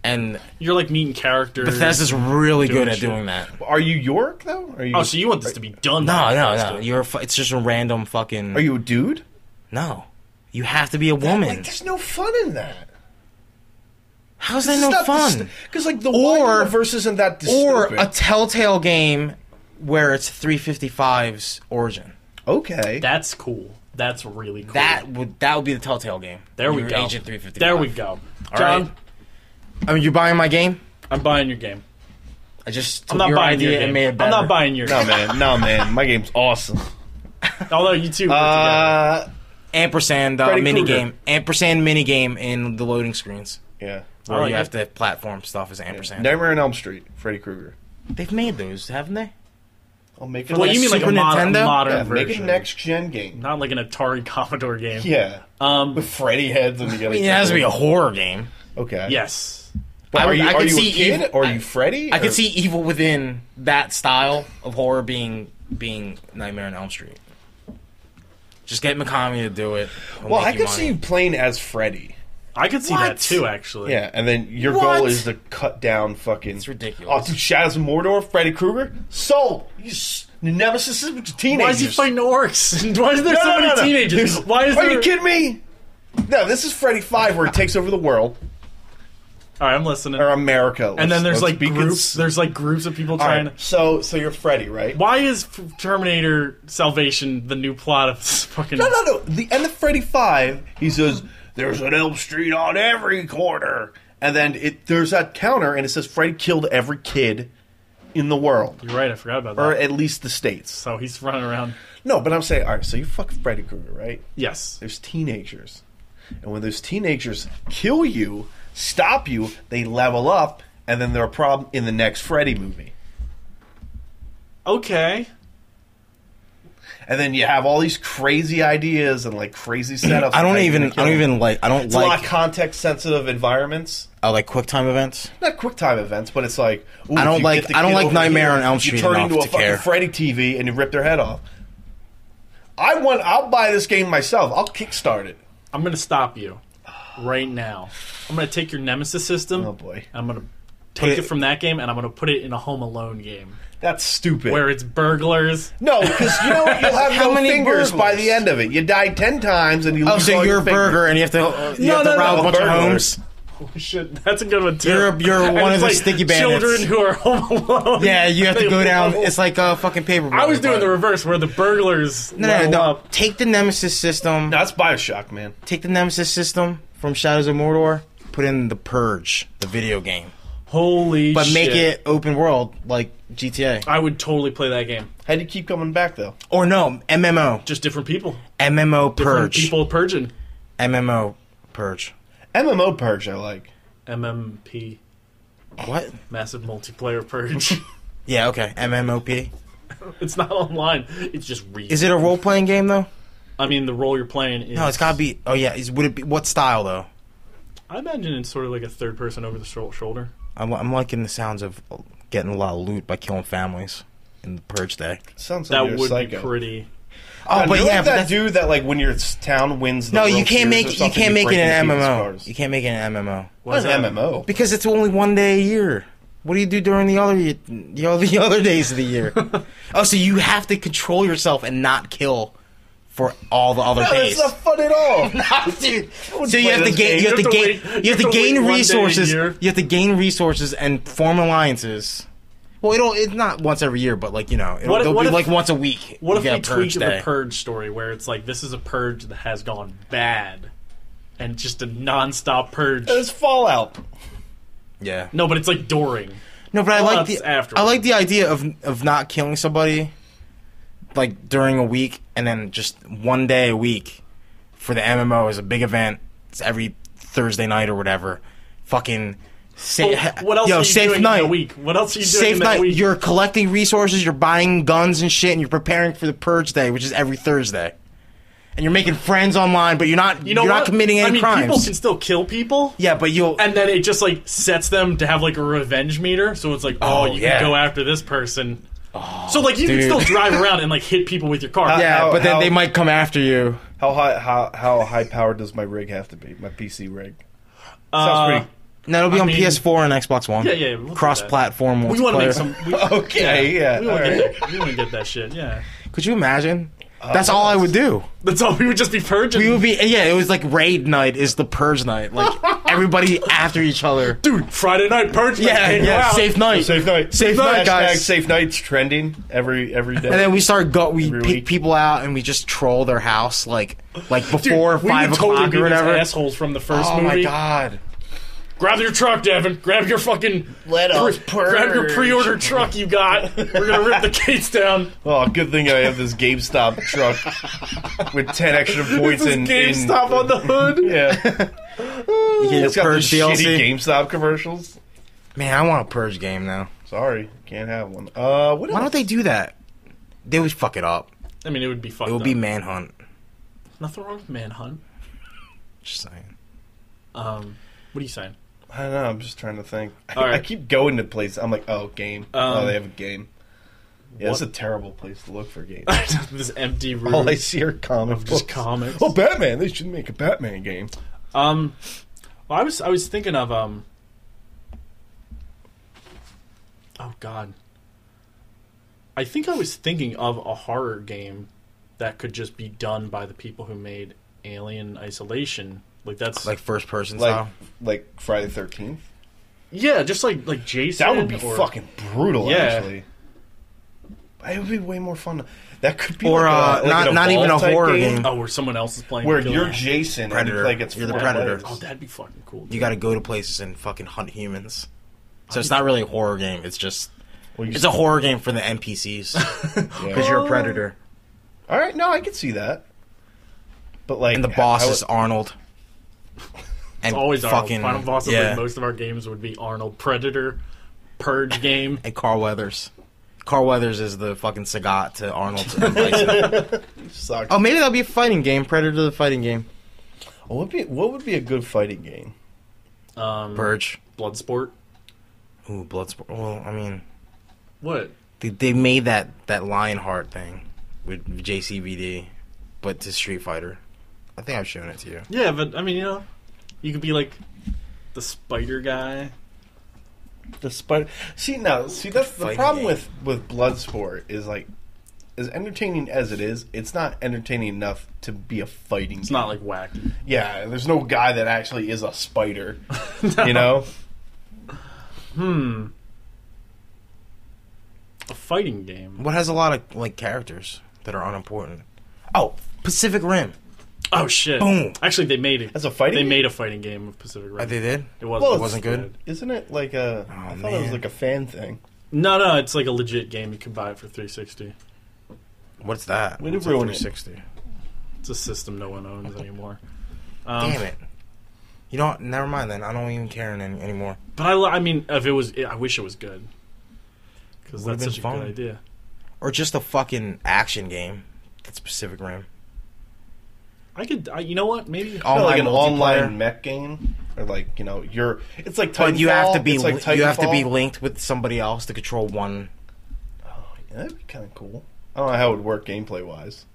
Speaker 1: and
Speaker 3: You're like meeting characters.
Speaker 1: Bethesda's really good at
Speaker 3: shit.
Speaker 1: doing that.
Speaker 2: Are you York though? Are you?
Speaker 3: Oh, so you want this to be done?
Speaker 1: No,
Speaker 3: by
Speaker 1: no,
Speaker 3: Bethesda.
Speaker 1: no. You're a fu- it's just a random fucking.
Speaker 2: Are you a dude?
Speaker 1: No, you have to be a
Speaker 2: Like,
Speaker 1: woman.
Speaker 2: there's no fun in that.
Speaker 1: How's that no fun?
Speaker 2: Because like the
Speaker 1: Or-
Speaker 2: or versus in that
Speaker 1: Or a
Speaker 2: dystopic.
Speaker 1: Telltale game where it's 355's origin.
Speaker 2: okay.
Speaker 3: That's cool. That's really cool.
Speaker 1: That would that would be the Telltale game.
Speaker 3: there we
Speaker 1: You're
Speaker 3: go.
Speaker 1: Agent 355.
Speaker 3: There we go.
Speaker 1: All
Speaker 3: John,
Speaker 1: right. I mean, you buying my game?
Speaker 3: I'm buying your game.
Speaker 1: I just
Speaker 3: I'm not buying your game. I'm not buying your
Speaker 2: no
Speaker 3: game.
Speaker 2: man, no man. My game's awesome.
Speaker 3: Although you two work together.
Speaker 2: Uh,
Speaker 1: ampersand uh,
Speaker 2: Freddy
Speaker 1: mini
Speaker 2: Krueger.
Speaker 1: game. Ampersand mini game in the loading screens.
Speaker 2: yeah.
Speaker 1: Where
Speaker 3: like
Speaker 1: you
Speaker 3: it.
Speaker 1: have to platform stuff as ampersand.
Speaker 2: Nightmare on Elm Street, Freddy Krueger.
Speaker 1: They've made those, haven't they?
Speaker 2: I'll make it.
Speaker 3: Well, you mean like
Speaker 1: Super
Speaker 3: a mod-
Speaker 1: Nintendo?
Speaker 3: modern
Speaker 2: yeah,
Speaker 3: version,
Speaker 2: make it next gen game.
Speaker 3: not like an Atari Commodore game.
Speaker 2: Yeah.
Speaker 3: Um,
Speaker 2: With Freddy heads and you gotta.
Speaker 1: I mean, it has to be a horror game.
Speaker 2: Okay.
Speaker 3: Yes.
Speaker 2: But
Speaker 1: I
Speaker 2: are
Speaker 1: would-
Speaker 2: you,
Speaker 1: I
Speaker 2: are
Speaker 1: could
Speaker 2: you
Speaker 1: see
Speaker 2: a kid
Speaker 1: even-
Speaker 2: or are
Speaker 1: I-
Speaker 2: you Freddy?
Speaker 1: I could
Speaker 2: or-
Speaker 1: see evil within that style of horror being being Nightmare on Elm Street. Just get Mikami to do it. He'll
Speaker 2: Well,
Speaker 1: make
Speaker 2: I
Speaker 1: you
Speaker 2: could
Speaker 1: money.
Speaker 2: see you playing as Freddy.
Speaker 3: I could see
Speaker 1: What?
Speaker 3: that too, actually.
Speaker 2: Yeah, and then your
Speaker 1: What?
Speaker 2: goal is to cut down fucking. It's
Speaker 1: ridiculous.
Speaker 2: Oh, dude, Shadows of Mordor, Freddy Krueger, sold. You s- nemesis is teenagers.
Speaker 3: Why is he fighting orcs? Why is there so many teenagers?
Speaker 2: There's-
Speaker 3: Why is
Speaker 2: Are
Speaker 3: there?
Speaker 2: you kidding me? No, this is Freddy Five where it takes over the world
Speaker 3: All right, I'm listening.
Speaker 2: or America.
Speaker 3: and
Speaker 2: Let's-
Speaker 3: then
Speaker 2: let's
Speaker 3: there's like
Speaker 2: be
Speaker 3: groups.
Speaker 2: cons-
Speaker 3: There's like groups of people
Speaker 2: All
Speaker 3: trying.
Speaker 2: right, so so you're Freddy, right?
Speaker 3: Why is F- Terminator Salvation the new plot of this fucking?
Speaker 2: No, no, no. The end of Freddy Five, he says, "There's an Elm Street on every corner," and then it there's that counter, and it says Freddy killed every kid in the world,
Speaker 3: You're right. I forgot about that.
Speaker 2: or at least the states.
Speaker 3: So he's running around.
Speaker 2: No, but I'm saying, all right. So you fuck Freddy Krueger, right?
Speaker 3: Yes.
Speaker 2: There's teenagers, and when those teenagers kill you, stop you, they level up, and then they're a problem in the next Freddy movie.
Speaker 3: Okay.
Speaker 2: And then you have all these crazy ideas and like uh, crazy setups.
Speaker 1: I don't
Speaker 2: How you're
Speaker 1: even.
Speaker 2: gonna
Speaker 1: I
Speaker 2: kill
Speaker 1: don't
Speaker 2: them.
Speaker 1: even like. I don't
Speaker 2: It's a lot of
Speaker 1: like.
Speaker 2: context sensitive environments.
Speaker 1: I like quick time events.
Speaker 2: not quick time events, but it's like ooh,
Speaker 1: I don't
Speaker 2: if you
Speaker 1: like-
Speaker 2: get the
Speaker 1: I don't
Speaker 2: kid
Speaker 1: like
Speaker 2: over
Speaker 1: Nightmare
Speaker 2: here,
Speaker 1: on Elm
Speaker 2: You
Speaker 1: Street
Speaker 2: turn
Speaker 1: enough
Speaker 2: into a
Speaker 1: to
Speaker 2: fucking
Speaker 1: care.
Speaker 2: Freddy TV and you rip their head off. I want. I'll buy this game myself. I'll kickstart it.
Speaker 3: I'm gonna stop you right now. I'm gonna take your Nemesis system.
Speaker 2: Oh, boy.
Speaker 3: and I'm gonna take
Speaker 1: it-
Speaker 3: it, from that game and I'm gonna put it in a Home Alone game
Speaker 2: That's stupid.
Speaker 3: where it's burglars.
Speaker 2: no, because you know what? you'll have
Speaker 1: How
Speaker 2: no
Speaker 1: many
Speaker 2: fingers by
Speaker 1: burglars?
Speaker 2: the end of it. You die ten times and you
Speaker 1: Oh,
Speaker 2: lose
Speaker 1: so
Speaker 2: all
Speaker 1: you're
Speaker 2: your
Speaker 1: a
Speaker 2: fingers.
Speaker 1: burger and you have to. uh, you
Speaker 3: No,
Speaker 1: have to
Speaker 3: no,
Speaker 1: rob
Speaker 3: no,
Speaker 1: a bunch of
Speaker 2: burglar.
Speaker 1: homes.
Speaker 3: Shit, that's a good one too.
Speaker 1: You're- you're
Speaker 3: And
Speaker 1: one of
Speaker 3: it's
Speaker 1: the sticky bandits.
Speaker 3: Children who are home alone.
Speaker 1: Yeah, you have to
Speaker 3: They
Speaker 1: go down.
Speaker 3: level-
Speaker 1: It's like a fucking paper.
Speaker 3: I was doing the
Speaker 1: reverse.
Speaker 3: reverse where the burglars
Speaker 1: No, no,
Speaker 3: level
Speaker 1: no.
Speaker 3: up.
Speaker 1: Take the Nemesis system.
Speaker 2: No, that's Bioshock, man.
Speaker 1: Take the Nemesis system from Shadows of Mordor. Put in the Purge, the video game,
Speaker 3: Holy
Speaker 1: but
Speaker 3: shit.
Speaker 1: make it open world like GTA.
Speaker 3: I would totally play that game.
Speaker 2: How'd you keep coming back though?
Speaker 1: Or no, MMO,
Speaker 3: Just different people.
Speaker 1: MMO
Speaker 3: Different
Speaker 1: Purge,
Speaker 3: people purging.
Speaker 1: MMO Purge.
Speaker 2: MMO purge, I like.
Speaker 3: MMP.
Speaker 1: What?
Speaker 3: Massive multiplayer purge.
Speaker 1: Yeah, okay. MMOP.
Speaker 3: it's not online. It's just real.
Speaker 1: Is it a role playing game though?
Speaker 3: I mean, the role you're playing is.
Speaker 1: No, it's gotta be. Oh yeah, is, would it be what style though?
Speaker 3: I imagine it's sort of like a third person over the shou- shoulder.
Speaker 1: I'm, I'm liking the sounds of getting a lot of loot by killing families in the Purge Day.
Speaker 2: Sounds like
Speaker 3: That
Speaker 2: you're a
Speaker 3: would
Speaker 2: psycho.
Speaker 3: be pretty.
Speaker 1: Oh,
Speaker 2: Now,
Speaker 1: but
Speaker 2: you're
Speaker 1: yeah,
Speaker 2: like
Speaker 1: but
Speaker 2: that
Speaker 1: that's-
Speaker 2: dude that like when your town wins. The
Speaker 1: No,
Speaker 2: World
Speaker 1: you can't
Speaker 2: Series
Speaker 1: make
Speaker 2: or
Speaker 1: it. You
Speaker 2: something,
Speaker 1: can't make it
Speaker 2: break
Speaker 1: an
Speaker 2: into people's
Speaker 1: MMO.
Speaker 2: cars.
Speaker 1: You can't make it an MMO
Speaker 3: What is
Speaker 2: Not an
Speaker 3: that?
Speaker 2: MMO.
Speaker 1: because it's only one day a year. What do you do during the other y- the other, the other days of the year? oh, so you have to control yourself and not kill for all the other
Speaker 2: No,
Speaker 1: days.
Speaker 2: that's not fun at all.
Speaker 1: Dude,
Speaker 2: would
Speaker 1: so you
Speaker 2: play
Speaker 1: have to gain
Speaker 2: this game.
Speaker 1: you have to gain
Speaker 3: wait-
Speaker 1: you have to
Speaker 3: wait
Speaker 1: gain
Speaker 3: one day a
Speaker 1: resources.
Speaker 3: year.
Speaker 1: You have to gain resources and form alliances. Well, it'll it's not once every year, but like you know, it'll,
Speaker 3: What if-
Speaker 1: they'll
Speaker 3: what
Speaker 1: be
Speaker 3: if-
Speaker 1: like once a week.
Speaker 3: What if
Speaker 1: you
Speaker 3: we
Speaker 1: get a purge
Speaker 3: tweaked the
Speaker 1: day.
Speaker 3: purge story where it's like this is a purge that has gone bad, and just a nonstop purge?
Speaker 2: It's Fallout.
Speaker 1: Yeah.
Speaker 3: No, but it's like Doring.
Speaker 1: No, but I
Speaker 3: Well,
Speaker 1: like the
Speaker 3: that's afterwards.
Speaker 1: I like the idea of of not killing somebody like during a week and then just one day a week for the MMO is a big event. It's every Thursday night or whatever. Fucking sa-
Speaker 3: Well, what else
Speaker 1: yo,
Speaker 3: are you
Speaker 1: safe
Speaker 3: doing
Speaker 1: night.
Speaker 3: in the week? What else are you doing
Speaker 1: Safe
Speaker 3: in that
Speaker 1: night.
Speaker 3: week?
Speaker 1: You're collecting resources. You're buying guns and shit, and you're preparing for the purge day, which is every Thursday. And you're making friends online, but you're not.
Speaker 3: you know
Speaker 1: are
Speaker 3: what?
Speaker 1: not committing any
Speaker 3: I mean,
Speaker 1: crimes.
Speaker 3: people can still kill people.
Speaker 1: yeah, but you'll.
Speaker 3: And then it just like sets them to have like a revenge meter, so it's like, oh,
Speaker 1: Oh,
Speaker 3: you
Speaker 1: yeah. Oh,
Speaker 3: can go after this person. so like you
Speaker 1: dude.
Speaker 3: can still drive around and like hit people with your car.
Speaker 1: yeah,
Speaker 2: How-
Speaker 1: but then
Speaker 2: how-
Speaker 1: they might come after you.
Speaker 2: How high how how high powered does my rig have to be? My PC rig.
Speaker 3: Uh,
Speaker 2: Sounds
Speaker 1: No, it'll be
Speaker 3: I
Speaker 1: on
Speaker 3: mean-
Speaker 1: PS4 and Xbox One.
Speaker 3: Yeah, yeah, we'll do that.
Speaker 1: Cross-platform multiplayer.
Speaker 3: we want to make some. We,
Speaker 2: pretty. Okay, yeah.
Speaker 3: we
Speaker 2: all
Speaker 3: want
Speaker 2: right.
Speaker 3: to get that shit. Yeah,
Speaker 1: Could you imagine? That's all I would do.
Speaker 3: that's all. We would just be purging.
Speaker 1: We would be. Yeah, Uh, it was like raid night is the purge night. Like everybody after each other.
Speaker 3: dude. Friday night purge. night,
Speaker 1: Yeah,
Speaker 3: hang
Speaker 1: yeah.
Speaker 3: out.
Speaker 1: Safe night.
Speaker 2: Safe night.
Speaker 1: Safe night,
Speaker 2: Hashtag
Speaker 1: guys.
Speaker 2: Safe night's trending every every day.
Speaker 1: And then we start go. We
Speaker 2: Every
Speaker 1: pick
Speaker 2: week.
Speaker 1: people out and we just troll their house like like
Speaker 3: Dude,
Speaker 1: before
Speaker 3: we
Speaker 1: five
Speaker 3: would totally
Speaker 1: o'clock
Speaker 3: be
Speaker 1: or
Speaker 3: those
Speaker 1: whatever.
Speaker 3: Assholes from the first
Speaker 1: Oh
Speaker 3: movie.
Speaker 1: my god.
Speaker 3: Grab your truck, Devin. Grab your fucking. Let us Grab your pre-order truck you got. We're gonna rip the gates down.
Speaker 2: oh, good thing I have this GameStop truck with ten extra points
Speaker 3: This
Speaker 2: in in-
Speaker 3: GameStop on the hood.
Speaker 2: Yeah,
Speaker 1: You get
Speaker 2: it's
Speaker 1: your
Speaker 2: got those
Speaker 1: purge
Speaker 2: shitty
Speaker 1: DLC.
Speaker 2: GameStop commercials.
Speaker 1: Man, I want a purge game now.
Speaker 2: Sorry, can't have one. Uh, what
Speaker 1: Why
Speaker 2: else?
Speaker 1: don't they do that? They would fuck it up.
Speaker 3: I mean, it would be fun.
Speaker 1: It would be manhunt.
Speaker 3: nothing wrong with manhunt.
Speaker 1: Just saying.
Speaker 3: Um, what are you saying?
Speaker 2: I don't know. I'm just trying to think. I,
Speaker 3: All right.
Speaker 2: I keep going to places. I'm like, oh, game. oh,
Speaker 3: Um,
Speaker 2: they have a game. Yeah, it's a
Speaker 3: what-
Speaker 2: terrible place to look for games.
Speaker 3: this empty room.
Speaker 2: All I see are comic
Speaker 3: just
Speaker 2: books.
Speaker 3: comics.
Speaker 2: Oh, Batman! They should make a Batman game.
Speaker 3: Um, Well, I was I was thinking of um. Oh God. I think I was thinking of a horror game that could just be done by the people who made Alien Isolation. Like that's
Speaker 1: Like first person
Speaker 2: Like
Speaker 1: style.
Speaker 2: like Friday Thirteenth.
Speaker 3: yeah, just like like Jason.
Speaker 2: That would be
Speaker 3: or-
Speaker 2: fucking brutal.
Speaker 3: Yeah.
Speaker 2: Actually, it would be way more fun. That could be
Speaker 1: Or,
Speaker 2: like
Speaker 1: uh,
Speaker 2: a, like
Speaker 1: not-
Speaker 2: an
Speaker 1: not even
Speaker 2: Evolve
Speaker 1: a
Speaker 2: type
Speaker 1: horror game.
Speaker 3: Oh, where someone else is playing.
Speaker 2: where
Speaker 3: and killing
Speaker 2: you're
Speaker 3: it.
Speaker 2: Jason
Speaker 1: Predator.
Speaker 2: and like it's
Speaker 1: You're the
Speaker 2: four
Speaker 1: predator.
Speaker 2: players.
Speaker 3: Oh, that'd be fucking cool.
Speaker 1: You got to go to places and fucking hunt humans. So it's not really a horror game. It's just
Speaker 2: Well, you
Speaker 1: it's a horror game for the NPCs
Speaker 2: Yeah.
Speaker 1: because you're a predator
Speaker 2: All right, no, I could see that. But like,
Speaker 1: and the
Speaker 2: how-
Speaker 1: boss
Speaker 2: how-
Speaker 1: is Arnold. And
Speaker 3: It's always
Speaker 1: fucking
Speaker 3: Arnold. Final boss of
Speaker 1: yeah,
Speaker 3: most of our games would be Arnold Predator, Purge game.
Speaker 1: and Carl Weathers. Carl Weathers is the fucking Sagat to Arnold. and vice versa.
Speaker 2: sucked.
Speaker 1: oh, maybe that'll be a fighting game. Predator the fighting game.
Speaker 2: What would be what would be a good fighting game?
Speaker 3: Um,
Speaker 1: Purge.
Speaker 3: Bloodsport.
Speaker 1: Ooh, Bloodsport. Well, I mean,
Speaker 3: What?
Speaker 1: they, they made that that Lionheart thing with JCVD, but to Street Fighter. I think I've shown it to you.
Speaker 3: Yeah, but I mean, you know, you could be like the spider guy.
Speaker 2: The spider. See now, see that's the
Speaker 1: Fighting
Speaker 2: problem
Speaker 1: game.
Speaker 2: with with Bloodsport is like, as entertaining as it is, it's not entertaining enough to be a fighting.
Speaker 3: It's not like wacky.
Speaker 2: Yeah, there's no guy that actually is a spider. You know,
Speaker 3: A fighting game.
Speaker 1: What has a lot of like characters that are unimportant? Oh, Pacific Rim.
Speaker 3: Oh shit!
Speaker 1: Boom.
Speaker 3: Actually, they made it.
Speaker 2: As a fighting
Speaker 3: They
Speaker 2: game?
Speaker 3: made a fighting game of Pacific Rim.
Speaker 1: Oh, they did.
Speaker 3: It was.
Speaker 2: Well,
Speaker 3: it
Speaker 2: it's-
Speaker 3: wasn't good.
Speaker 2: isn't it like a? I thought it was
Speaker 1: Oh, man.
Speaker 2: like a fan thing.
Speaker 3: No, no, it's like a legit game. You can buy it for 360.
Speaker 1: What's that?
Speaker 2: Way to
Speaker 1: What's a
Speaker 2: ruin it.
Speaker 1: 360?
Speaker 3: It's a system no one owns anymore. Um,
Speaker 1: Damn it. You know, what? never mind then. I don't even care any, anymore.
Speaker 3: But I, li- I mean, if it was, I wish it was good. Because
Speaker 1: Would've
Speaker 3: that's
Speaker 1: been
Speaker 3: such a
Speaker 1: fun.
Speaker 3: good idea.
Speaker 1: Or just a fucking action game. That's Pacific Rim.
Speaker 3: I could, I, you know what? Maybe
Speaker 1: Online
Speaker 2: like an
Speaker 1: multiplayer.
Speaker 2: online mech game, or like you know, you're. It's like Titanfall.
Speaker 1: But you have to be
Speaker 2: It's like
Speaker 1: you have to be
Speaker 2: Titanfall.
Speaker 1: linked with somebody else to control one.
Speaker 2: Yeah, that'd be kind of cool. I don't know how it would work gameplay wise.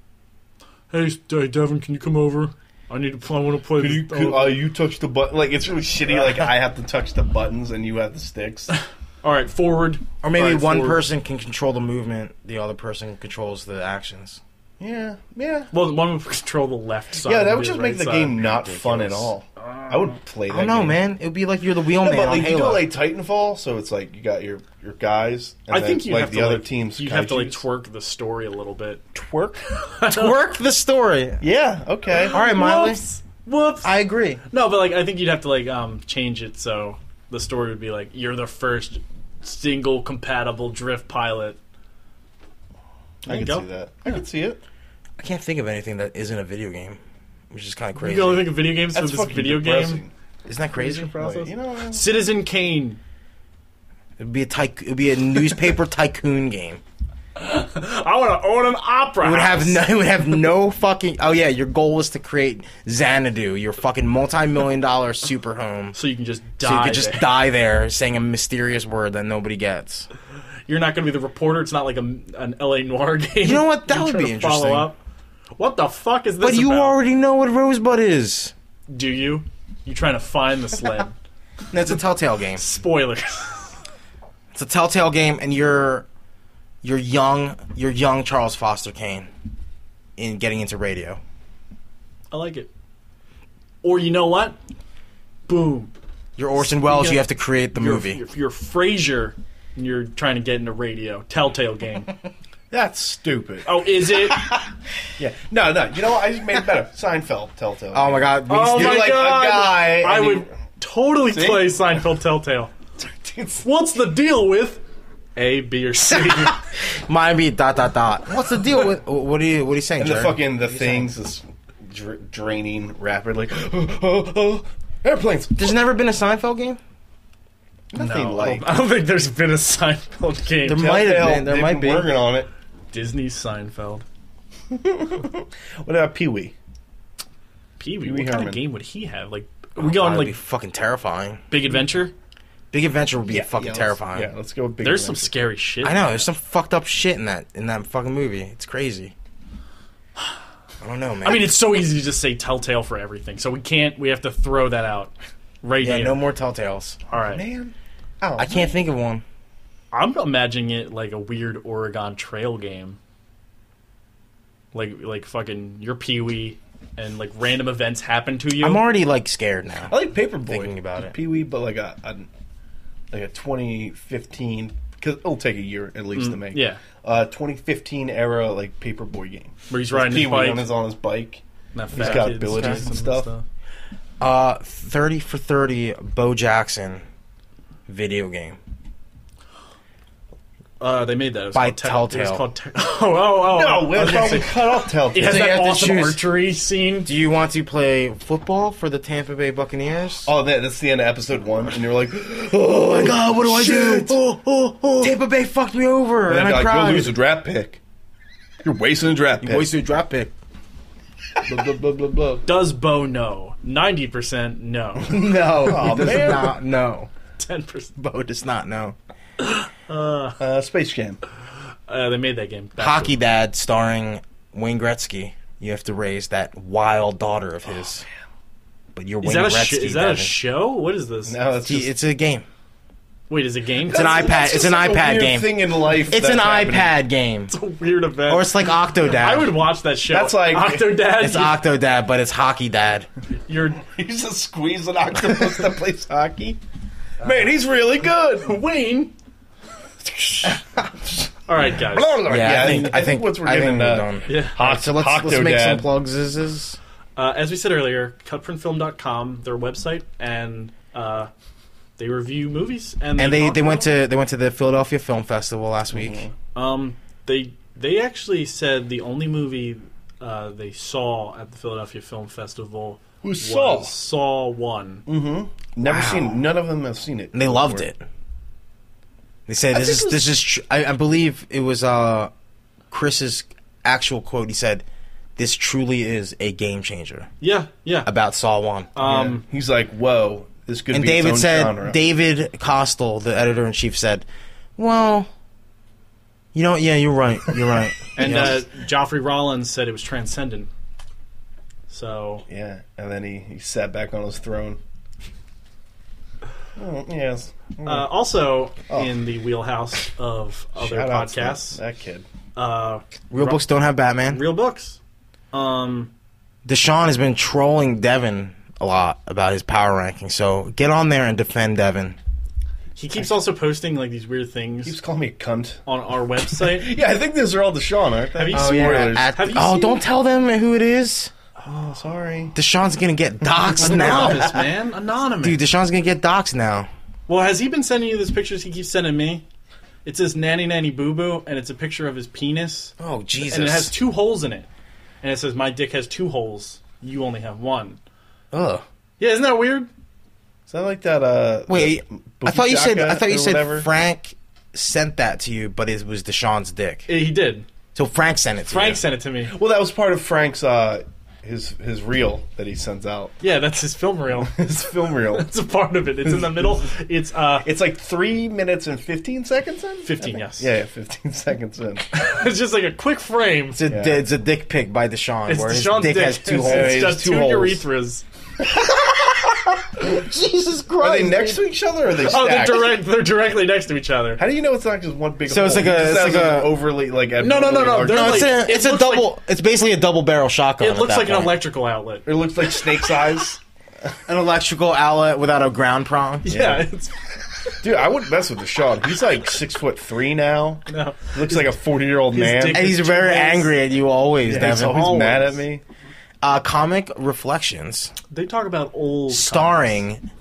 Speaker 3: hey, s- hey, Devin, can you come over? I need to. Play, I want to play.
Speaker 2: Could
Speaker 3: this-
Speaker 2: you, could, uh, you touch the button. Like it's really shitty. Like I have to touch the buttons and you have the sticks.
Speaker 3: all right, forward.
Speaker 1: Or maybe
Speaker 3: All right,
Speaker 1: one
Speaker 3: forward.
Speaker 1: person can control the movement, the other person controls the actions.
Speaker 2: Yeah, yeah,
Speaker 3: Well, one would control the left side.
Speaker 2: yeah.
Speaker 3: and
Speaker 2: That would
Speaker 3: the
Speaker 2: just
Speaker 3: right
Speaker 2: make the
Speaker 3: side.
Speaker 2: game not fun at all. I would play. that
Speaker 1: I don't know,
Speaker 2: game.
Speaker 1: man. It would be like you're the
Speaker 2: Yeah,
Speaker 1: wheelman
Speaker 2: but
Speaker 1: on
Speaker 2: like you
Speaker 1: Halo.
Speaker 2: do like Titanfall, so it's like you got your your guys. And
Speaker 3: I
Speaker 2: then,
Speaker 3: think you
Speaker 2: like
Speaker 3: have
Speaker 2: the
Speaker 3: to
Speaker 2: other
Speaker 3: like,
Speaker 2: teams.
Speaker 3: You have to like
Speaker 2: kaijus.
Speaker 3: twerk the story a little bit.
Speaker 2: twerk.
Speaker 1: Work the story.
Speaker 2: yeah. Okay.
Speaker 1: All right, Miley.
Speaker 3: Whoops. Whoops.
Speaker 1: I agree.
Speaker 3: No, but like I think you'd have to like um change it so the story would be like you're the first single compatible drift pilot.
Speaker 2: I can
Speaker 3: There
Speaker 2: see
Speaker 3: you go.
Speaker 2: that. I can see it.
Speaker 1: I can't think of anything that isn't a video game, which is kind of
Speaker 3: You
Speaker 1: crazy.
Speaker 3: can only think of video games
Speaker 2: That's
Speaker 3: for
Speaker 2: fucking
Speaker 3: this video
Speaker 2: depressing.
Speaker 3: game.
Speaker 1: Isn't that crazy?
Speaker 2: Like, you know,
Speaker 3: Citizen Kane.
Speaker 1: It'd be a tyc- It'd be a newspaper tycoon game.
Speaker 3: I want to own an opera.
Speaker 1: It would have
Speaker 3: house.
Speaker 1: no. It would have no fucking. Oh yeah, your goal was to create Xanadu, your fucking multi-million dollar super home.
Speaker 3: so you can just die.
Speaker 1: So you could just
Speaker 3: there.
Speaker 1: die there saying a mysterious word that nobody gets.
Speaker 3: You're not going to be the reporter. It's not like a, an LA Noir game.
Speaker 1: You know what? That
Speaker 3: You're
Speaker 1: would
Speaker 3: trying
Speaker 1: be
Speaker 3: to follow
Speaker 1: interesting.
Speaker 3: up. What the fuck is this?
Speaker 1: But you
Speaker 3: about?
Speaker 1: already know what Rosebud is.
Speaker 3: do you? You trying to find the sled?
Speaker 1: That's a Telltale game.
Speaker 3: Spoilers.
Speaker 1: It's a Telltale game, and you're you're young. You're young Charles Foster Kane in getting into radio.
Speaker 3: I like it. Or you know what? Boom.
Speaker 1: You're Orson Welles.
Speaker 3: of-
Speaker 1: You have to create the
Speaker 3: You're,
Speaker 1: movie.
Speaker 3: You're, you're Frasier. And you're trying to get into radio. Telltale game.
Speaker 2: that's stupid.
Speaker 3: Oh, is it?
Speaker 2: Yeah. No, no. You know what? I just made it better. Seinfeld, Telltale.
Speaker 1: oh my God! we
Speaker 3: Oh
Speaker 1: still-
Speaker 3: my
Speaker 2: like a
Speaker 3: God.
Speaker 2: guy
Speaker 3: I
Speaker 2: and
Speaker 3: would
Speaker 2: you-
Speaker 3: totally
Speaker 2: See?
Speaker 3: play Seinfeld Telltale.
Speaker 2: It's-
Speaker 3: What's the deal with A, B, or C?
Speaker 1: Miami dot dot dot. What's the deal with what are you what are you saying?
Speaker 2: and the
Speaker 1: Jared?
Speaker 2: fucking the things is dra- draining rapidly. Oh, oh, oh, airplanes.
Speaker 1: There's never been a Seinfeld game.
Speaker 2: Nothing
Speaker 3: No,
Speaker 2: like.
Speaker 3: I don't think there's been a Seinfeld game.
Speaker 1: There might have
Speaker 2: Telltale,
Speaker 1: been. There
Speaker 2: they've
Speaker 1: might
Speaker 2: been
Speaker 1: be.
Speaker 2: working on it.
Speaker 3: Disney Seinfeld.
Speaker 2: What about Pee Wee?
Speaker 3: Pee Wee.
Speaker 2: Pee-wee
Speaker 3: What kind
Speaker 2: Herman.
Speaker 3: of game would he have? Like, are we going
Speaker 1: That'd be
Speaker 3: like
Speaker 1: fucking terrifying.
Speaker 3: Big Adventure?
Speaker 1: Big Adventure would be fucking
Speaker 2: let's-
Speaker 1: terrifying.
Speaker 2: Yeah, let's go. With Big
Speaker 3: There's some
Speaker 2: Adventure.
Speaker 3: scary shit.
Speaker 1: I know. There's some fucked up shit in that in that fucking movie. It's crazy. I don't know, man.
Speaker 3: I mean, it's so easy to just say Telltale for everything, so we can't. We have to throw that out. Right
Speaker 1: Yeah,
Speaker 3: here.
Speaker 1: no more telltales.
Speaker 3: All right.
Speaker 2: Man, oh,
Speaker 1: I can't think of one.
Speaker 3: I'm imagining it like a weird Oregon Trail game. Like like fucking you're Pee Wee, and like random events happen to you.
Speaker 1: I'm already like scared now.
Speaker 2: I like Paperboy.
Speaker 1: Thinking about it.
Speaker 2: Pee Wee, but like a, a like a 2015 because it'll take a year at least to make.
Speaker 3: Mm, yeah.
Speaker 2: uh, 2015 era like Paperboy game.
Speaker 3: Where he's riding his
Speaker 2: Pee Wee
Speaker 3: bike.
Speaker 2: on his on his bike.
Speaker 3: That
Speaker 2: He's
Speaker 3: fat
Speaker 2: got
Speaker 3: kid's
Speaker 2: abilities
Speaker 3: dressed
Speaker 2: and
Speaker 3: up
Speaker 2: stuff.
Speaker 1: Uh, thirty for thirty, Bo Jackson, video game.
Speaker 3: Uh, they made that. It was
Speaker 1: By
Speaker 3: called Tell- It
Speaker 1: Telltale.
Speaker 3: was called Tell- oh, oh,
Speaker 2: No,
Speaker 3: oh.
Speaker 2: we'll probably cut off
Speaker 3: It
Speaker 2: Telltale.
Speaker 3: has
Speaker 1: So you
Speaker 3: that
Speaker 1: have to
Speaker 3: awesome
Speaker 1: choose-
Speaker 3: archery scene.
Speaker 1: Do you want to play football for the Tampa Bay Buccaneers?
Speaker 2: Oh, that, that's the end of episode one, and you're like, "Oh my
Speaker 1: God, what do I do?
Speaker 2: Oh, oh, oh.
Speaker 1: Tampa Bay fucked me over, and,
Speaker 2: And
Speaker 1: I
Speaker 2: like,
Speaker 1: cried.
Speaker 2: you'll lose a draft pick. You're wasting a draft pick.
Speaker 1: a draft pick.
Speaker 2: blah, blah, blah, blah, blah.
Speaker 3: Does Bo know? Ninety percent no.
Speaker 1: No, he does
Speaker 2: man.
Speaker 1: Oh, not know.
Speaker 3: Ten percent.
Speaker 1: Bo does not know.
Speaker 2: Uh, Space Jam.
Speaker 3: Uh, they made that game. Back
Speaker 1: Hockey
Speaker 3: to-
Speaker 1: Dad, starring Wayne Gretzky. You have to raise that wild daughter of his. But you're
Speaker 3: Is
Speaker 1: Wayne
Speaker 3: that a
Speaker 1: Gretzky.
Speaker 3: sh- is that a
Speaker 1: Devin.
Speaker 3: show? What is this?
Speaker 2: Now it's
Speaker 1: He-
Speaker 2: just,
Speaker 1: it's a game.
Speaker 3: Wait, is it a game?
Speaker 1: It's an
Speaker 2: That's-
Speaker 1: iPad.
Speaker 2: that's
Speaker 1: it's an
Speaker 2: just a
Speaker 1: iPad
Speaker 2: weird
Speaker 1: game.
Speaker 2: Thing in life.
Speaker 1: It's
Speaker 2: that's
Speaker 1: an
Speaker 2: happening.
Speaker 1: iPad game,
Speaker 3: It's a weird event.
Speaker 1: or it's like Octodad.
Speaker 3: I would watch that show.
Speaker 2: That's like-
Speaker 3: Octodad.
Speaker 1: It's Octodad, but it's Hockey Dad.
Speaker 3: You're
Speaker 2: He's a squeeze an octopus that plays hockey. Man, he's really good.
Speaker 3: Wayne. All right, guys.
Speaker 1: Yeah, I think I think
Speaker 2: once we're
Speaker 1: I think
Speaker 2: getting
Speaker 1: we're
Speaker 2: uh,
Speaker 1: done.
Speaker 3: Yeah.
Speaker 2: Hoc-
Speaker 1: So let's, let's make some
Speaker 2: Octodad.
Speaker 1: plugs. Is is
Speaker 3: Uh, as we said earlier, cutprintfilm.com, their website, and uh, they review movies and
Speaker 1: and they,
Speaker 3: talk
Speaker 1: they went
Speaker 3: about-
Speaker 1: to they went to the Philadelphia Film Festival last week.
Speaker 3: um they they actually said the only movie uh, they saw at the Philadelphia Film Festival
Speaker 2: Who's
Speaker 3: was
Speaker 2: Saw? Hmm.
Speaker 3: Saw One.
Speaker 2: Never seen. None of them have seen it.
Speaker 1: And they loved it. They said this
Speaker 2: think
Speaker 1: is
Speaker 2: it was-
Speaker 1: this is tr- I, I believe it was uh Chris's actual quote. He said, "This truly is a game changer."
Speaker 3: Yeah, yeah.
Speaker 1: About Saw One.
Speaker 3: um,
Speaker 2: Um, he's like, whoa, this could
Speaker 1: and
Speaker 2: be its
Speaker 1: David
Speaker 2: own
Speaker 1: said
Speaker 2: genre.
Speaker 1: David Costel, the editor in chief, said, "Well, you know, yeah, you're right. You're right."
Speaker 3: And
Speaker 1: You know?
Speaker 3: uh, Joffrey Rollins said it was transcendent. So
Speaker 2: yeah, and then he, he sat back on his throne. Oh, yes.
Speaker 3: uh, also in the wheelhouse of other
Speaker 2: Hmm. Oh. Shout out to
Speaker 3: podcasts,
Speaker 2: That, that kid.
Speaker 3: uh,
Speaker 1: real books don't have Batman.
Speaker 3: real books. Um,
Speaker 1: Deshaun has been trolling Devin a lot about his power ranking, so get on there and defend Devin.
Speaker 3: he keeps also posting like these weird things
Speaker 2: He was calling me a cunt.
Speaker 3: on our website.
Speaker 2: Yeah, I think these are all Deshaun, aren't they?
Speaker 3: Have you
Speaker 2: oh,
Speaker 3: seen-
Speaker 2: spoilers.
Speaker 1: At-
Speaker 3: Have you
Speaker 1: oh,
Speaker 3: seen-
Speaker 1: don't tell them who it is.
Speaker 2: oh, sorry.
Speaker 1: Deshaun's gonna get doxxed now,
Speaker 3: anonymous man, anonymous.
Speaker 1: dude. Deshaun's gonna get doxxed now.
Speaker 3: well, has he been sending you these pictures? He keeps sending me. It says "nanny nanny boo boo" and it's a picture of his penis,
Speaker 1: Oh Jesus!
Speaker 3: and it has two holes in it, and it says "my dick has two holes, you only have one."
Speaker 1: Ugh.
Speaker 3: Yeah, isn't that weird?
Speaker 2: Is that like that? Uh,
Speaker 1: Wait,
Speaker 2: that
Speaker 1: I thought you said I
Speaker 2: Bukijaka
Speaker 1: thought you
Speaker 2: or
Speaker 1: said
Speaker 2: whatever?
Speaker 1: Frank sent that to you, but it was Deshaun's dick.
Speaker 3: Eh, He did.
Speaker 1: So Frank sent it. to
Speaker 3: Frank
Speaker 1: you.
Speaker 3: sent it to me.
Speaker 2: Well, that was part of Frank's uh, his his reel that he sends out.
Speaker 3: Yeah, that's his film reel.
Speaker 2: His film reel.
Speaker 3: It's a part of it. It's in the middle. It's uh,
Speaker 2: It's like three minutes and fifteen seconds in.
Speaker 3: 15, yes.
Speaker 2: Yeah, yeah, fifteen seconds in.
Speaker 3: it's just like a quick frame.
Speaker 1: It's a,
Speaker 2: Yeah.
Speaker 1: it's a dick pic by Deshaun,
Speaker 3: It's
Speaker 1: where his
Speaker 3: Deshaun's
Speaker 1: dick, has two holes.
Speaker 3: It's
Speaker 2: It's
Speaker 3: just two,
Speaker 2: two holes.
Speaker 3: urethras.
Speaker 1: Jesus
Speaker 2: Are
Speaker 1: Christ!
Speaker 2: they next to each other? Or are they
Speaker 3: Oh, they're
Speaker 2: stacked?
Speaker 3: direct. They're directly next to each other.
Speaker 2: How do you know it's not just one big?
Speaker 1: So it's
Speaker 2: hole?
Speaker 1: like a-
Speaker 2: It just
Speaker 1: it's
Speaker 2: has
Speaker 1: like
Speaker 2: an
Speaker 1: a-
Speaker 2: overly like
Speaker 3: no, no,
Speaker 2: abnormally
Speaker 3: no,
Speaker 2: large-
Speaker 3: they're
Speaker 1: No, it's
Speaker 3: like-
Speaker 1: a it's
Speaker 3: it
Speaker 1: a
Speaker 3: looks
Speaker 1: double. it's basically a double barrel shotgun.
Speaker 3: It looks like an
Speaker 1: electric
Speaker 3: electrical outlet.
Speaker 2: It looks like snake's eyes.
Speaker 1: an electrical outlet without a ground prong.
Speaker 3: Yeah, it's
Speaker 2: Dude, I wouldn't mess with Deshaun. He's like six foot three now.
Speaker 3: no.
Speaker 2: Looks like a forty year old man.
Speaker 3: dick-
Speaker 1: And he's very
Speaker 3: Yes.
Speaker 1: angry at you always,
Speaker 2: Yeah, he's
Speaker 1: Devin.
Speaker 2: always mad at
Speaker 3: Always.
Speaker 2: me.
Speaker 1: Uh, comic reflections
Speaker 3: They talk about old
Speaker 1: starring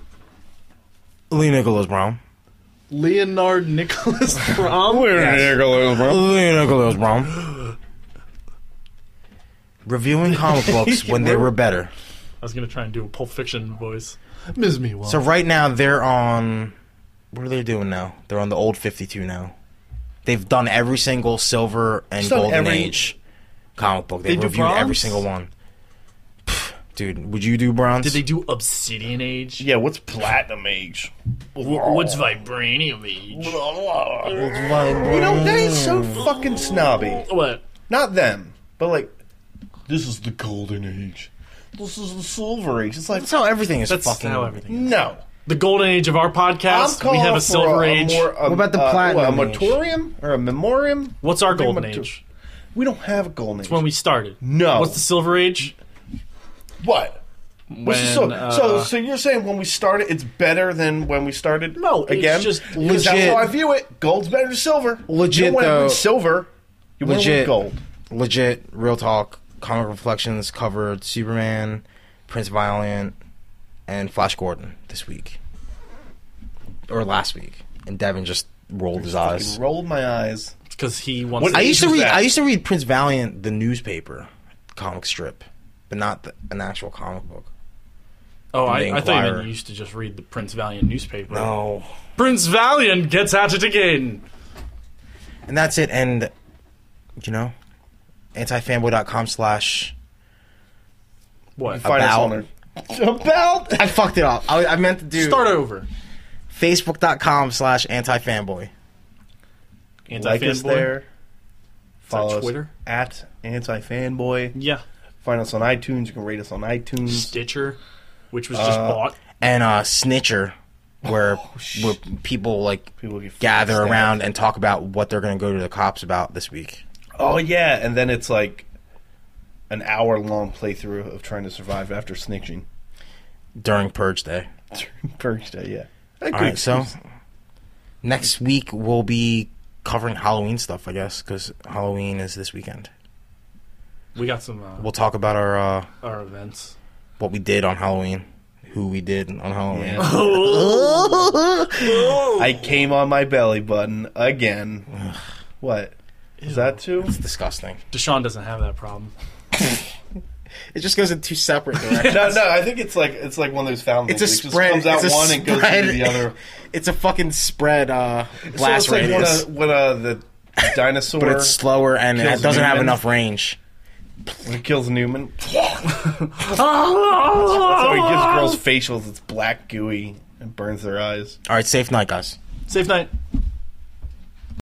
Speaker 1: Lee Nicholas Brown.
Speaker 3: Leonard Nicholas Brom.
Speaker 2: There goes, bro.
Speaker 1: Lee Nicholas Brown. Reviewing comic books when they were better.
Speaker 3: I was gonna try and do a Pulp Fiction voice. Ms. Meanwhile.
Speaker 1: So right now they're on. What are they doing now? They're on the old fifty-two now. They've done every single silver and
Speaker 2: Just done
Speaker 1: golden
Speaker 2: every-
Speaker 1: age comic book.
Speaker 3: They
Speaker 1: They've
Speaker 3: do
Speaker 1: reviewed every
Speaker 3: bronze?
Speaker 1: single one. Pff, Dude, would you do bronze?
Speaker 3: Did they do Obsidian Age?
Speaker 2: Yeah, what's platinum age?
Speaker 3: Wh- What's Vibranium Age?
Speaker 2: You know, that is so fucking snobby.
Speaker 3: What?
Speaker 2: Not them, but like, this is the golden age. This is the Silver Age. It's like
Speaker 1: That's how everything is
Speaker 3: That's
Speaker 1: fucking.
Speaker 3: how everything. Is.
Speaker 2: no.
Speaker 3: The golden age of our
Speaker 2: I'm
Speaker 3: podcast.
Speaker 2: calling
Speaker 3: We have a
Speaker 2: for
Speaker 3: silver
Speaker 2: a
Speaker 3: age.
Speaker 2: more- a-
Speaker 1: What about the
Speaker 2: uh,
Speaker 1: platinum
Speaker 2: a
Speaker 1: age?
Speaker 2: moratorium or a memorium?
Speaker 3: What's our
Speaker 2: Big
Speaker 3: golden
Speaker 2: mater-
Speaker 3: age?
Speaker 2: We don't have a golden age.
Speaker 3: When we started.
Speaker 2: No.
Speaker 3: What's the silver age?
Speaker 2: what?
Speaker 3: When,
Speaker 2: What's the so,
Speaker 3: uh,
Speaker 2: so so you're saying when we started it's better than when we started?
Speaker 3: No, it's
Speaker 2: again,
Speaker 3: just
Speaker 2: 'Cause
Speaker 1: legit-
Speaker 2: That's how I view it. Gold's better than silver.
Speaker 1: Legit,
Speaker 2: you don't wanna win
Speaker 1: though.
Speaker 2: silver. You want
Speaker 1: legit
Speaker 2: gold.
Speaker 1: Legit, real talk. Comic reflections covered Superman, Prince Valiant, and Flash Gordon this week or last week. And Devin just rolled his eyes.
Speaker 2: Fucking rolled my eyes.
Speaker 3: Because he wants
Speaker 2: What
Speaker 3: to
Speaker 1: I used to
Speaker 2: Who's
Speaker 1: read.
Speaker 2: that?
Speaker 1: I used to read Prince Valiant, the newspaper, comic strip, but not the, an actual comic book.
Speaker 3: Oh,
Speaker 1: The
Speaker 3: I, I thought you
Speaker 1: Inquirer.
Speaker 3: meant you used to just read the Prince Valiant newspaper.
Speaker 1: No,
Speaker 3: Prince Valiant gets at it again.
Speaker 1: and that's it. And you know, antifanboy.com slash.
Speaker 3: What?
Speaker 2: Find us
Speaker 1: About-
Speaker 2: on our- about
Speaker 1: I fucked it up. I, I meant to do
Speaker 3: Start over.
Speaker 1: facebook.com slash antifanboy.
Speaker 3: Anti
Speaker 2: like us there. Follow us
Speaker 3: Twitter?
Speaker 2: at antifanboy.
Speaker 3: Yeah.
Speaker 2: Find us on iTunes. You can rate us on iTunes.
Speaker 3: Stitcher, which was just bought.
Speaker 1: and uh, Snitcher, where where people like
Speaker 2: People get
Speaker 1: gather
Speaker 2: stabbed.
Speaker 1: around and talk about what they're going to go to the cops about this week.
Speaker 2: Oh yeah, and then it's like an hour long playthrough of trying to survive after snitching.
Speaker 1: during Purge Day.
Speaker 2: Purge day, yeah. That
Speaker 1: All
Speaker 2: could-
Speaker 1: right, so next week we'll be covering Halloween stuff, I guess, because Halloween is this weekend.
Speaker 3: We got some uh,
Speaker 1: We'll talk about our uh,
Speaker 3: our events.
Speaker 1: what we did on Halloween, who we did on Halloween.
Speaker 2: Yeah. I came on my belly button again. what? Is that too?
Speaker 1: It's disgusting.
Speaker 3: Deshaun doesn't have that problem.
Speaker 1: It just goes in two separate directions.
Speaker 2: No, no. I think it's like it's like one of those fountains.
Speaker 1: It's a
Speaker 2: It
Speaker 1: spread.
Speaker 2: Just comes out
Speaker 1: it's a
Speaker 2: one and goes into
Speaker 1: spread.
Speaker 2: the other.
Speaker 1: It's a fucking spread uh,
Speaker 2: So
Speaker 1: blast
Speaker 2: it's like when,
Speaker 1: radius.
Speaker 2: uh, when uh, the dinosaur
Speaker 1: but it's slower and it
Speaker 2: kills
Speaker 1: doesn't have
Speaker 2: humans.
Speaker 1: enough range.
Speaker 2: when it kills Newman. So he
Speaker 3: Safe
Speaker 2: gives girls facials. It's black, gooey, and burns their eyes.
Speaker 1: All right, safe night, guys.
Speaker 3: night.